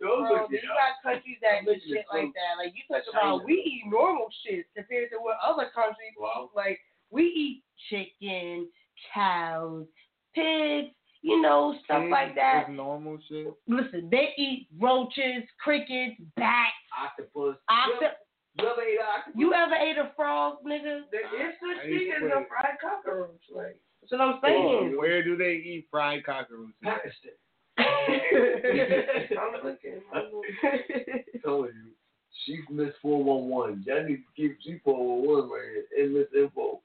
B: Bro, you got countries that do shit like that. Like you talk about, we eat normal shit compared to what other countries eat. Like we eat chicken, cows, pigs, you know, stuff
D: Pigs
B: like that.
D: is normal shit.
B: Listen, they eat roaches, crickets, bats,
A: Octopus.
B: octopus.
A: You ever ate
D: uh,
A: an octopus?
B: You ever ate a frog, nigga?
C: There is such
D: I
C: thing as a
D: swear.
C: fried cockroach. Like
B: That's what I'm
D: Where-
B: saying.
D: Where do they eat fried cockroaches?
A: Pakistan.
C: Oh, I'm looking. I'm looking.
A: telling you, she's Miss 411. Y'all need to keep G 411 right here in this info.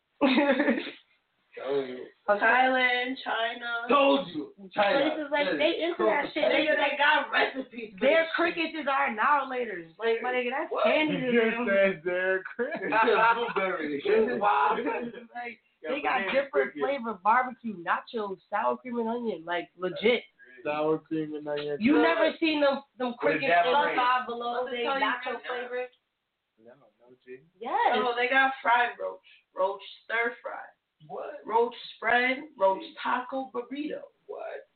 A: telling you.
B: Thailand, China.
A: Told you. China.
B: Places like they into that shit. They,
C: Nigga, they got recipes. for
B: their
C: this
B: crickets is our annihilators. Like my nigga, that's
A: What?
B: candy to
D: You
B: them.
D: said they're crazy.
A: It's just blueberry.
C: shit. Wow.
B: Like, they got different flavor barbecue, nachos, sour cream and onion, like legit.
D: Sour cream and onion.
B: You never seen them them crickets
A: that
B: in
A: brand?
B: five below
C: Let me
B: they
C: tell you
B: nacho
C: right now.
B: flavor.
D: No, no, G.
B: Yes.
C: Oh, they got fried roach, roach stir fry,
A: What?
C: roach spread, roach taco burrito. What?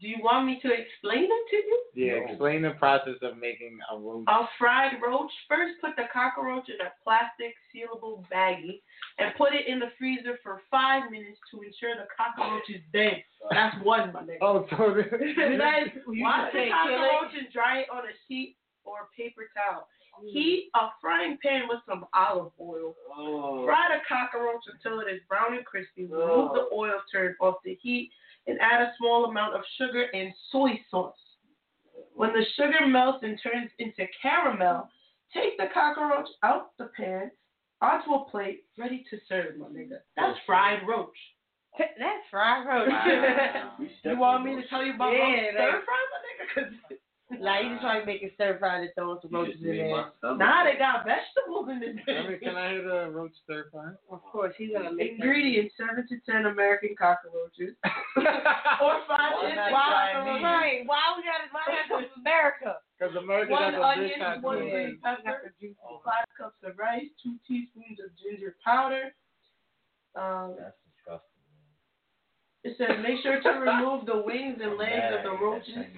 C: Do you want me to explain it to you?
D: Yeah,
A: No.
D: explain the process of making a roach.
C: A fried roach. First, put the cockroach in a plastic sealable baggie and put it in the freezer for five minutes to ensure the cockroach is dead. That's one, my nigga.
D: Oh, so
C: Then wash the
B: say kill it.
C: cockroach and dry it on a sheet or paper towel. Heat a frying pan with some olive oil.
A: Oh.
C: Fry the cockroach until it is brown and crispy. Remove the oil, turn off the heat, and add a small amount of sugar and soy sauce. When the sugar melts and turns into caramel, take the cockroach out the pan onto a plate, ready to serve, my nigga. That's fried roach.
B: That's fried roach.
C: Wow. You want me to tell you about
B: Yeah,
C: roach
B: like-
C: stir fry, my nigga? 'Cause
B: Nah, you just trying to make it stir fried and throw some roaches in there.
C: Nah, they got vegetables in this.
D: Can I hear the roach stir fry?
B: Of course, he's gonna make that.
C: Ingredients: seven to ten American cockroaches, or
D: Why not
C: five to ten
D: Chinese?
C: cockroaches.
B: Right? Why we gotta why we gotta come to America?
D: Because America got
C: One
D: the big
C: onion, one
D: cockroach.
C: green pepper, five cups of rice, two teaspoons of ginger powder. Um,
A: That's disgusting.
C: it says make sure to remove the wings and legs of the roaches.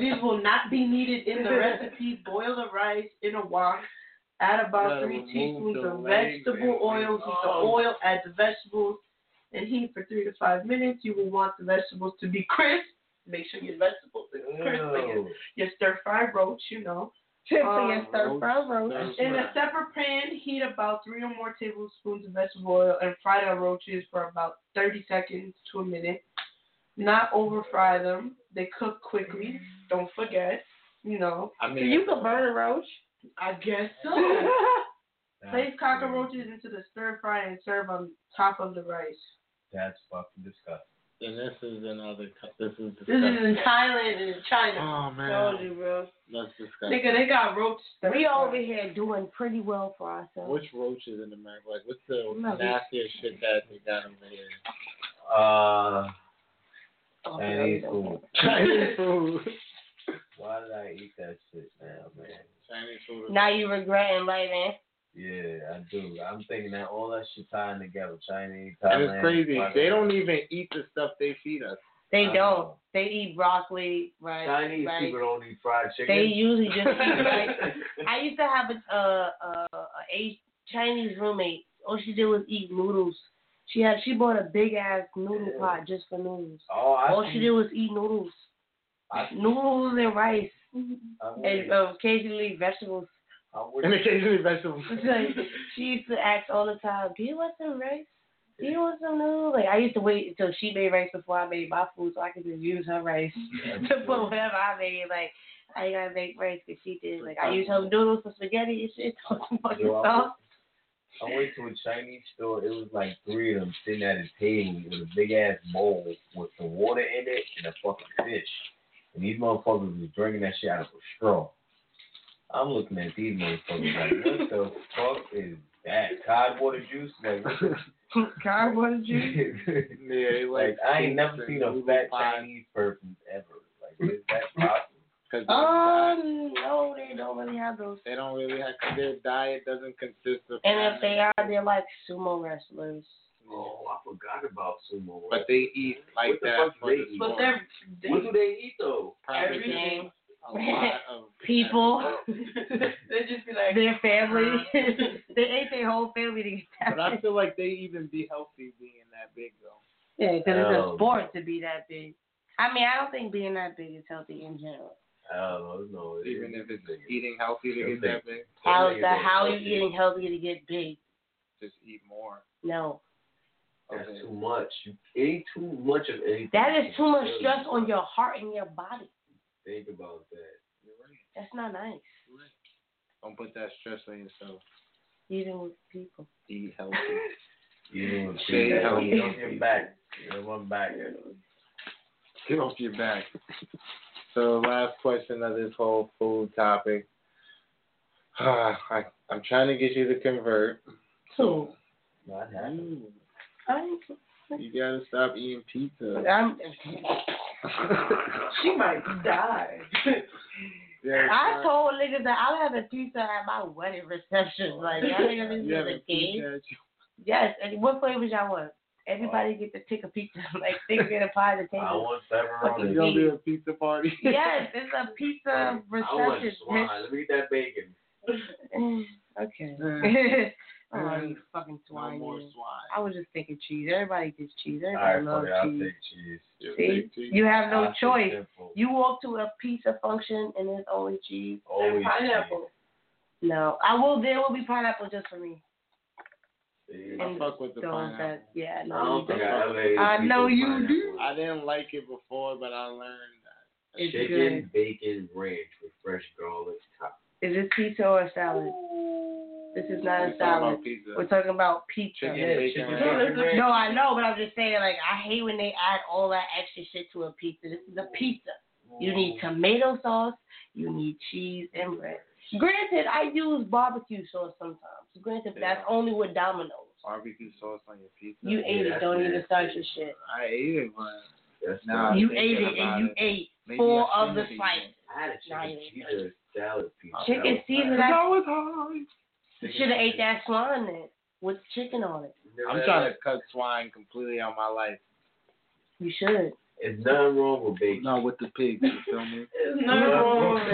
C: These will not be needed in the recipe. Boil the rice in a wok. Add about
D: Gotta
C: three
D: remove
C: teaspoons
D: the
C: of
D: legs
C: vegetable
D: and-
C: oil. Heat the
D: Oh.
C: oil, add the vegetables, and heat for three to five minutes. You will want the vegetables to be crisp. Make sure your vegetables are crisp. Like your, your stir fried roach, you know.
B: Chips
C: Um,
B: and stir fried roach.
C: In a separate pan, heat about three or more tablespoons of vegetable oil and fry the roaches for about 30 seconds to a minute. Not over fry them. They cook quickly. Don't forget. You know,
D: I mean,
B: You can burn a roach.
C: I guess so.
A: That's
C: Place cockroaches
A: crazy.
C: into the stir fry and serve on top of the rice.
A: That's fucking disgusting.
D: And this is another. co- This is
C: This is
D: disgusting.
C: in Thailand and in China.
D: Oh
B: Told
D: man,
B: you, bro.
D: that's disgusting.
C: Nigga, they got roach stir
B: We
C: fry.
B: over here doing pretty well for ourselves.
D: Which roaches in America? Like, what's the
B: No.
D: nastiest shit that they got over here?
A: Uh,
B: Oh,
A: Chinese
B: okay.
A: food.
D: Chinese food.
A: Why did I eat that shit now, man?
D: Chinese food.
B: Now you regretting life, man.
A: Yeah, I do. I'm thinking that all that shit tying together, Chinese,
D: And
A: Thailand.
D: it's crazy.
A: Thailand.
D: They don't even eat the stuff they feed us.
C: They
A: I
C: don't. They eat broccoli, right?
A: Chinese
C: right.
A: people don't eat fried chicken.
C: They usually just eat rice. I used to have a a, a, a Asian- Chinese roommate. All she did was eat noodles. She had she bought a big ass noodle pot just for noodles.
A: Oh, I
C: all
A: see.
C: she did was eat noodles,
A: I-
C: noodles and rice,
D: Mm-hmm.
A: I
C: and
A: wouldn't-
C: uh, occasionally vegetables.
A: I
D: And
A: wouldn't-
D: occasionally vegetables.
C: It's like she used to ask all the time, "Do you want some rice? Do you want some noodles?" Like I used to wait until she made rice before I made my food, so I could just use her rice to put whatever I made. Like I ain't gotta make rice because she did. Like I use her noodles for spaghetti and shit. Some fucking
A: Yo, I
C: sauce.
A: I went to a Chinese store. It was like three of them sitting at a table with a big ass bowl with some water in it and a fucking fish. And these motherfuckers was drinking that shit out of a straw. I'm looking at these motherfuckers like, what the fuck is that? Cod water juice? Like, what the
C: God, what did you?
D: Yeah,
A: like, I ain't never seen a fat Chinese person ever. Like, is that possible?
D: Cause
A: Ah!
C: Um, no, they don't really have those.
D: they don't really have. 'cause Their diet doesn't consist of.
C: And if they are, they're like sumo wrestlers.
A: Oh, I forgot about sumo.
D: But they eat like
A: What the
D: that.
A: fuck
D: for
A: do
D: the
A: they eat?
D: sport.
A: But they're- What do they eat though?
D: Probably
B: Everything.
D: a lot of
C: People,
B: they just be like
C: their family, they ate their whole family to get that.
D: But I feel like they even be healthy being that big though.
C: Yeah, because it's
A: Um,
C: a sport to be that big. I mean, I don't think being that big is healthy in general.
A: I don't know.
D: Even if it's eating healthy to
A: Them
D: get that big,
C: How
A: niggas
C: the
A: ain't
C: how are you
A: healthy.
C: getting healthy to get big?
D: just eat more.
C: No,
A: That's too much. You ate too much of anything.
C: that is too much stress on your heart and your body.
A: Think about that.
D: You're right.
C: That's not nice.
D: Don't put that stress on yourself.
C: Even with people.
D: Eat healthy.
A: You don't
D: Stay
A: see that.
D: healthy.
A: You don't get back. You don't want back.
D: Get off your back. So last question of this whole food topic. I, I'm trying to get you to convert.
C: So
A: Not happening.
C: I'm,
D: You gotta stop eating pizza.
C: I'm
B: she might die.
D: Yeah,
C: I told niggas that I'll have a pizza at my wedding reception. Like y'all niggas is
D: you have
C: a
D: a
C: game.
D: pizza at your-
C: Yes, and what flavors y'all want? Everybody get to pick a pizza. like they get a pie to
A: I
C: table.
A: want pepperoni.
D: It's gonna be a pizza party.
C: Yes, it's a
A: I
C: pizza
A: want
C: reception.
A: swine. Let me eat that bacon.
C: okay.
D: Mm.
C: oh,
D: Mm.
C: you fucking
D: No
C: swine.
D: more
C: you.
D: swine.
C: I was just thinking cheese. Everybody gets cheese.
A: All
C: Everybody
A: right,
C: loves
A: fuck it. I'll
C: cheese.
A: take cheese.
D: You'll
C: See,
D: take cheese.
C: you have no
A: I'll take
C: choice.
A: simple.
C: You walk to a pizza function and there's only cheese.
A: Always
B: Pineapple.
C: No, I will. There will be pineapple just for me.
A: cheese.
D: I fuck with the
C: So
D: pineapple.
C: that, yeah,
A: I
C: no,
A: don't
C: you
A: think
C: don't.
A: I ever ate
C: I know
A: pizza
C: you
A: with
C: do.
A: pineapple.
D: I didn't like it before, but I learned that.
C: It's
A: Chicken, bacon, ranch with fresh garlic top.
C: good. Is this pizza or a salad? This is not a
D: It's all
C: salad.
D: about pizza.
C: We're talking about pizza.
D: Chicken,
A: Yeah,
D: bacon,
A: chicken,
D: ranch.
A: bacon, ranch.
C: No, I know, but I'm just saying, like, I hate when they add all that extra shit to a pizza. This is a pizza. You need tomato sauce, you need cheese and bread. Granted, I use barbecue sauce sometimes. Granted, but that's
D: Yeah.
C: only with Domino's.
D: Barbecue sauce on your pizza.
C: You
A: Yeah,
C: ate it,
A: that's
C: don't even
A: nasty.
C: start your shit.
D: I ate it, but
A: That's
D: Nah.
A: not-
C: You
D: thinking
C: ate it
D: about
C: and you
D: it.
C: ate
D: Maybe
C: four
D: I
C: of the
D: shouldn't have
C: slices.
D: eaten
A: I had a
C: Nah, you
A: chicken
C: ain't
A: Caesar salad pizza.
C: Chicken
A: That was
C: Caesar,
A: nice.
C: that's
D: That was hard.
C: You should have ate that swan then with chicken on it.
A: Never
D: I'm
A: had
D: trying
A: it.
D: to cut swine completely out of my life.
C: You should.
A: It's nothing wrong with bacon.
D: No, with the pigs, you feel me?
B: There's nothing wrong with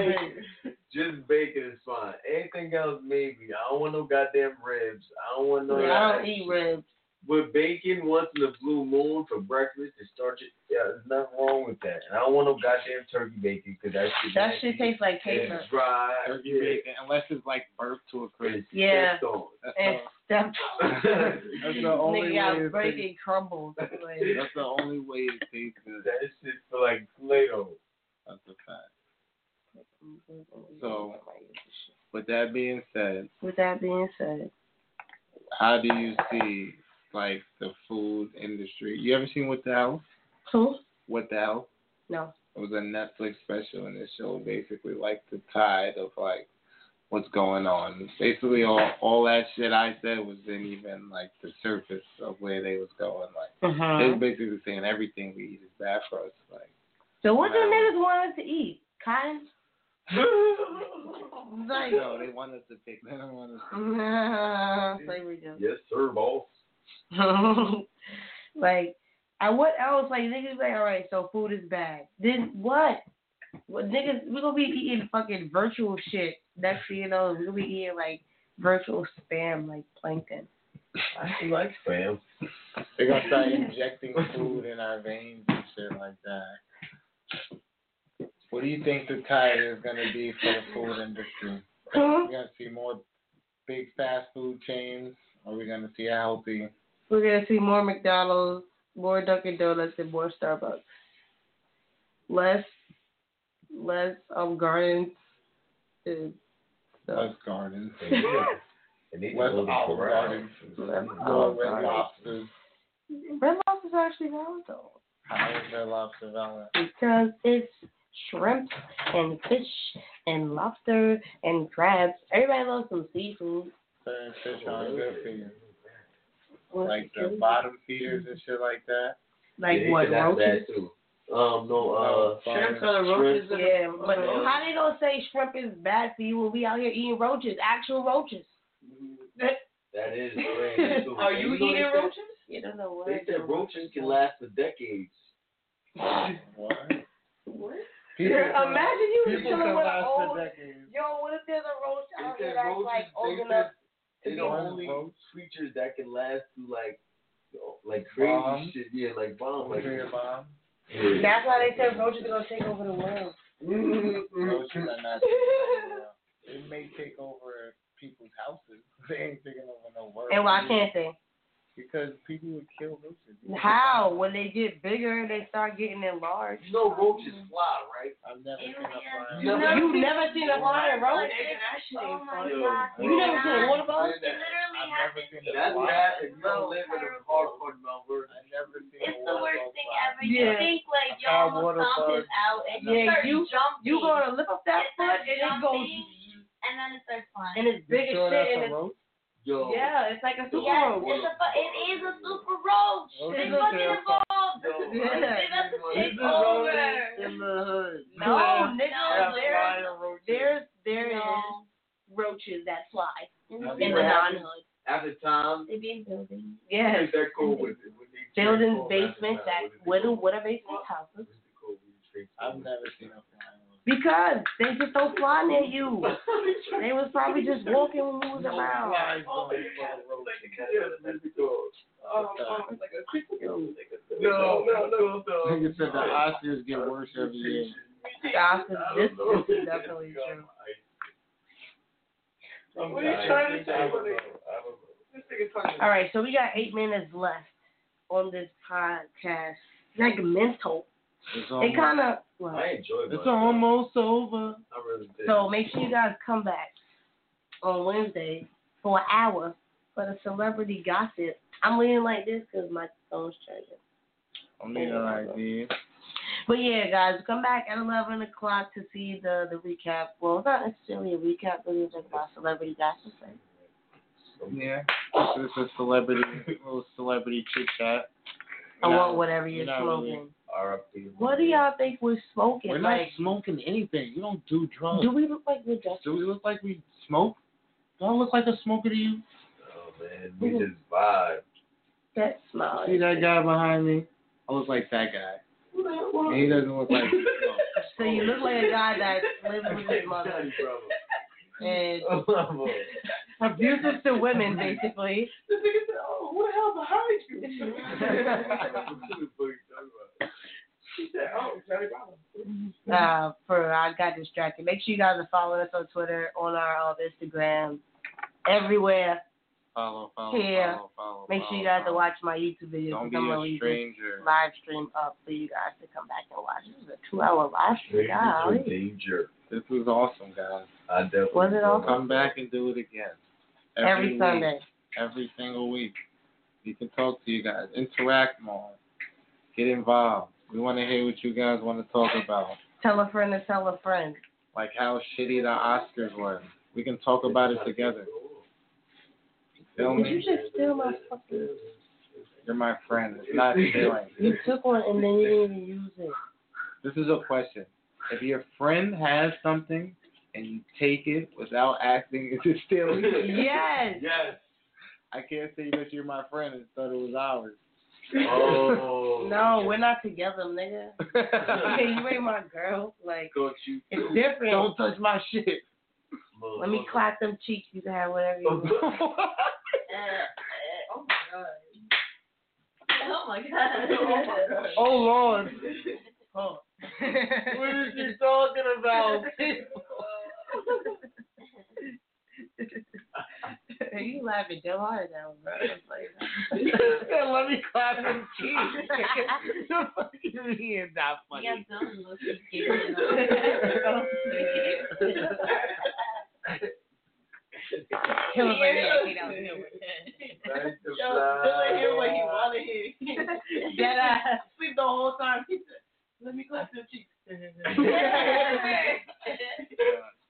B: bacon.
A: Just bacon is fine. Anything else, maybe. I don't want no goddamn ribs. I don't want no.
C: I don't eat ribs.
A: With bacon once in the blue moon for breakfast to start your. Yeah, there's nothing wrong with that. And I don't want no goddamn turkey bacon because that shit.
C: That shit tastes like paper.
A: It's dry.
D: Turkey
A: yeah,
D: bacon, unless it's like burnt to a crisp.
A: it's
C: Yeah.
A: stepped on.
D: That's,
C: And
D: the,
C: stuffed.
D: that's the only
C: Nigga
D: way.
C: got
D: It tastes,
C: breaking crumbles. Like, mm-hmm.
D: that's the only way it tastes good.
A: That shit for like Play-Doh.
D: That's a fact. So- With that being said,
C: with that being said,
D: how do you see like the food industry? You ever seen What the Hell?
C: who?
D: What the Hell?
C: No.
D: It was a Netflix special, and it showed basically like the tide of like what's going on. Basically, all all that shit I said was not even like the surface of where they was going. Like
C: Uh-huh.
D: they was basically saying everything we eat is bad for us. Like
C: So what do niggas want us to eat? Cotton? Like-
K: No, they want us to pick. They don't want us
C: Nah, slavery joke.
F: Yes, sir, boss.
C: like, I what else? Like niggas, like all right, so food is bad. Then what? What niggas? We gonna be eating fucking virtual shit. Next thing you know, we gonna be eating like virtual spam, like plankton.
A: I like spam.
D: They're gonna start injecting food in our veins and shit like that. What do you think the tide is gonna be for the food industry? Are we gonna see more big fast food chains? Are we gonna see a healthy?
C: We're gonna see more McDonald's, more Dunkin' Donuts, and more Starbucks. Less, less um gardens. and stuff.
D: Less gardens.
A: And they
D: Less Olive
A: just go
D: Gardens.
A: around. Oh,
D: More Red Lobsters.
C: Red lobster's actually valid though.
D: How is Red Lobster valid?
C: because it's shrimp and fish and lobster and crabs. Everybody loves some seafood.
D: Certain fish aren't good for you.
C: Well,
D: Like the bottom feeders and shit like that.
C: Like
A: Yeah,
C: what,
A: they got that
C: roaches?
A: too. Um, no, uh,
D: Shrimp or the roaches
A: shrimp.
C: Yeah, but how they gonna say shrimp is bad for you when we out here eating roaches, actual roaches?
A: That is crazy. too.
B: Are you
A: know they
B: eating
A: said-
B: roaches?
C: You don't know what.
A: They said roaches can last for decades.
D: What?
B: What?
D: People-
C: Imagine you
D: people
C: chilling
D: can
C: with an
D: last for
C: old.
D: decades.
C: Yo, what if there's a roach
A: They
C: out
A: said
C: here that's
A: roaches-
C: like old
A: they
C: enough?
A: said They're the
D: They
A: only
D: roach.
A: creatures that can last through like, you know, like crazy
D: Bomb.
A: shit. Yeah, like bomb. Like,
D: Nuclear bomb.
A: yeah.
C: That's why they said roaches are gonna take over the world.
A: Mm-hmm.
D: Roaches are not. It may take over people's houses. They ain't taking over no world.
C: And why can't they?
D: Because people would kill roaches.
C: How? When they get bigger, they start getting enlarged.
A: You know roaches fly, right?
D: I've never seen a fly.
A: Aliens. You
C: You never,
A: never
C: you never seen a flying roach?
J: Oh my
A: Yo,
J: god.
C: You never seen a
J: Yeah.
C: water bug?
J: It literally
D: I've never
J: happened.
D: seen a
A: That's
D: fly.
A: bad if you
J: No.
A: don't live in a hardcore Mount Vernon.
D: I've never seen
J: It's
D: a
J: the
D: water
J: worst
D: bug
J: thing
D: fly.
J: ever. You
C: Yeah.
J: think like you
D: Our
J: almost
D: water
J: something
D: bugs.
J: out and you
C: Yeah,
J: start
C: you-
J: jumping.
C: You gonna lift up that foot and it goes,
J: and then it starts flying.
C: and it's
D: You
C: big as
D: sure
C: shit.
D: that's
C: And
D: a
C: it's,
D: roach?
A: Yo,
C: yeah, it's like a super
J: yes,
C: roach.
J: it's a fu- it is a super roach.
D: Roaches
J: They
D: are
J: fucking
D: terrifying.
J: evolved.
A: yo, I-
C: Yeah.
J: They about to take
A: This is
J: over.
D: in the hood.
C: No, nigga, there, there's, there is
J: No.
C: roaches that fly in
A: That's
C: the
A: what
C: non
A: happened.
C: hood.
A: At the time,
J: They be building.
C: Yes.
A: they're cool with it. When they
C: Buildings,
A: cool, that's
C: basements,
A: the time.
C: that
A: When they
C: little,
A: cool.
C: what are basement houses?
A: When they cool, we straight cool.
D: I've never seen a flying roach.
C: Because they just don't fly near you. They was probably just walking when you was
D: No
C: around.
D: flies
B: Oh,
D: going
B: yeah.
D: for the roach.
A: Yeah, that's the goal.
B: Oh, it's like a creepy.
A: No, no, no, no.
D: Nigga said the Oscars get worse every year.
C: Gossip,
A: I
C: this
A: don't know.
C: this is definitely true.
B: What are you trying to
A: I
B: say?
A: don't
B: buddy?
A: know. I don't know.
B: This nigga talking.
C: All right, so we got eight minutes left on this podcast segmental.
D: It's
C: It
D: almost,
C: kind of
A: Um, I enjoy
D: it's
A: myself.
D: almost over.
A: I really did.
C: so make sure you guys come back on Wednesday for an hour for the celebrity gossip. I'm leaning like this because my phone's charging.
D: I need an idea.
C: But yeah, guys, come back at 11 o'clock to see the the recap. Well, it's not necessarily a recap, but it's just about celebrity gossip.
D: Yeah. This is a celebrity, little celebrity chit chat.
C: I
D: No,
C: want whatever you're
D: not
C: smoking.
D: really.
A: RIP.
C: What do y'all think we're smoking?
D: We're not
C: like,
D: smoking anything. We don't do drugs.
C: do we look like we're dressed?
D: Do we look like we smoke? Do I look like a smoker to you?
A: Oh man, we just vibe.
C: That smile.
D: See that guy behind me? I look like that guy. And he doesn't look like he smokes.
C: So you look like a guy that lives with his mother
A: Johnny Bravo.
C: and
A: Oh, Bravo.
C: abusive to women, basically.
B: This nigga said, "Oh, who the hell behind you?"
A: What the fuck you talking about?
B: She said, "Oh, Johnny Bravo."
C: Uh, for I got distracted. Make sure you guys are following us on Twitter, on our uh, Instagram, everywhere.
D: Follow, follow,
C: Yeah.
D: follow, follow.
C: Make sure
D: follow,
C: you guys are
D: follow.
C: watch my YouTube videos. 'cause
D: Don't be
C: I'm gonna
D: a
C: leave this
D: stranger.
C: live stream up for you guys to come back and watch. This is a two-hour live stream.
A: Strangers are
C: Golly.
A: danger.
D: This was awesome, guys.
A: I definitely.
C: Was it all-
D: Come back and do it again.
C: Every
D: week.
C: Sunday.
D: every single week. We can talk to you guys, interact more, get involved. We want to hear what you guys want to talk about,
C: Tell a friend to tell a friend.
D: like how shitty the Oscars were. We can talk about it together. Feel
C: Did you
D: me?
C: just steal my fucking?
D: You're my friend. It's not stealing.
C: You took one and then you didn't even use it.
D: This is a question. If your friend has something and you take it without asking, is it still
C: Yes.
D: Yes. I can't say that you're my friend and thought it was ours.
C: Oh. No, we're not together, nigga. okay, you ain't my girl. Like, it's different.
D: Don't touch my shit.
C: Let me clap them cheeks. You can have whatever you want.
M: oh my god. Oh my god.
C: Oh, Lord.
M: Oh.
C: what is she talking about? you laughing so hard now, bro. It's like-
D: Let me clap them cheeks. the fuck is he is not funny.
M: Yeah, don't look at
C: Kill him right now.
M: Yeah.
C: He don't hear what-
M: Don't hear what you want to hear.
C: Dead ass.
M: Sleep the whole time. He said, Let me clap your cheeks.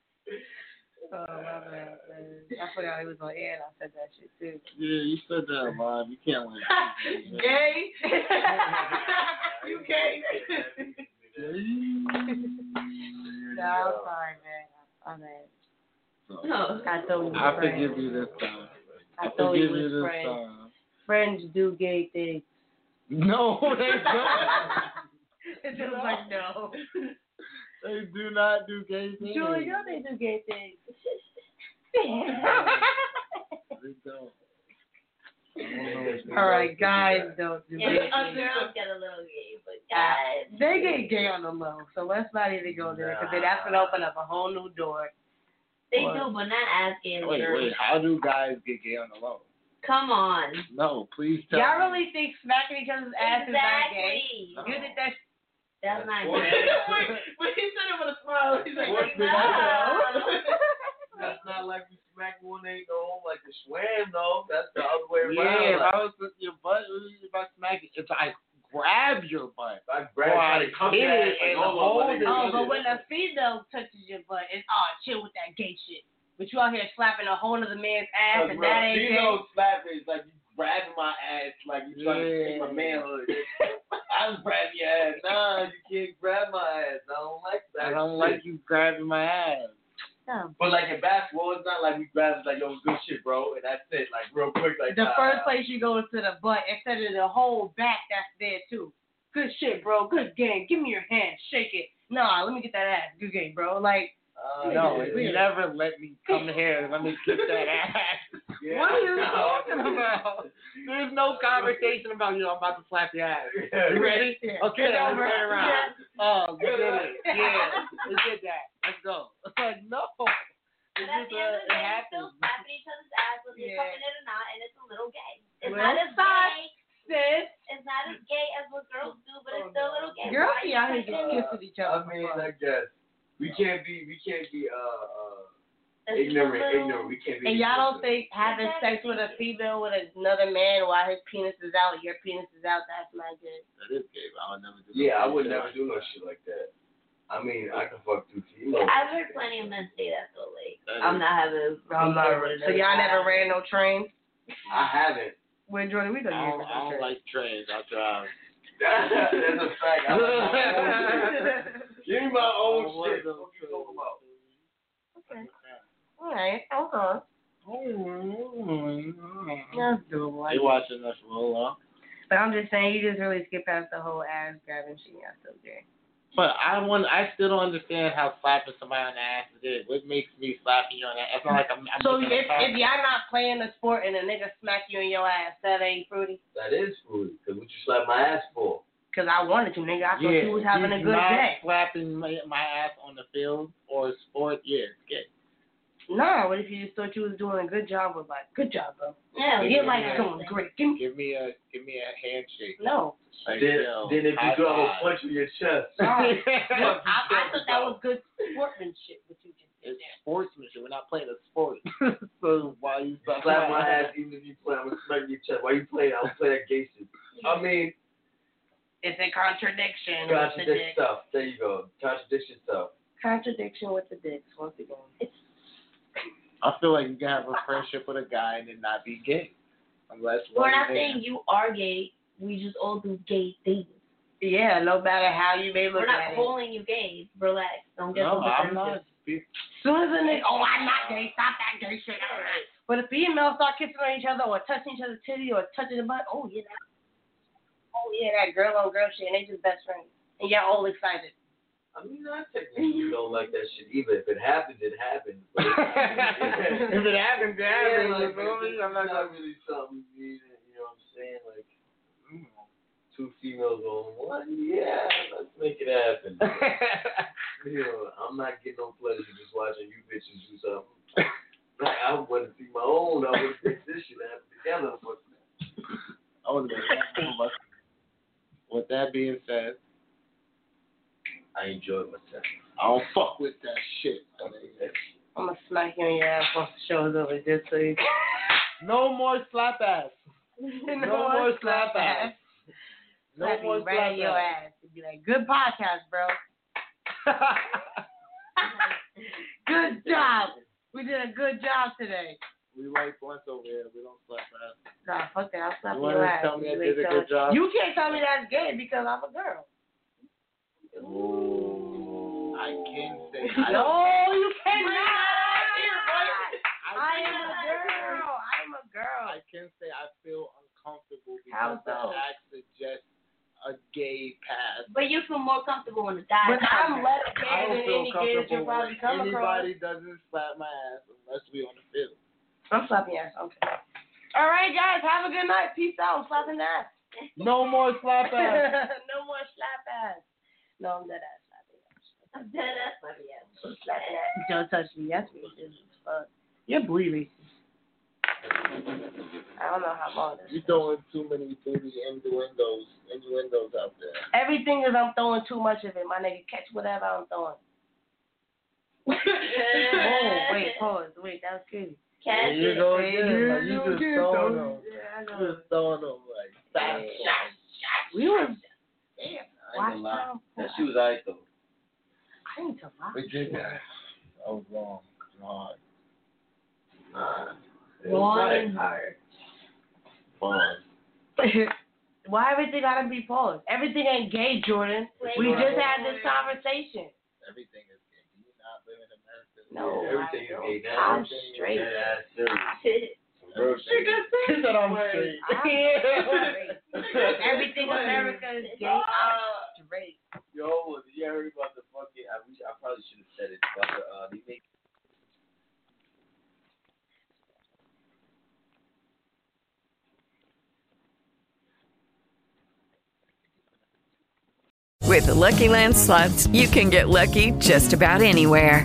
C: Oh, my bad, man. I forgot he was on air and I said that shit too.
D: Yeah, you said that live. You can't win.
C: Gay.
M: you gay.
C: No, I'm sorry, man. I'm mad.
M: No.
C: I thought we were
D: I
C: friends.
D: forgive you this time.
C: I
D: forgive
C: thought we
D: you
C: was
D: this
C: friends.
D: time.
C: Friends do gay things.
D: No, they don't.
C: It's just like no.
D: they do not do gay things.
C: Sure, you know they do gay things.
D: They don't.
C: All right, guys don't do
J: Yeah,
C: gay
J: us
C: things.
J: girls get a little gay, but guys.
C: Uh, They get gay on the low, so let's not even go there because then that's gonna open up a whole new door.
J: They
D: What?
J: do, but not as gay as
D: Wait,
J: girls.
D: wait. How do guys get gay on the low?
J: Come on.
D: No, please tell
C: Y'all
D: me.
C: really think smacking each other's ass is not gay?
J: Exactly.
C: You did that. sh-
J: That's not
M: Well,
J: gay.
M: but he said it with a smile. He's like,
J: What's
M: no.
A: That's not like you smack one ain't no like a swam though. That's the other way
D: Yeah,
A: around.
D: if
A: like,
D: I was with your butt, if I smack it, if I grab your butt,
A: I
D: or I
A: grab
D: hit it and hold it.
C: Oh, but when a female touches your butt, it's oh chill with that gay shit. But you out here slapping a whole other man's ass and that ain't gay.
A: Female slap is like you grabbing my ass like you trying to take my manhood. I was grabbing your ass. Nah, you can't grab my ass. I don't like that.
D: I don't like you grabbing my ass.
A: But like in basketball, it's not like we grab it's like yo good shit, bro, and that's it. Like real quick, like
C: The
A: nah.
C: first place you go is to the butt instead of the whole back that's there too. Good shit, bro. Good game. Give me your hand. Shake it. Nah, let me get that ass. Good game, bro. Like,
A: Uh,
D: No,
A: yeah.
D: you never let me come here. and Let me get that ass.
A: Yeah.
D: What are you
A: No.
D: talking about? There's no conversation about you. I'm about to slap your ass.
A: Yeah.
D: You ready?
C: Yeah.
D: Okay,
C: Get
D: let's
C: over
D: turn
C: it.
D: around. Oh, we
A: Good
D: did
A: luck.
D: it. Yeah, we did that. Let's go. It's like no.
J: But
D: It's
J: at
D: just,
J: the end
D: uh,
J: of the day,
D: it
J: we're still
D: happens.
J: slapping each other's ass whether you're
C: Yeah.
J: coming in or not, and it's a little gay. It's
C: Well,
J: not as
C: sorry.
J: gay.
C: sis, Oh,
J: It's not as gay as what girls do, but it's still a little gay.
C: girls
J: Why
C: be
J: you
C: out here
J: think
C: getting kissed with each
A: I
C: other. for
A: mean,
C: fun.
A: I guess we can't be we can't be uh, uh
J: it's
A: ignorant
J: a little-
A: ignorant. We can't be.
C: And y'all don't
A: ignorant.
C: think having sex with a female with another man while his penis is out, your penis is out, that's not good.
D: That is gay. but I would never do.
A: Yeah, I
D: that.
A: would never do no shit like that. I mean, I can fuck two
J: But
A: females.
J: I've heard plenty of men say that though, like
D: That
J: I'm
D: is-
J: not having. a
A: I'm not
J: relationship
A: ready.
J: with
C: So
J: another
C: y'all
J: guy.
C: never ran no trains?
A: I haven't.
C: When Jordan, we
D: I
C: don't
D: don't,
C: use
D: I don't like trains. I drive.
A: That's a fact. I like my own shit. Give me my own
D: I want
A: shit.
D: those
A: What you talking about?
C: All right, hold on.
D: Mm-hmm.
C: That's doable. I
D: They
C: guess.
D: watching us roll off.
C: But I'm just saying, you just really skip past the whole ass grabbing shit. Y'all still gay.
D: But I want. I still don't understand how slapping somebody on the ass is. What makes me slapping you on the ass? It's not like I'm. I'm
C: So if,
D: making a
C: if
D: pass.
C: y'all not playing the sport and a nigga smack you in your ass, that ain't fruity.
A: That is food. Cause what you slap my ass for?
C: Cause I wanted to, nigga. I thought
D: yeah,
C: you was having
D: he's
C: a good
D: not
C: day.
D: slapping my, my ass on the field or sport. Yeah, it's gay.
C: Nah, what if you just thought you was doing a good job with like, good job, bro.
J: Yeah,
C: Your
J: like
C: life's going great. Give me
D: Give me a give me a handshake.
C: no.
D: Like,
A: then,
D: yo,
A: then if you
D: high
A: throw a
D: five.
A: punch in your chest.
C: Sorry. I,
A: Fuck you,
C: I thought that was good sportsmanship, what you just did
D: It's sportsmanship. We're not playing a sport. so why you
A: You
D: slapping
A: slap my ass even if you play. I'm gonna smack your chest. Why you playing? I'll play that gay shit. I mean,
C: there. It's a contradiction with the
A: contradict
C: dick.
A: stuff. There you go. Contradiction stuff.
C: Contradiction with the dicks, once again.
D: I feel like you can have a friendship with a guy and then not be gay. Unless
J: We're
D: one
J: not saying
D: man-
J: you are gay. We just all do gay things.
C: yeah, no matter how you may look
J: We're not
C: at it.
J: calling you gays. Relax. Don't get
C: No,
J: so
C: I'm not.
J: defensive.
C: soon as a nigga, oh, I'm not gay, stop that gay shit. When the females start kissing on each other or touching each other's titty or touching the butt, oh, yeah, that, oh, yeah, that girl on girl shit, and they just best friends. And y'all all excited.
A: I mean, I technically don't like that shit either. If it happens, it happens. But if
C: it happens, it
A: Yeah, like,
C: happens, you feel me?
A: it's not really something, you know what I'm saying? Like, mm, two females going, what? Yeah, let's make it happen. you know, I'm not getting no pleasure just watching you bitches do something. Like, I want to see my own. I want to make this shit happen together. But
D: I was gonna say, but with that being said,
A: I enjoyed myself.
D: I don't fuck with that shit. my nigga.
C: I'm gonna smack you in your ass once the show is over, just so you
D: No more slap ass.
C: No,
D: more slap ass. No
C: Slap you
D: more
C: right in
D: slap
C: your ass. and Be like, good podcast, bro. good job. We did a good job today.
D: We like blunts over here. We don't slap ass.
C: Nah, fuck that. I'll slap
D: You
C: your
D: wanna
C: ass.
D: tell me I
C: You
D: did
C: ain't
D: a good
C: telling-
D: job?
C: You can't tell me that's gay because I'm a girl.
D: I can say. I
C: No, you
D: Bring
C: cannot.
D: that out here, boy.
C: I am a girl. I am a girl.
D: I can say I feel uncomfortable because
J: How
D: the
J: so?
D: act suggests a gay past.
J: But you feel more comfortable in the guy.
C: But I'm less gay
D: I don't
C: than
D: feel
C: any gay that
D: comfortable
C: you'll probably
D: when
C: come across.
D: anybody doesn't slap my ass unless we on the field.
C: I'm slapping ass. Okay. All right, guys. Have a good night. Peace out. I'm slapping ass.
D: No more slap ass.
C: no more slap ass. No, I'm dead ass slapping ass.
J: I'm dead ass like, yeah.
C: I'm slapping ass. Don't touch me. That's racist as fuck. You're bleed racist. I don't know how long this
D: You throwing too many booty innuendos, innuendos out there.
C: Everything is I'm throwing too much of it. My nigga, catch whatever I'm throwing. oh, wait, pause. Wait, that was crazy.
D: There you go again. Like, you just throwing them.
C: Yeah, I know.
D: You just throwing them like fast.
C: We were
A: I ain't gonna lie. That shit was alright, though.
C: I need to lie.
D: We did that. I was wrong. God.
C: Wrong
A: Right.
C: and hard.
A: Fun.
C: Why everything gotta be paused? Everything ain't gay, Jordan. We
D: Wait, wait,
C: just had this conversation.
D: Everything is gay. Do you not live in America?
C: No,
A: Yeah, everything is
C: I
A: gay
C: don't.
A: now.
C: I'm
A: Everything is
C: straight.
A: dead ass serious.
D: Everything is- He said I'm straight.
C: I'm straight. Everything
A: Wait.
C: America is gay.
A: Uh,
C: I'm straight.
A: Yo, did you heard about the fucking? I wish I probably should have said it, but uh, they make
N: With Lucky Land slots, you can get lucky just about anywhere.